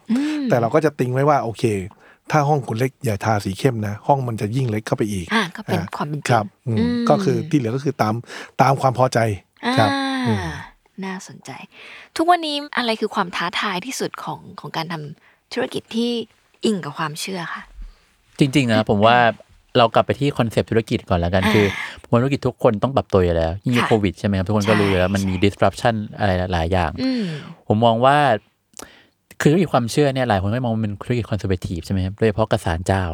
แต่เราก็จะติงไว้ว่าโอเค ถ้าห้องคุณเล็กอย่าทาสีเข้มนะ ห้องมันจะยิ่งเล็กเข้าไปอีก อ่าก็เป็นความเป็นจริง ครับอืม อืม ก็คือที่เหลือก็คือตามตามความพอใจ อ่า ครับอืม น่าสนใจ ทุกวันนี้อะไรคือความท้าทายที่สุดของของการทำธุรกิจที่อิงกับความเชื่อค่ะ จริงๆนะผมว่าเรากลับไปที่คอนเซปต์ธุรกิจก่อนแล้วกันคือผมว่าธุรกิจทุกคนต้องปรับตัวอยู่แล้ว ยิ่งยุค ค่ะ โควิดใช่ไหมครับ ทุกคนก็รู้อยู่แล้วมันมี ใช่ disruption อะไรหลายอย่าง อืม ผมมองว่า คือธุรกิจความเชื่อเนี่ยหลายคนก็มองว่ามันเป็นธุรกิจคอนเซอร์เวทีฟใช่ไหมครับโดยเฉพาะกระสานเจ้า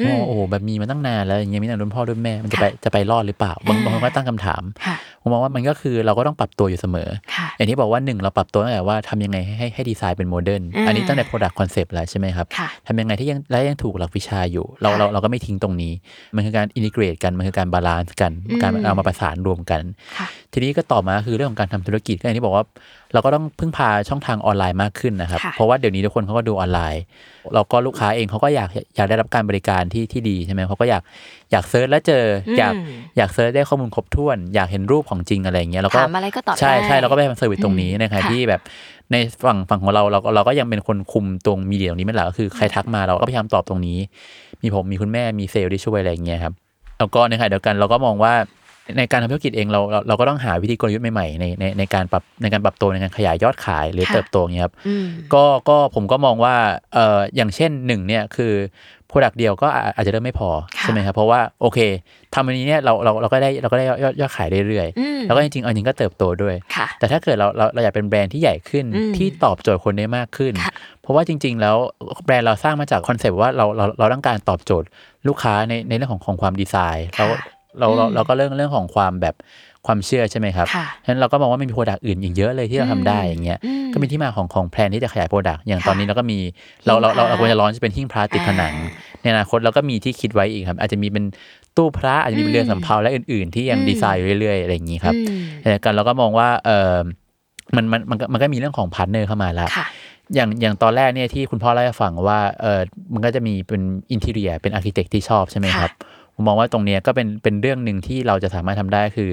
อืม ว่าโอ้โหแบบมีมาตั้งนานแล้วอย่างเงี้ยมีแต่รุ่นพ่อรุ่นแม่มันจะไปจะไปรอดหรือเปล่าบางบางคนก็ตั้งคำถาม ค่ะ ผมมองว่ามันก็คือเราก็ต้องปรับตัวอยู่เสมอ ค่ะ อย่างที่บอกว่าหนึ่งเราปรับตัวตั้งแต่ว่าทำยังไงให้ให้ให้ดีไซน์เป็นโมเดิร์น อ่า อันนี้ตั้งแต่ Product Concept แล้วใช่ไหมครับ ค่ะ ทำยังไงที่ยังและยังถูกหลักวิชาอยู่ เรา ค่ะ เราเราก็ไม่ทิ้งตรงนี้ มันคือการอินทิเกรตกัน มันคือการบาลานซ์กัน การเอามาประสานรวมกัน ค่ะ ทีนี้ก็ต่อมาคือเรื่องของการทำธุรกิจก็อย่างที่บอกว่า เราก็ต้องพึ่งพาช่องทางออนไลน์มากขึ้นนะครับ ค่ะ เพราะว่าเดี๋ยวนี้ทุกคนเขาก็ดูออนไลน์ เราก็ลูกค้าเองเขาก็อยากอยากได้รับการบริการที่ที่ดีใช่ไหมเขาก็อยากอยากเซิร์ชแล้วเจอออยากอยากเซิร์ชได้ข้อมูลครบถ้วน อยากเห็นรูปของจริงอะไรอย่างเงี้ยเราก็ ถามอะไรก็ตอบ ใช่ ได้ ใช่เราก็ไปทำเซอร์วิสตรงนี้นะครับ ค่ะ ที่แบบในฝั่งฝั่งของเราเราเราก็ยังเป็นคนคุมตรงมีเดียตรงนี้ไม่หลักก็คือใครทักมาเราก็พยายามตอบตรงนี้ มีผมมีคุณแม่มีเซลล์ที่ช่วยอะไรอย่างเงี้ยครับ แล้วก็ในขณะเดียวกันเราก็มองว่าในการทำธุรกิจเองเราเราเราก็ต้องหาวิธีกลยุทธ์ใหม่ๆในในในการปรับในการปรับตัวในการขยายยอดขายหรือ ค่ะ เติบโตอย่างเงี้ยครับ อืม ก็ก็ผมก็มองว่าเอออย่างเช่นหนึ่งเนี่ยคือ Product เดียวก็อาอาจจะเริ่มไม่พอ ค่ะ ใช่ไหมครับ เพราะว่าโอเคทำอันนี้เนี่ยเราเราเราก็ได้เราก็ได้ยอดยอดขายเรื่อย อืม ๆ แล้วก็จริงๆเอาจริงก็เติบโตด้วย ค่ะ แต่ถ้าเกิดเราเราเราอยากเป็นแบรนด์ที่ใหญ่ขึ้น อืม ที่ตอบโจทย์คนได้มากขึ้น ค่ะ เพราะว่าจริง ๆ แล้วแบรนด์เราสร้างมาจากคอนเซปต์ว่าเราเราเราต้องการตอบโจทย์ลูกค้าในในเรื่องของของความดีไซน์เรา ค่ะ เราเรา อืม เราก็เรื่องเรื่องของความแบบความเชื่อใช่ไหมครับ ค่ะ ฉะนั้นเราก็มองว่ามันมีโปรดักต์อื่นอีกเยอะเลยที่เราทำได้อย่างเงี้ย อืม ก็เป็นที่มาของของแพลนที่จะขยายโปรดักต์อย่าง ค่ะ ตอนนี้เราก็มีเราเราเรา หิ้งพระ เราควรจะร้อนจะเป็นหิ้งพระติดผนัง อ่า ในอนาคตเราก็มีที่คิดไว้อีกครับอาจจะมีเป็นตู้พระอาจจะมีเป็นเรือสำเภาและอื่น ๆ ที่ยัง อืม ดีไซน์อยู่เรื่อยๆอะไรอย่างนี้ครับ อืม แต่กันเราก็มองว่าเออมันมันมันก็มันก็มีเรื่องของพาร์ทเนอร์เข้ามาละ ค่ะ อย่างอย่างตอนแรกเนี่ยที่คุณพ่อเล่าให้ฟังว่าเออมันก็จะมีเป็นอินเท i รียเป็นอาร์เคเต็กที่ชอบใช่ไหมครับ ผมมองว่าตรงเนี้ยก็เป็นเป็นเรื่องหนึ่งที่เราจะสามารถทำได้คือ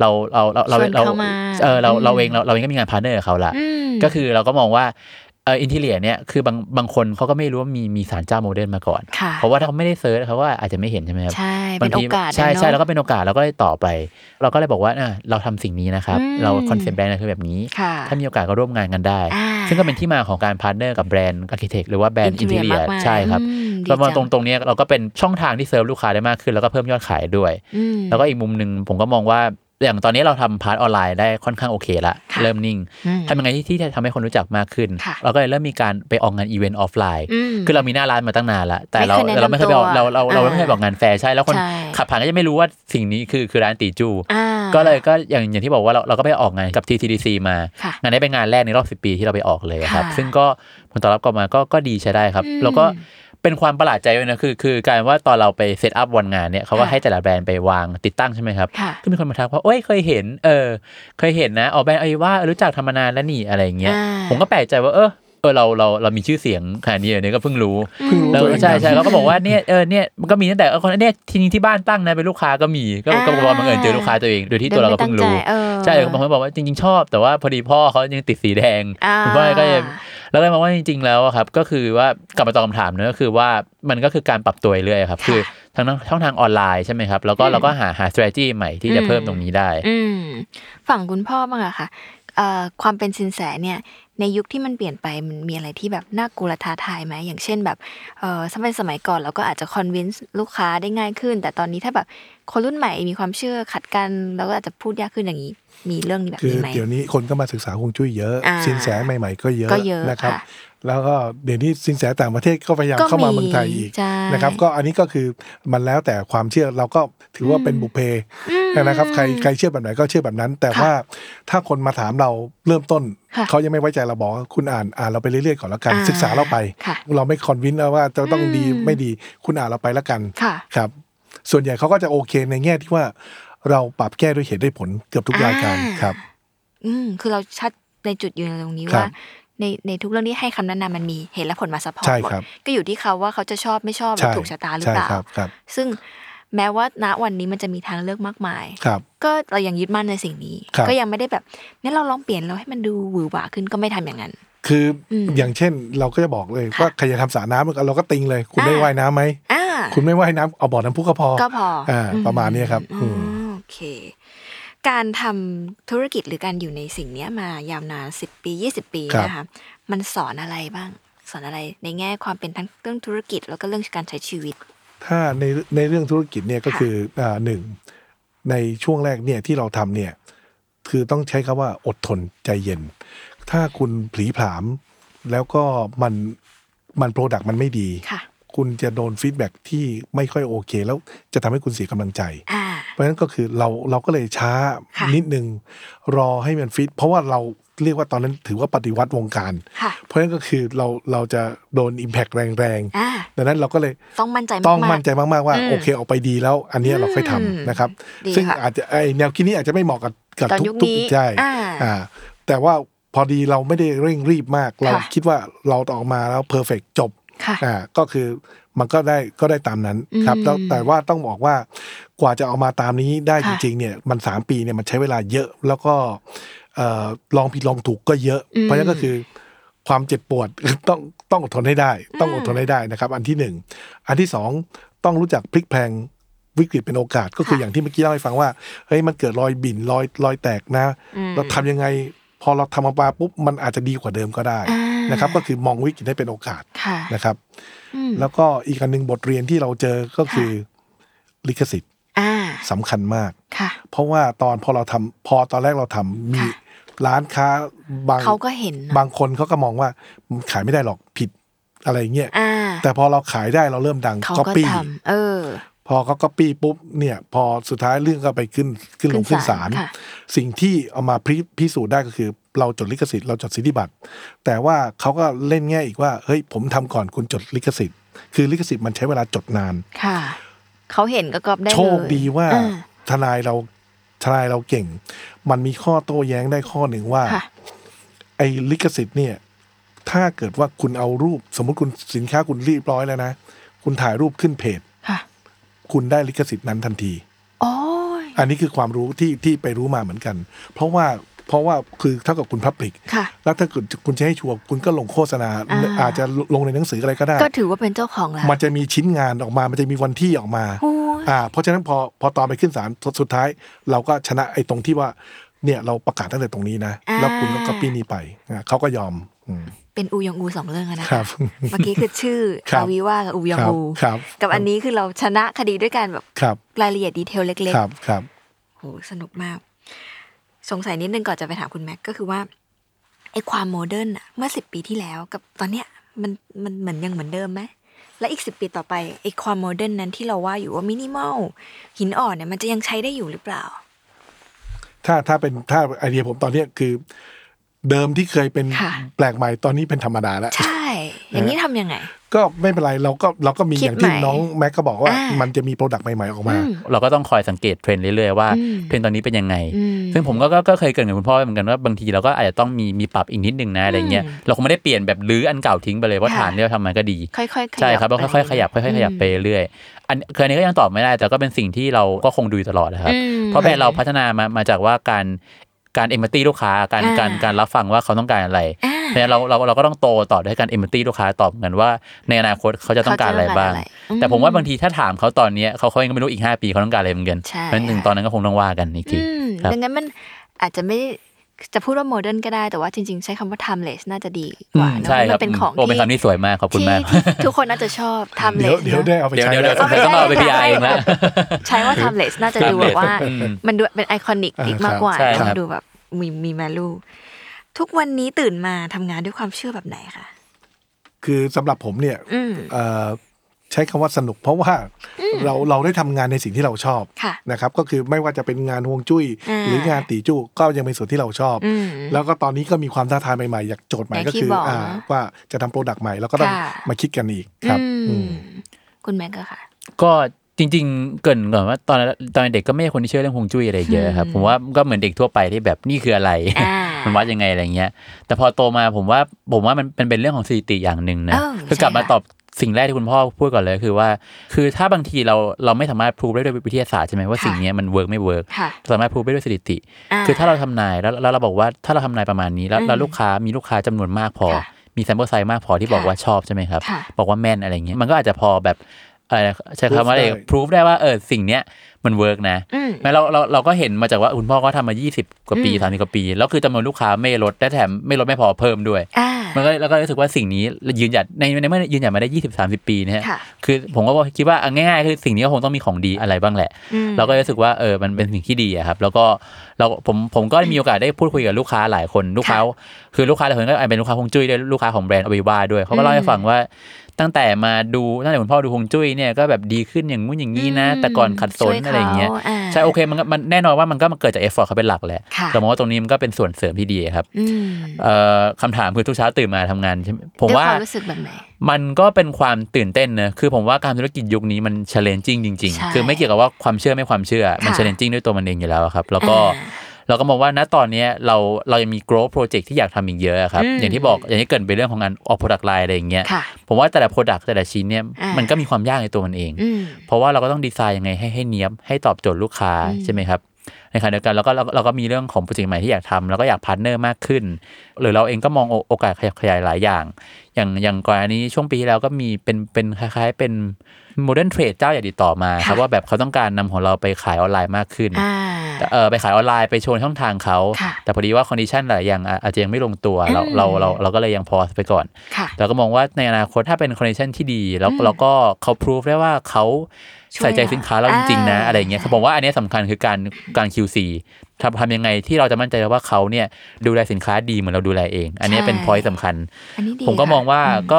เราเราเราเรา ชวน เรา เข้ามา เออเรา อืม เราเองเราเราเองก็มีงานพาร์ทเนอร์กับเขาละ อืม ก็คือเราก็มองว่าเอออินเทเรียเนี่ยคือบางบางคนเขาก็ไม่รู้ว่ามีมีสารเจ้าโมเดิร์นมาก่อน ค่ะ เพราะว่าถ้าเขาไม่ได้เซิร์ชเขาก็อาจจะไม่เห็นใช่ไหมครับ ใช่ เป็นโอกาส บงทีใช่ อะเนอะ ใช่แล้วก็เป็นโอกาสเราก็เลยต่อไป เราก็เลยบอกว่าอ่ะเราทำสิ่งนี้นะครับ อืม เราคอนเซ็ปต์แบรนด์เราคือแบบนี้ ค่ะ ถ้ามีโอกาสก็ร่วมงานกันได้ อ่า ซึ่งก็เป็นที่มาของการพาร์ทเนอร์กับแบรนด์อาร์เคเต็กหรือว่าแบรนด์อินเท Interior เรีย มากมาย ใช่ครับ อืมดี เรามอง จัง ตรงตรงเนี้ยเราก็เป็นช่องทางที่เซิร์ฟลูกค้าได้มากขึ้น แล้วก็เพิ่มยอดขายด้วย อืม แล้วก็อีกมุมหนึ่งผมก็มองว่าอย่างตอนนี้เราทำพาร์ทออนไลน์ได้ค่อนข้างโอเคละ ค่ะ เริ่มนิ่ง อืม ทำยังไงที่ที่จะทำให้คนรู้จักมากขึ้น ค่ะ เราก็เลยเริ่มมีการไปออกงานอีเวนต์ออฟไลน์ อืม คือเรามีหน้าร้านมาตั้งนานละแต่เรา ไม่เคยแนะนำ เราไม่เคยไปออก ตัว เราเราเรา อ่า ไม่เคยไปออกงานแฟร์ใช่แล้วคน ใช่ ขับผ่านก็จะไม่รู้ว่าสิ่งนี้คือคือร้านตีจู อ่า ก็เลยก็อย่างอย่างที่บอกว่าเราเราก็ไปออกงานกับ TTDC มา ค่ะ งานนี้เป็นงานแรกในรอบ 10 ปีที่เราไปออกเลยครับ ค่ะ ซึ่งก็ผลตอบรับกลับมาก็ก็ดีใช้ได้ครับ อืม แล้วก็เป็นความประหลาดใจด้วยนะคือ คือกลารว่าตอนเราไปเซตอัพวันงานเนี่ยเขาก็ ค่ะ ให้แต่ละแบรนด์ไปวางติดตั้งใช่ไหมครับ ค่ะ ก็มีคนมาทักว่าเอ้ยเคยเห็นเออเคยเห็นนะออกแบรนด์ไอ้ว่ารู้จักทำมานานแล้วนี่อะไรอย่างเงี้ย อ่า ผมก็แปลกใจว่าเออเออเราเราเรามีชื่อเสียงขนาดนี้เหรอเนี่ยก็เพิ่งรู้ เพิ่งรู้ แล้ว ตัวเอง ใช่ นะ ใช่เขาก็บอกว่าเนี่ยเออเนี่ยมันก็มีตั้งแต่เออคนนั้นเนี่ยทีนี้ที่บ้านตั้งนะเป็นลูกค้าก็มีก็ก็บอกว่าบังเอิญเจอลูกค้าตัวเองโดยที่ตัวเราก็เพิ่งรู้ โดยไม่ตั้งใจเออ ใช่บางคนบอกว่าจริง ๆ ชอบ แต่ว่าพอดีพ่อเขายังติดสีแดง อ่า คุณพ่อก็ยังแล้วก็เลยมองว่าจริง ๆ แล้วอะครับ ก็คือว่ากลับมาตอบคำถามเนอะก็คือว่ามันก็คือการปรับตัวเรื่อยๆครับคือทั้งช่องทางออนไลน์ใช่ไหมครับแล้วก็เราก็หาหา strategy ใหม่ที่จะเพิ่มตรงนี้ได้ อืมฝั่งคุณพ่อบ้างอะค่ะเอ่อความเป็นสินแสเนี่ย ในยุคที่มันเปลี่ยนไปมันมีอะไรที่แบบน่ากลัวและท้าทายไหมอย่างเช่นแบบเออสมัยสมัยก่อนเราก็อาจจะคอนวินส์ลูกค้าได้ง่ายขึ้น แต่ตอนนี้ถ้าแบบคนรุ่นใหม่มีความเชื่อขัดกันเราก็อาจจะพูดยากขึ้นอย่างนี้ มีเรื่องนี้แบบ คือ นี้ไหม เดี๋ยวนี้คนก็มาศึกษาฮวงจุ้ยเยอะ อ่า สินแสใหม่ ๆ ก็เยอะ ก็เยอะ นะครับ ค่ะ แล้วก็เดี๋ยวนี้สินแสต่างประเทศก็พยายาม ก็ เข้ามา มี เมืองไทยอีก ใช่ นะครับ ก็อันนี้ก็คือมันแล้วแต่ความเชื่อเราก็ถือว่าเป็นบุพเพนะครับ ใครใครเชื่อแบบไหนก็เชื่อแบบนั้น แต่ ค่ะ ว่าถ้าคนมาถามเราเริ่มต้น ค่ะ เขายังไม่ไว้ใจเราบอกว่าคุณอ่านอ่านเราไปเรื่อยๆก่อนแล้วกัน อ่า ศึกษาเราไป ค่ะ เราไม่คอนวินแล้วว่าจะต้องดี อืม ไม่ดีคุณอ่านเราไปแล้วกัน ค่ะ ครับ ส่วนใหญ่เขาก็จะโอเคในแง่ที่ว่าเราปรับแก้ด้วยเหตุด้วยผลเกือบทุกรายการครับ อืมคือเราชัดในจุดยืนตรงนี้ ครับ ว่า ในในทุกเรื่องที่ให้คำแนะนำมันมีเหตุและผลมาซัพพอร์ต ใช่ หมด ครับ ก็อยู่ที่เขาว่าเขาจะชอบไม่ชอบหรือ ใช่ ถูกชะตาหรือเปล่า ใช่ครับครับ ซึ่งแม้ว่าณวันนี้มันจะมีทางเลือกมากมาย ครับ ก็เรายังยึดมั่นในสิ่งนี้ ครับ ก็ยังไม่ได้แบบงั้นเราลองเปลี่ยนเราให้มันดูหวือหวาขึ้นก็ไม่ทำอย่างนั้น คืออ ม อย่างเช่นเราก็จะบอกเลย ค่ะ ว่าใครจะทำสระน้ำเราก็ติงเลย คุณ อ่า ได้ว่ายน้ำไหม อ่า คุณไม่ว่ายน้ำเอาบ่อน้ำพุก็พอ ก็พออา ประมาณเนี้ยครับ อื อืม มโอเค การทำธุรกิจหรือการอยู่ในสิ่งเนี้ยมายาวนานสิบปียี่สิบปี ครับ นะคะมันสอนอะไรบ้าง สอนอะไรในแง่ความเป็นทั้งเรื่องธุรกิจแล้วก็เรื่องการใช้ชีวิต ถ้าในในเรื่องธุรกิจเนี่ยก็ ค่ะ คืออ่าหนึ่งในช่วงแรกเนี่ยที่เราทำเนี่ยคือต้องใช้คำว่าอดทนใจเย็น ถ้าคุณผลีผลาม แล้วก็มันมันโปรดักต์มันไม่ดี ค่ะ คุณจะโดนฟีดแบ็กที่ไม่ค่อยโอเค แล้วจะทำให้คุณเสียกำลังใจ อ่า เพราะฉะนั้นก็คือเราเราก็เลยช้า ค่ะ นิดนึงรอให้มันฟิต เพราะว่าเราเรียกว่าตอนนั้นถือว่าปฏิวัติวงการ ค่ะ เพราะฉะนั้นก็คือเราเราจะโดน Impact แรง อ่า ๆดังนั้นเราก็เลย ต้องมั่นใจมากๆ ต้องมั่นใจมากๆว่า อืม โอเคออกไปดีแล้วอันเนี้ยเราค่อย อืม ทำนะครับ ดี ซึ่ง ค่ะ อาจจะไอแนวคิดนี้อาจจะไม่เหมาะกับกับ ตอน ทุ ยุ ก ค ทุก นี้ ใช่ อ่า อ่าแต่ว่าพอดีเราไม่ได้เร่งรีบมาก เรา ค่ะ คิดว่าเราออกมาแล้วเพอร์เฟกจบ ค่ะ อ่าก็คือมันก็ได้ก็ได้ตามนั้นครับแล้ว อืม แต่ว่าต้องบอกว่ากว่าจะเอามาตามนี้ได้จ ค่ะ ริงๆเนี่ยมัน 3 ปีเนี่ยมันใช้เวลาเยอะ แล้วก็เอ่อลองผิดลองถูกก็เยอะ อืม เพราะฉะนั้นก็คือความเจ็บปวด (laughs) ต้องต้องอดทนให้ได้ ต้องอดทนให้ได้นะครับ อันที่หนึ่งอันที่สองต้องรู้จักพลิกแพลงวิกฤตเป็นโอกาส ก็คือ ค่ะ อย่างที่เมื่อกี้เล่าให้ฟังว่าเฮ้ยมันเกิดรอยบิ่นรอยรอยแตกนะ อืม เราทำยังไง พอเราทำออกมาปุ๊บมันอาจจะดีกว่าเดิมก็ได้นะครับ ก็คือมองวิกฤตให้เป็นโอกาส ค่ะ นะครับ อืม แล้วก็อีกอันหนึ่งบทเรียนที่เราเจอก็คือลิขสิทธิ์ อ่า สำคัญมาก ค่ะ เพราะว่าตอนพอเราทำพอตอนแรกเราทำมี ค่ะ ร้านค้าบาง เขาก็เห็นเนอะ บางคนเขาก็มองว่ามันขายไม่ได้หรอกผิดอะไรเงี้ย อ่า แต่พอเราขายได้เราเริ่มดัง เขา ก็ ก็ ปี้ ทำเออ พอเขาก็ปี้ปุ๊บเนี่ย พอสุดท้ายเรื่องก็ไปขึ้นขึ้นลง ขึ้ ขึ้ น น ศา ศา ล ล ค่ะ สิ่งที่เอามาพิพิสูจน์ได้ก็คือ เราจดลิขสิทธิ์เราจดสิทธิบัตรแต่ว่าเขาก็เล่นแง่อีกว่าเฮ้ยผมทำก่อนคุณจดลิขสิทธิ์ คือลิขสิทธิ์มันใช้เวลาจดนาน ค่ะ เขาเห็นก็กอบได้เลย โชคดีว่า อ่า ทนายเราทนายเราเก่ง มันมีข้อโต้แย้งได้ข้อหนึ่งว่า ค่ะ ไอ้ลิขสิทธิ์เนี่ย ถ้าเกิดว่าคุณเอารูป สมมติคุณสินค้าคุณเรียบร้อยแล้วนะ คุณถ่ายรูปขึ้นเพจ ค่ะ คุณได้ลิขสิทธิ์นั้นทันที โอ้ย อันนี้คือความรู้ที่ที่ไปรู้มาเหมือนกัน เพราะว่าเพราะว่าคือเท่ากับคุณพับลิก ค่ะ แล้วถ้าเกิดคุณจะให้ชัวร์คุณก็ลงโฆษณา อ่า อาจจะลงในหนังสืออะไรก็ได้ ก็ถือว่าเป็นเจ้าของแล้ว มันจะมีชิ้นงานออกมา มันจะมีวันที่ออกมา โอ้ย อ่า เพราะฉะนั้นพอพอตอนไปขึ้นศาลสุดสุดท้าย เราก็ชนะไอ้ตรงที่ว่า เนี่ยเราประกาศตั้งแต่ตรงนี้นะ อ่า แล้วคุณก็ก๊อปปี้นี้ไปอ่าเขาก็ยอมอืม เป็นอูยองอูสองเรื่องอะนะครับ เมื่อกี้คือชื่อ ครับ อาวิว่ากับอูยองอู ครับ กับอันนี้คือเราชนะคดีด้วยการแบบ ครับ รายละเอียดดีเทลเล็ก ครับครับ ๆโหสนุกมาก สงสัยนิดนึงก่อนจะไปถามคุณแม็กก็คือว่าไอ้ความโมเดิร์นอะเมื่อสิบปีที่แล้วกับตอนเนี้ยมันมันเหมือนยังเหมือนเดิมไหมและอีกสิบปีต่อไปไอ้ความโมเดิร์นนั้นที่เราว่าอยู่ว่ามินิมอลหินอ่อนเนี่ยมันจะยังใช้ได้อยู่หรือเปล่า ถ้าถ้าเป็นถ้าไอเดียผมตอนเนี้ยคือ เดิมที่เคยเป็น ค่ะ แปลกใหม่ตอนนี้เป็นธรรมดาแล้ว ใช่ อย่างนี้ทำยังไง ก็ไม่เป็นไรเราก็เราก็มี คิด อย่างที่ ใหม่ น้องแม็กก็บอกว่า อ่ามั มันจะมีโปรดักต์ใหม่ ๆ ออกมา อืม (laughs) เราก็ต้องคอยสังเกตเทรนด์เรื่อยๆว่า อืม เทรนด์ตอนนี้เป็นยังไง อืม ซึ่งผมก็ก็ก็เคยเกรินกับคุณพ่อไว้เหมือนกันว่าบางทีเราก็อาจจะต้องมีมีปรับอีกนิดนึงนะอะไรเงี้ย อืม เราคงไม่ได้เปลี่ยนแบบลื้ออันเก่าทิ้งไปเลยเพราะ ค่ะ ฐานที่เราทำมันก็ดี ค่อยๆขยับ ใช่ครับแล้วค่อยๆ ไป ขยับค่อยๆขยับ อืม ไปเรื่อยอันคืออันนี้ก็ยังตอบไม่ได้ แต่ก็เป็นสิ่งที่เราก็คงดูอยู่ตลอดนะครับ อืม เพราะแบรนด์เราพัฒนามามาจากว่าการการเอมพัตตีลูกค้าการ อ่า การการรับฟังว่าเขาต้องการอะไร อ่า เพราะฉะนั้นเราเราเราก็ต้องโตต่อด้วยการเอมพัตตีลูกค้าตอบเหมือนว่าในอนาคตเขาจะต้องการอะไรบ้าง เขจต้อรอะไ แต่ผมว่าบาง อื ทีถ้าถามเขาตอนเนี้ยเขาเขาเองก็ไม่รู้อีก 5 ปีเขาต้องการอะไรเหมือนกัน ใช่ เพราะฉะนั้นถึงตอนนั้นก็คงต้องว่ากันอีกที อืม ครับ ดังนั้นมันอาจจะไม่จะพูดว่าโมเดิร์นก็ได้แต่ว่าจริงๆ ใช้คำว่า timeless น่าจะดีกว่าเนอะ ใช่ เพราะมันครับเป็นของ โอ้เป็นคำ ที่ ที่สวยมากขอบคุณ ที่ มาก ที่ทุกคนน่าจะชอบ เดี๋ยว timeless เดี๋ยว เนอะ ได้เอาไป เดี๋ยว ใช้ เดี๋ยวเดี๋ยว แล้ว สงสัยต้องเอาไปพีไอเองนะ ใช้ว่า timeless น่าจะดู timeless แบบว่า อืม มันดูเป็นไอคอนิก อ่า มา ค ก รับ กว่า ใช่ครับ มันดูแบบมีมีแมลูทุกวันนี้ตื่นมาทำงานด้วยความเชื่อแบบไหนคะ คือสำหรับผมเนี่ย อืม เอ่อใช้คำว่าสนุก เพราะว่าเราเราได้ทำงานในสิ่งที่เราชอบ ค่ะ นะครับ ก็คือไม่ว่าจะเป็นงานฮวงจุ้ย อ่า หรืองานตีจู้ก็ยังเป็นส่วนที่เราชอบ อืม แล้วก็ตอนนี้ก็มีความท้าทายใหม่ๆอยากโจทย์ใหม่ อย่าง ก็คือ ที่บอก อ่า นะ ว่าจะทำโปรดักต์ใหม่แล้วก็ต้อง ค่ะ มาคิดกันอีกครับ อืม อืม คุณแม็กก็ค่ะ ก็จริง ๆ เกรินก่อนว่าตอนตอนเด็กก็ไม่ใช่คนที่เชื่อเรื่องฮวงจุ้ยอะไรเยอะครับ อืม ผมว่าก็เหมือนเด็กทั่วไปที่แบบนี่คืออะไร อ่ามั (laughs) มันวัดยังไงอะไรเงี้ย แต่พอโตมาผมว่าผมว่ามันมันเป็นเรื่องของสถิติอย่างหนึ่งนะ เออ คือกลับ ใช่ มา ค่ะ ตอบสิ่งแรกที่คุณพ่อพูดก่อนเลยคือว่า คือถ้าบางทีเราเราไม่สามารถพูดได้ด้วยวิทยาศาสตร์ใช่ไหมว่า ค่ะ สิ่งเนี้ยมันเวิร์กไม่เวิร์ก ค่ะ สามารถพูดได้ด้วยสถิติ อ่า คือถ้าเราทำนายแล้วแล้วเราบอกว่าถ้าเราทำนายประมาณนี้แล้วแล้ว อืม ลูกค้ามีลูกค้าจำนวนมากพอ ค่ะ มีแซมเปิลไซส์มากพอที่บอก ค่ะ ว่าชอบใช่ไหมครับ ค่ะ บอกว่าแม่นอะไรเงี้ยมันก็อาจจะพอแบบอะไรนะใช้ ใช้คำว่าอะไร Proof ได้ proof ได้ว่าเออสิ่งเนี้ยมันเวิร์กนะ อืม แม้เราเราเราก็เห็นมาจากว่าคุณพ่อก็ทำมา 20 กว่าปี อืม สามสิบกว่าปี แล้วคือจำนวนลูกค้าไม่ลดและแถมไม่ลดไม่พอเพิ่มด้วย อ่า มันก็เลยเราก็เลยรู้สึกว่าสิ่งนี้ยืนหยัดในในเมื่อยืนหยัดมาได้ 20 30 ปีเนี่ย ค่ะ คือผมก็คิดว่าอ่ะง่ายๆคือสิ่งนี้ก็คงต้องมีของดีอะไรบ้างแหละ เราก็เลยรู้สึกว่าเออมันเป็นสิ่งที่ดีอะครับ แล้วก็เราผมผมก็มีโอกาสได้พูดคุยกับลูกค้าหลายคนลูกค้า คือลูกค้าหลายคนก็อาจเป็นลูกค้าฮวงจุ้ยด้วยลูกค้าของแบรนด์อวิวาด้วยเขาก็เล่าให้ฟังว่า ตั้งแต่มาดูตั้งแต่คุณพ่อดูฮวงจุ้ยเนี่ยก็แบบดีขึ้นอย่างงู้นอย่างนี้นะ แต่ก่อนขัดสช่วนยเขา อะไรอย่างเงี้ย อ่า ใช่โอเคมันก็มันแน่นอนว่ามันก็มันเกิดจากเอฟฟอร์เขาเป็นหลักแหละ ค่ะ แต่มองว่าตรงนี้มันก็เป็นส่วนเสริมที่ดีครับ อืม เอ่อคำถามคือทุกเช้าตื่นมาทำงานใช่ไหมผม ด้วย ว่า ความรู้สึกแบบไหน มันก็เป็นความตื่นเต้นเนอะคือผมว่าการธุรกิจยุคนี้มันเชลเลนจิ้งจริง ใช่ ๆ คือไม่เกี่ยวกับว่าความเชื่อไม่ความเชื่อ มัน ค่ะ เชลเลนจิ้งด้วยตัวมันเองอยู่แล้วอะครับ แล้วก็ อ่ เราก็มองว่าณตอนเนี้ยเราเรายังมี growth project ที่อยากทำอีกเยอะอะครับ อืม อย่างที่บอกอย่างที่เกรินไปเรื่องของงานออก product line อะไรอย่างเงี้ย ค่ะ ผมว่าแต่ละ product แต่ละชิ้นเนี่ย อ่ามั มันก็มีความยากในตัวมันเอง อืม เพราะว่าเราก็ต้องดีไซน์ยังไงให้ให้เนี้ยบให้ตอบโจทย์ลูกค้าใช่ไหมครับในขณะเดียวกันเราก็เราเราก็มีเรื่องของโปรเจกต์ใหม่ที่อยากทำแล้วก็อยากพาร์ทเนอร์มากขึ้น หรือเราเองก็มองโอโอกาสขยายขยายหลายอย่าง อย่างอย่างก่อนอันนี้ช่วงปีที่แล้วก็มีเป็นเป็นคล้ายๆ เป็นโมเดิร์นเทรดเจ้าใหญ่ติดต่อมาครับ ค่ะ ว่าแบบเขาต้องการนำของเราไปขายออนไลน์มากขึ้น อ่า เออไปขายออนไลน์ไปโชว์ในช่องทางเขา ค่ะ แต่พอดีว่าคอนดิชันหลายอย่างอ่ะอาจจะยังไม่ลงตัวเรา อืม เราเราเราก็เลยยังพอไปก่อน ค่ะ เราก็มองว่าในอนาคตถ้าเป็นคอนดิชันที่ดี แล้ว อืม แล้วก็เขาพิสูจได้ว่าเขา ช่วย ใส่ใจสินค้าเราจริงๆนะ อ่า อะไรอย่างเงี้ยผมว่าอันเนี้ยสำคัญคือการการ QC ทำทำยังไงที่เราจะมั่นใจว่าเขาเนี่ยดูแลสินค้าดีเหมือนเราดูแลเอง อันเนี้ยเป็น ใช่ พอยต์สำคัญ อันนี้ดี ผมก็ ค่ะ มองว่าก็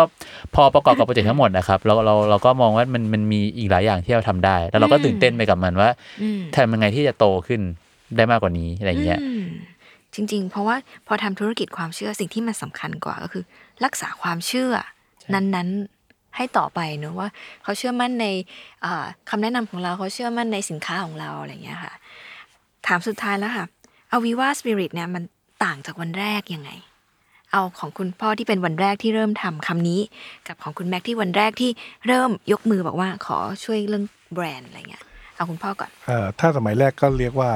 พอประกอบกับโปรเจกต์ทั้งหมดนะครับเราเราเราก็มองว่ามันมันมีอีกหลายอย่างที่เราทำได้ แล้วเราก็ตื่นเต้นไปกับมันว่า อืม ทำยังไงที่จะโตขึ้นได้มากกว่านี้อะไรเงี้ย อืมจริง ๆ เพราะว่าพอทำธุรกิจความเชื่อสิ่งที่มันสำคัญกว่าก็คือ รักษาความเชื่อ นั้นๆให้ต่อไปเนอะว่า เขาเชื่อมั่นในเอ่อคำแนะนำของเราเขาเชื่อมั่นในสินค้าของเราอะไรอย่างเงี้ยค่ะ ถามสุดท้ายแล้วค่ะเอาวิว่าสปิริตเนี่ยมันต่างจากวันแรกยังไง เอาของคุณพ่อที่เป็นวันแรกที่เริ่มทำคำนี้ กับของคุณแม็กซ์ที่วันแรกที่เริ่มยกมือบอกว่าขอช่วยเรื่องแบรนด์อะไรเงี้ยเอาคุณพ่อก่อน เอ่อถ้าสมัยแรกก็เรียกว่า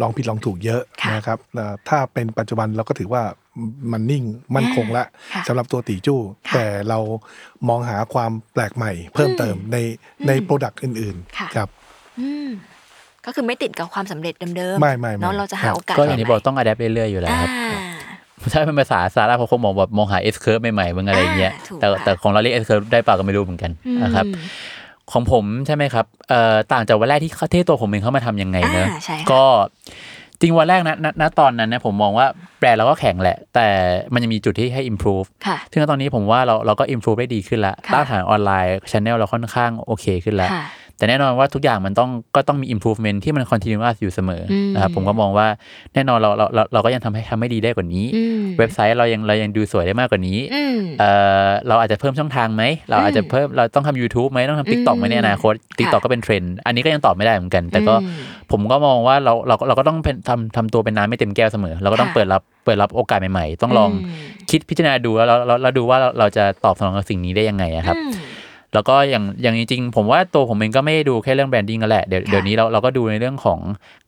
ลองผิดลองถูกเยอะ ค่ะ นะครับเอ่อถ้าเป็นปัจจุบันเราก็ถือว่ามันนิ่งมั่นคงละ ค่ะ สำหรับตัวตีจู้ ค่ะ แต่เรามองหาความแปลกใหม่ เพิ่มเติมในในโปรดักต์อื่น ค่ะ ๆครับ อืมก็คือไม่ติดกับความสำเร็จเดิมๆ ไม่ไม่ไม่ เนาะเราจะหา ครับ โอกาส ก็อย่างที่บอก ใหม่ ต้องอัดแอปเรื่อยๆอยู่แล้ว อ่า ครับใช่เป็นภาษาสาระเขาคงมองแบบมองหา S curve ใหม่ๆเหมือนอะไรเงี้ย อ่าถูก แต่ ค่ะ แต่ของเราเรียก S curve ได้เปล่าก็ไม่รู้เหมือนกันนะครับ อืม ของผมใช่ไหมครับเอ่อต่างจากวันแรกที่เขาที่ตัวผมเองเข้ามาทำยังไงเนอะ อ่าใช่ค่ะ ก็จริงวันแรกนะณณตอนนั้นนะผมมองว่าแบรนด์เราก็แข็งแหละ แต่มันยังมีจุดที่ให้ improve ค่ะ ซึ่งตอนนี้ผมว่าเราเราก็ improve ได้ดีขึ้นละ ค่ะ รากฐานออนไลน์ช n แนลเราค่อนข้างโอเคขึ้นแล้ว ค่ะ แต่แน่นอนว่าทุกอย่างมันต้องก็ต้องมี improvement ที่มัน continuous อยู่เสมออ ม นะครับผมก็มองว่าแน่นอนเราเราเราเราก็ยังทำให้ทำให้ดีได้กว่านี้ อืม เว็บไซต์เรายังเรายังดูสวยได้มากกว่านี้ อืม เอ่อเราอาจจะเพิ่มช่องทางไหม เราอาจจะเพิ่มเราต้องทำ YouTube ไหมต้องทำ TikTok ไหมในอนาคต TikTok ก็เป็นเทรนด์อันนี้ก็ยังตอบไม่ได้เหมือนกัน แต่ก็ อืม ผมก็มองว่าเราเราเราก็ต้องเป็นทำทำตัวเป็นน้ำไม่เต็มแก้วเสมอ เราก็ต้อง ค่ะ เปิดรับเปิดรับโอกาสใหม่ๆ ต้องลอง อืม คิดพิจารณาดูแล้วเราเราเราดูว่าเราเราจะตอบสนองกับสิ่งนี้ได้ยังไงอะครับ อืม แล้วก็อย่างอย่างจริงๆ ผมว่าตัวผมเองก็ไม่ได้ดูแค่เรื่องแบรนดิ้งกันแหละเดี๋ยว ค่ะ เดี๋ยวนี้เราเราก็ดูในเรื่องของ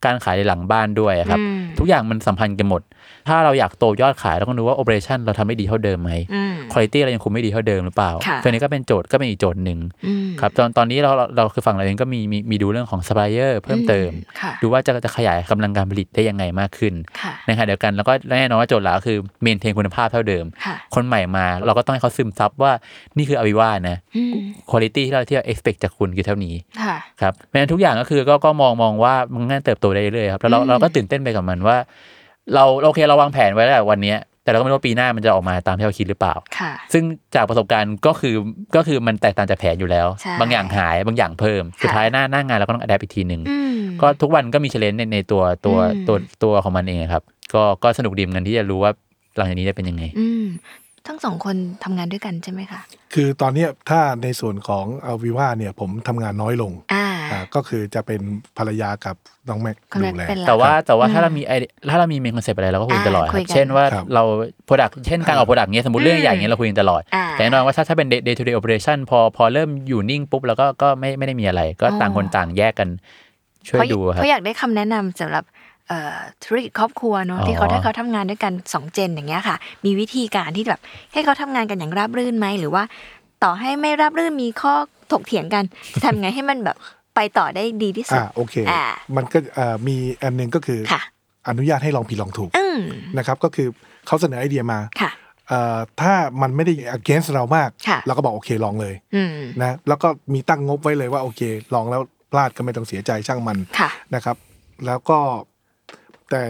การขายในหลังบ้านด้วยครับ อืม ทุกอย่างมันสัมพันธ์กันหมด ถ้าเราอยากโตยอดขายเราต้องดูว่าโอเปอเรชันเราทำได้ดีเท่าเดิมไหม อืม คุณภาพเรายังคุมไม่ดีเท่าเดิมหรือเปล่า ค่ะ ตัวนี้ก็เป็นโจทย์ก็เป็นอีกโจทย์หนึ่ง อืม ครับตอนตอนนี้เราเราเราคือฝั่งเราเองก็มีมีมีดูเรื่องของซัพพลายเออร์เพิ่มเติม ค่ะ ดูว่าจะจะขยายกำลังการผลิตได้ยังไงมากขึ้น ค่ะ ในขณะเดียวกันแล้วก็แน่นอนว่าโจทย์หลักก็คือเมนเทนคุณภาพเท่าเดิม ค่ะ คนใหม่มาเราก็ต้องให้เขาซึมซับว่านี่คืออวิวานะ อืม คุณภาพที่เราที่เรา expect จากคุณคือเท่านี้ ค่ะ ครับเพราะฉะนั้นทุกอย่างก็คือก็ก็มองมองว่ามันง่ายเติบโตได้เรื่อยๆครับแล้วเรา อืม เราก็ตื่นเต้นไปกับมันว่า เราโอเคเราวางแผนไว้แล้วแหละวันเนี้ยแต่เราก็ไม่รู้ว่าปีหน้ามันจะออกมาตามที่เราคิดหรือเปล่า ค่ะ ซึ่งจากประสบการณ์ก็คือก็คือมันแตกต่างจากแผนอยู่แล้ว ใช่ บางอย่างหายบางอย่างเพิ่ม สุดท้ายหน้าหน้างานเราก็ต้องอัดแอปอีกทีหนึ่ง อืม ก็ทุกวันก็มีเชลเลนในในตัวตัว อืม ตัวตัวของมันเองครับ ก็ก็สนุกดีเหมือนกันที่จะรู้ว่าหลังจากนี้จะเป็นยังไง อืมทั้งสองคนทำงานด้วยกันใช่ไหมคะ คือตอนเนี้ยถ้าในส่วนของอวิว่าเนี่ยผมทำงานน้อยลง อ่า อ่าก็คือจะเป็นภรรยากับน้องแม็ก ก็ ดู ไม่ แล เป็นไร แต่ว่าแต่ว่าถ้าเรามีไอเดียถ้าเรามีเมนคอนเซปต์อะไรเราก็คุยกันตลอดค อ่าคุ รั ย บ กัน เช่นว่า ครับ เราโปรดักเช่นการออกโปรดักเนี้ยสมมติเรื่องใหญ่เงี้ยเราคุยกันตลอด อ่า แต่แน่นอนว่าถ้าถ้าเป็น day to day operation พอพอเริ่มอยู่นิ่งปุ๊บแล้วก็ก็ไม่ไม่ได้มีอะไร ก็ต่าง อ๋อ คนต่างแยกกันช่วย เพราะ ดูครับ เพราะอยากได้คำแนะนำสำหรับเอ่อธุรกิจครอบครัวเนอะ อ๋อ ที่เขาถ้าเขาทำงานด้วยกันสองเจนอย่างเงี้ยค่ะ มีวิธีการที่แบบให้เขาทำงานกันอย่างราบรื่นไหมหรือว่า ต่อให้ไม่ราบรื่นมีข้อถกเถียงกัน ทำไงให้มันแบบไปต่อได้ดีที่สุด ะโอเค อ่า มันก็เอ่อมีอันหนึ่งก็คือ ค่ะ อนุญาตให้ลองผิดลองถูก อืม นะครับก็คือเขาเสนอไอเดียมา ค่ะ เอ่อถ้ามันไม่ได้ against เรามาก ค่ะ เราก็บอกโอเคลองเลย อืม นะแล้วก็มีตั้งงบไว้เลยว่าโอเค ลองแล้วพลาดก็ไม่ต้องเสียใจช่างมัน ค่ะ นะครับแล้วก็แต่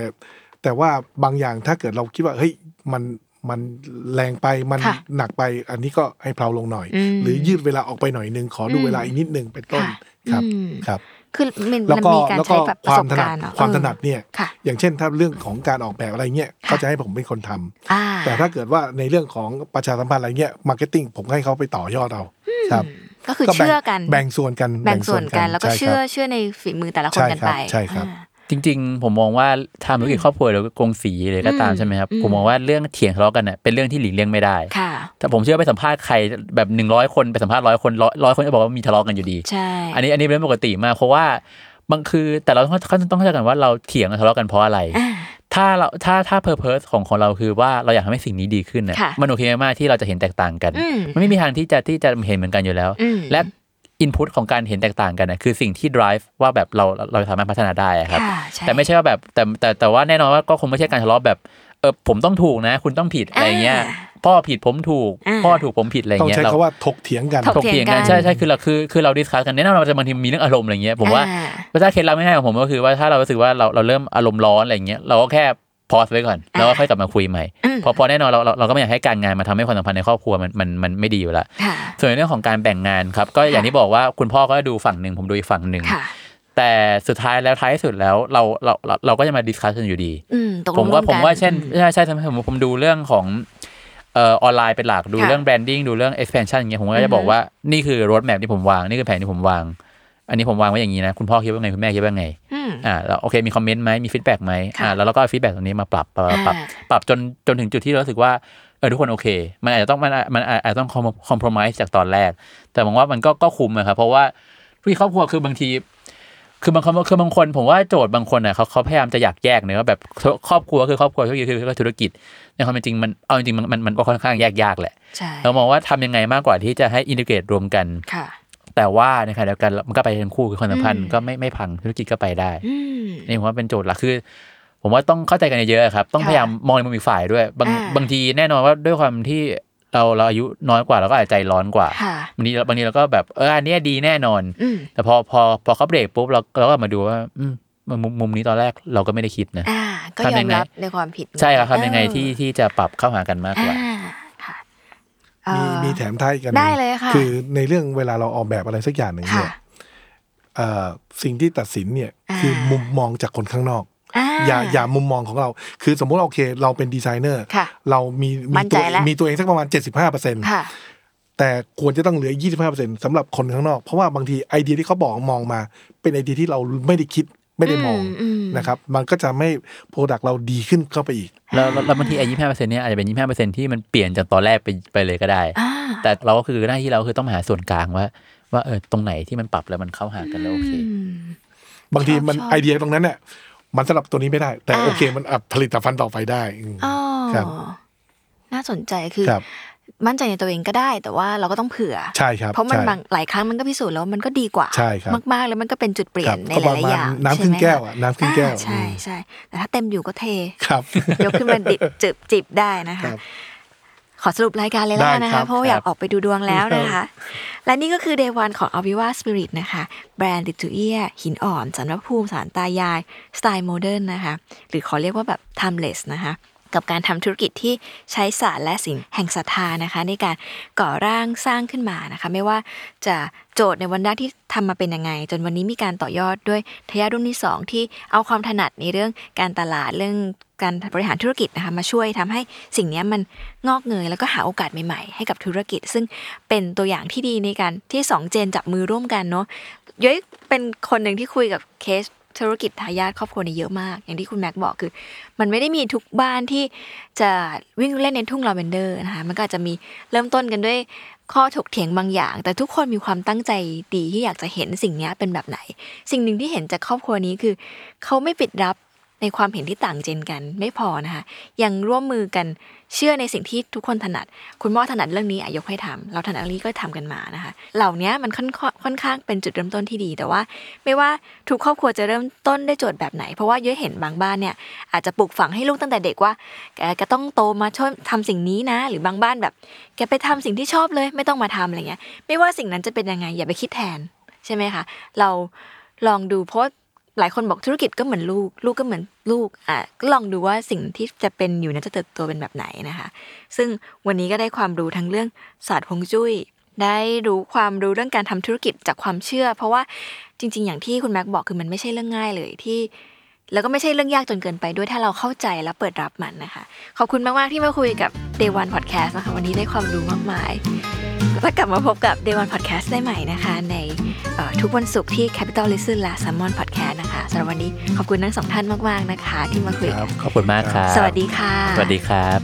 แต่ว่าบางอย่างถ้าเกิดเราคิดว่าเฮ้ยมันมันแรงไปมัน ค่ะ หนักไป อันนี้ก็ให้เพลาลงหน่อย อืม หรือยืดเวลาออกไปหน่อยนึงขอดู อืม เวลาอีกนิดนึงเป็นต้น ค่ะ ครับ อืม ครับ คือมัน แล้ว มัน ก็ มีการ แล้วก็ ใช้แบบป ค ระ วา ส ม บ ถนัด การณ์เนอะ ความ เออ ถนัดเนี่ย ค่ะ อย่างเช่นถ้าเรื่องของการออกแบบอะไรเงี้ย ค่ะ เขาจะให้ผมเป็นคนทำ อ่า แต่ถ้าเกิดว่าในเรื่องของประชาสัมพันธ์อะไรเงี้ยมาร์เก็ตติ้งผมให้เขาไปต่อยอดเอาครับ ก็คือ ก็แบ่ง เชื่อกัน แบ่งส่วนกัน แบ่งส่วนกันแล้วก็ ใช่ เชื่อ ครับ เชื่อในฝีมือแต่ละคนกันไป ใช่ครับ อ่า จริงๆ ผมมองว่าทำธุรกิจครอบครัวหรือกงสีเลยก็ตาม อืม ใช่ไหมครับ อืม ผมมองว่าเรื่องเถียงทะเลาะกันเนี่ยเป็นเรื่องที่หลีกเลี่ยงไม่ได้ ค่ะ แต่ผมเชื่อไปสัมภาษณ์ใครแบบหนึ่งร้อยคนไปสัมภาษณ์ร้อยคนร้อยร้อยคนจะบอกว่ามีทะเลาะกันอยู่ดี ใช่ อันนี้อันนี้เป็นเรื่องปกติมากเพราะว่าบางคือแต่เราต้องต้องเข้าใจกันว่าเราเถียงทะเลาะกันเพราะอะไร อ่า ถ้าเราถ้าถ้าเพอร์เพสของของเราคือว่าเราอยากทำให้สิ่งนี้ดีขึ้นน่ะ ค่ะ มันโอเคมากที่เราจะเห็นแตกต่างกัน อืม นไม่มีทางที่จะที่จะเห็นเหมือนกันอยู่แล้ว อืม และอินพุตของการเห็นแตกต่างกันนะคือสิ่งที่ drive ว่าแบบเราเราสามารถพัฒนาได้อะครับ ค่ะใช่ แต่ไม่ใช่ว่าแบบแต่แต่แต่ว่าแน่นอนว่าก็คงไม่ใช่การทะเลาะแบบเออผมต้องถูกนะ คุณต้องผิดอะไรเงี้ย อ่ พ่อผิดผมถูก อ่า พ่อถูกผมผิดอะไร ต้อง เงี้ย ใช้ เรา คาว่าถกเถียงกัน ถ ถกเถียงเถียงกันกัน ใช่ใช่คือเราคือคือเราดิสคัสกันแน่นอนเราจะบางทีมีเรื่องอารมณ์อะไรเงี้ยผมว่า อ่า ภาษาเคล็ดลับง่ายๆของผมก็คือว่าถ้าเรารู้สึกว่าเราเราเริ่มอารมณ์ร้อนอะไรอย่างเงี้ยเราก็แค่พอสไว้ก่อนแล้วก็ค่อยกลับมาคุยใหม่เพอพอแน่นอนเราเราเราก็ไม่อยากให้การงานมาทำให้ความสัมพันธ์ในครอบครัวมันมันมันไม่ดีอยู่ละ ค่ะ ส่วนในเรื่องของการแบ่งงานครับก็อย่างที่บอกว่าคุณพ่อก็ดูฝั่งหนึ่งผมดูอีกฝั่งหนึ่ง ค่ะ แต่สุดท้ายแล้วท้ายสุดแล้วเราเราเราเราก็จะมาดิสคัสกันอยู่ดี อืมตกลง ผมว่า ร่ ผ น มว่าเช่นใช่ใช่ทำให้ผมผมดูเรื่องของเอ่อออนไลน์เป็นหลักดูเรื่องแบรนดิ้งดูเรื่อง expansion อย่างเงี้ยผมก็จะบอกว่านี่คือรถแมพที่ผมวางนี่คือแผนที่ผมวาง อันนี้ผมวางไว้อย่างนี้นะคุณพ่อคิดว่าไงคุณแม่คิดว่าไง อืม อ่าแล้วโอเคมีคอมเมนต์ไหมมีฟีดแบ็กไหม ค่ะ อ่าแล้วเราก็ฟีดแบ็กตรงนี้มาปรับปรับปรับ อ่า ปรับจนจนถึงจุดที่เรารู้สึกว่าเออทุกคนโอเค มันอาจจะต้องมันมันอาจจะต้องคอมเพลมไพร์จากตอนแรก แต่ผมว่ามันก็ก็คุ้มอะครับเพราะว่าที่ครอบครัวคือบางที คือบางคนคือบางคนผมว่าโจทย์บางคนอ่ะเขาเขาพยายามจะอยากแยกเนอะว่าแบบครอบครัวคือครอบครัวธุรกิจคือธุรกิจในความเป็นจริงมันเอาจริงๆมันมันมันก็ค่อนข้างแยกยากแหละ ใช่ เรามองว่าทำยังไงมากกว่าที่จะให้อินทิเกรตรวมกัน ค่ะ แต่ว่าในขณะเดียวกันมันก็ไปทั้งคู่คือความสัมพันธ์ อืม ก็ไม่ไม่พังธุรกิจก็ไปได้ อืม นี่ผมว่าเป็นโจทย์หลักคือ ผมว่าต้องเข้าใจกันเยอะๆครับ ต้อง ค่ะ พยายามมองในมุมอีกฝ่ายด้วย บาง อ่า บางทีแน่นอนว่าด้วยความที่เราเราอายุน้อยกว่าเราก็อาจจะใจร้อนกว่า ค่ะ บางทีบางทีเราก็แบบเอออันเนี้ยดีแน่นอน อืม แต่พอพอพอเขาเบรกปุ๊บเราเราก็มาดูว่าอืมมุมมุมนี้ตอนแรกเราก็ไม่ได้คิดนะ อ่า ก็ย ทำ อ ยั ม งไง รับในความผิด ใช่ครับทำยังไง เออ ที่ที่จะปรับเข้าหากันมากก อ่า ว่า ค่ะเอ่ มี อ มีแถมท้ายอีกอันหนึ่ง ได้เลยค่ะ คือในเรื่องเวลาเราออกแบบอะไรสักอย่างหนึ่งเนี่ย ค่ะ เอ่อสิ่งที่ตัดสินเนี่ยคือมุมมองจากคนข้างนอก อ่า อย่าอย่ามุมมองของเรา คือสมมุติเราโอเค เราเป็นดีไซเนอร์ ค่ะ เรามี มั่นมีตั ใจ ว แล้ว มีตัวเองสักประมาณ 75% ค่ะ แต่ควรจะต้องเหลือ 25%สำหรับคนข้างนอก เพราะว่าบางทีไอเดียที่เขาบอกมองมา เป็นไอเดียที่เราไม่ได้คิดไม่ได้มอง อืมอืม นะครับ มันก็จะไม่โปรดักเราดีขึ้นเข้าไปอีก แล้วแล้วแล้วบางทีไอ้ยี่ห้าเปอร์เซ็นต์เนี่ยอาจจะเป็นยี่ห้าเปอร์เซ็นต์ที่มันเปลี่ยนจากตอนแรกไปไปเลยก็ได้ อ่า แต่เราก็คือหน้าที่เราคือต้องมาหาส่วนกลางว่า ว่าเออตรงไหนที่มันปรับแล้วมันเข้าหากันแล้วโอเค บางทีมัน ชอบ ไอเดียตรงนั้นเนี่ยมันสำหรับตัวนี้ไม่ได้ แต่โอเคมันอ่ะผลิตภัณฑ์ต่อไปได้อืม อ๋อ ครับ น่าสนใจคือ ครับ มั่นใจในตัวเองก็ได้ แต่ว่าเราก็ต้องเผื่อ ใช่ครับ เพราะมัน ใช่ บางหลายครั้งมันก็พิสูจน์แล้วมันก็ดีกว่า ใช่ครับ มากๆ แล้วมันก็เป็นจุดเปลี่ย ครั น บ ใน ก็ ห ประ ลายๆอมาณ ย่าง น้ำขึ้ใช่นไหม แก้วอะน้ำขึ้นแก้ว อ่าใช่ใช่แต่ถ้าเต็มอยู่ก็เท ครับ ยกขึ้นมาดิบ (laughs) จิบจิบได้นะคะ ครับ ขอสรุปรายการเลยแล้วกันนะ ได้ครั คะ บ เพราะว่าอ ครับ ยากออกไปดูดวงแล้วนะคะ และนี่ก็คือ Day One ของ a v i v a Spirit นะคะ แบรนด์ติดจูเอียหินอ่อนสันพระภูมิสารตายาย สไตล์โมเดิร์นนะคะ หรือขอเรียกว่าแบบ timeless นะคะ กับการทำธุรกิจที่ใช้ศาสตร์และสิ่งแห่งศรัทธานะคะ ในการก่อร่างสร้างขึ้นมานะคะ ไม่ว่าจะโจทย์ในวันแรกที่ทำมาเป็นยังไง จนวันนี้มีการต่อยอดด้วยทายาทรุ่นที่สองที่เอาความถนัดในเรื่องการตลาดเรื่อง การบริหารธุรกิจนะคะมาช่วยทำให้สิ่งเนี้ยมันงอกเงยแล้วก็หาโอกาสใหม่ๆ ให้กับธุรกิจ ซึ่งเป็นตัวอย่างที่ดีในการที่สองเจนจับมือร่วมกันเนาะย้อยเป็นคนหนึ่งที่คุยกับเคสธุรกิจทายาทครอบครัวเนี่ยเยอะมาก อย่างที่คุณแม็กบอกคือ มันไม่ได้มีทุกบ้านที่จะวิ่งเล่นในทุ่งลาเวนเดอร์นะคะมันก็อาจจะมีเริ่มต้นกันด้วยข้อถกเถียงบางอย่าง แต่ทุกคนมีความตั้งใจดีที่อยากจะเห็นสิ่งเนี้ยเป็นแบบไหน สิ่งหนึ่งที่เห็นจากครอบครัวนี้คือ เขาไม่ปิดรับ ในความเห็นที่ต่างเจนกันไม่พอนะคะ ยังร่วมมือกันเชื่อในสิ่งที่ทุกคนถนัด คุณพ่อถนัดเรื่องนี้อ่ะยกให้ทำเราถนัดเรื่องนี้ก็ทำกันมานะคะ เหล่านี้มันค่อนข้างค่อนข้างเป็นจุดเริ่มต้นที่ดีแต่ว่า ไม่ว่าทุกครอบครัวจะเริ่มต้นได้วยโจทย์แบบไหน เพราะว่าย้อยเห็นบางบ้านเนี่ยอาจจะปลูกฝังให้ลูกตั้งแต่เด็กว่าแกก็ต้องโตมาช่วยทำสิ่งนี้นะ หรือบางบ้านแบบ แกไปทำสิ่งที่ชอบเลย ไม่ต้องมาทำอะไรเงี้ย ไม่ว่าสิ่งนั้นจะเป็นยังไงอย่าไปคิดแทน ใช่ไหมคะ เราลองดูเพราะหลายคนบอกธุรกิจก็เหมือนลูก ลูกก็เหมือนลูกอ่ะก็ลองดูว่าสิ่งที่จะเป็นอยู่นั้นจะเติบโตเป็นแบบไหนนะคะ ซึ่งวันนี้ก็ได้ความรู้ทั้งเรื่องศาสตร์ฮวงจุ้ย ได้รู้ความรู้เรื่องการทำธุรกิจจากความเชื่อ เพราะว่าจริง ๆ อย่างที่คุณแม็กบอกคือมันไม่ใช่เรื่องง่ายเลยที่ แล้วก็ไม่ใช่เรื่องยากจนเกินไปด้วยถ้าเราเข้าใจและเปิดรับมันนะคะ ขอบคุณมาก ๆ ที่มาคุยกับ Day One Podcast นะคะวันนี้ได้ความรู้มากมาย แล้วกลับมาพบกับ Day One Podcast ได้ใหม่นะคะ ในเอ่อทุกวันศุกร์ที่ Capital Listen และ Salmon Podcast นะคะสำหรับวันนี้ขอบคุณทั้งสองท่านมาก ๆ นะคะ ที่มาคุย ค กั รั น บ ขอบคุณมากครับ สวัสดีค่ะ สวัสดีครับ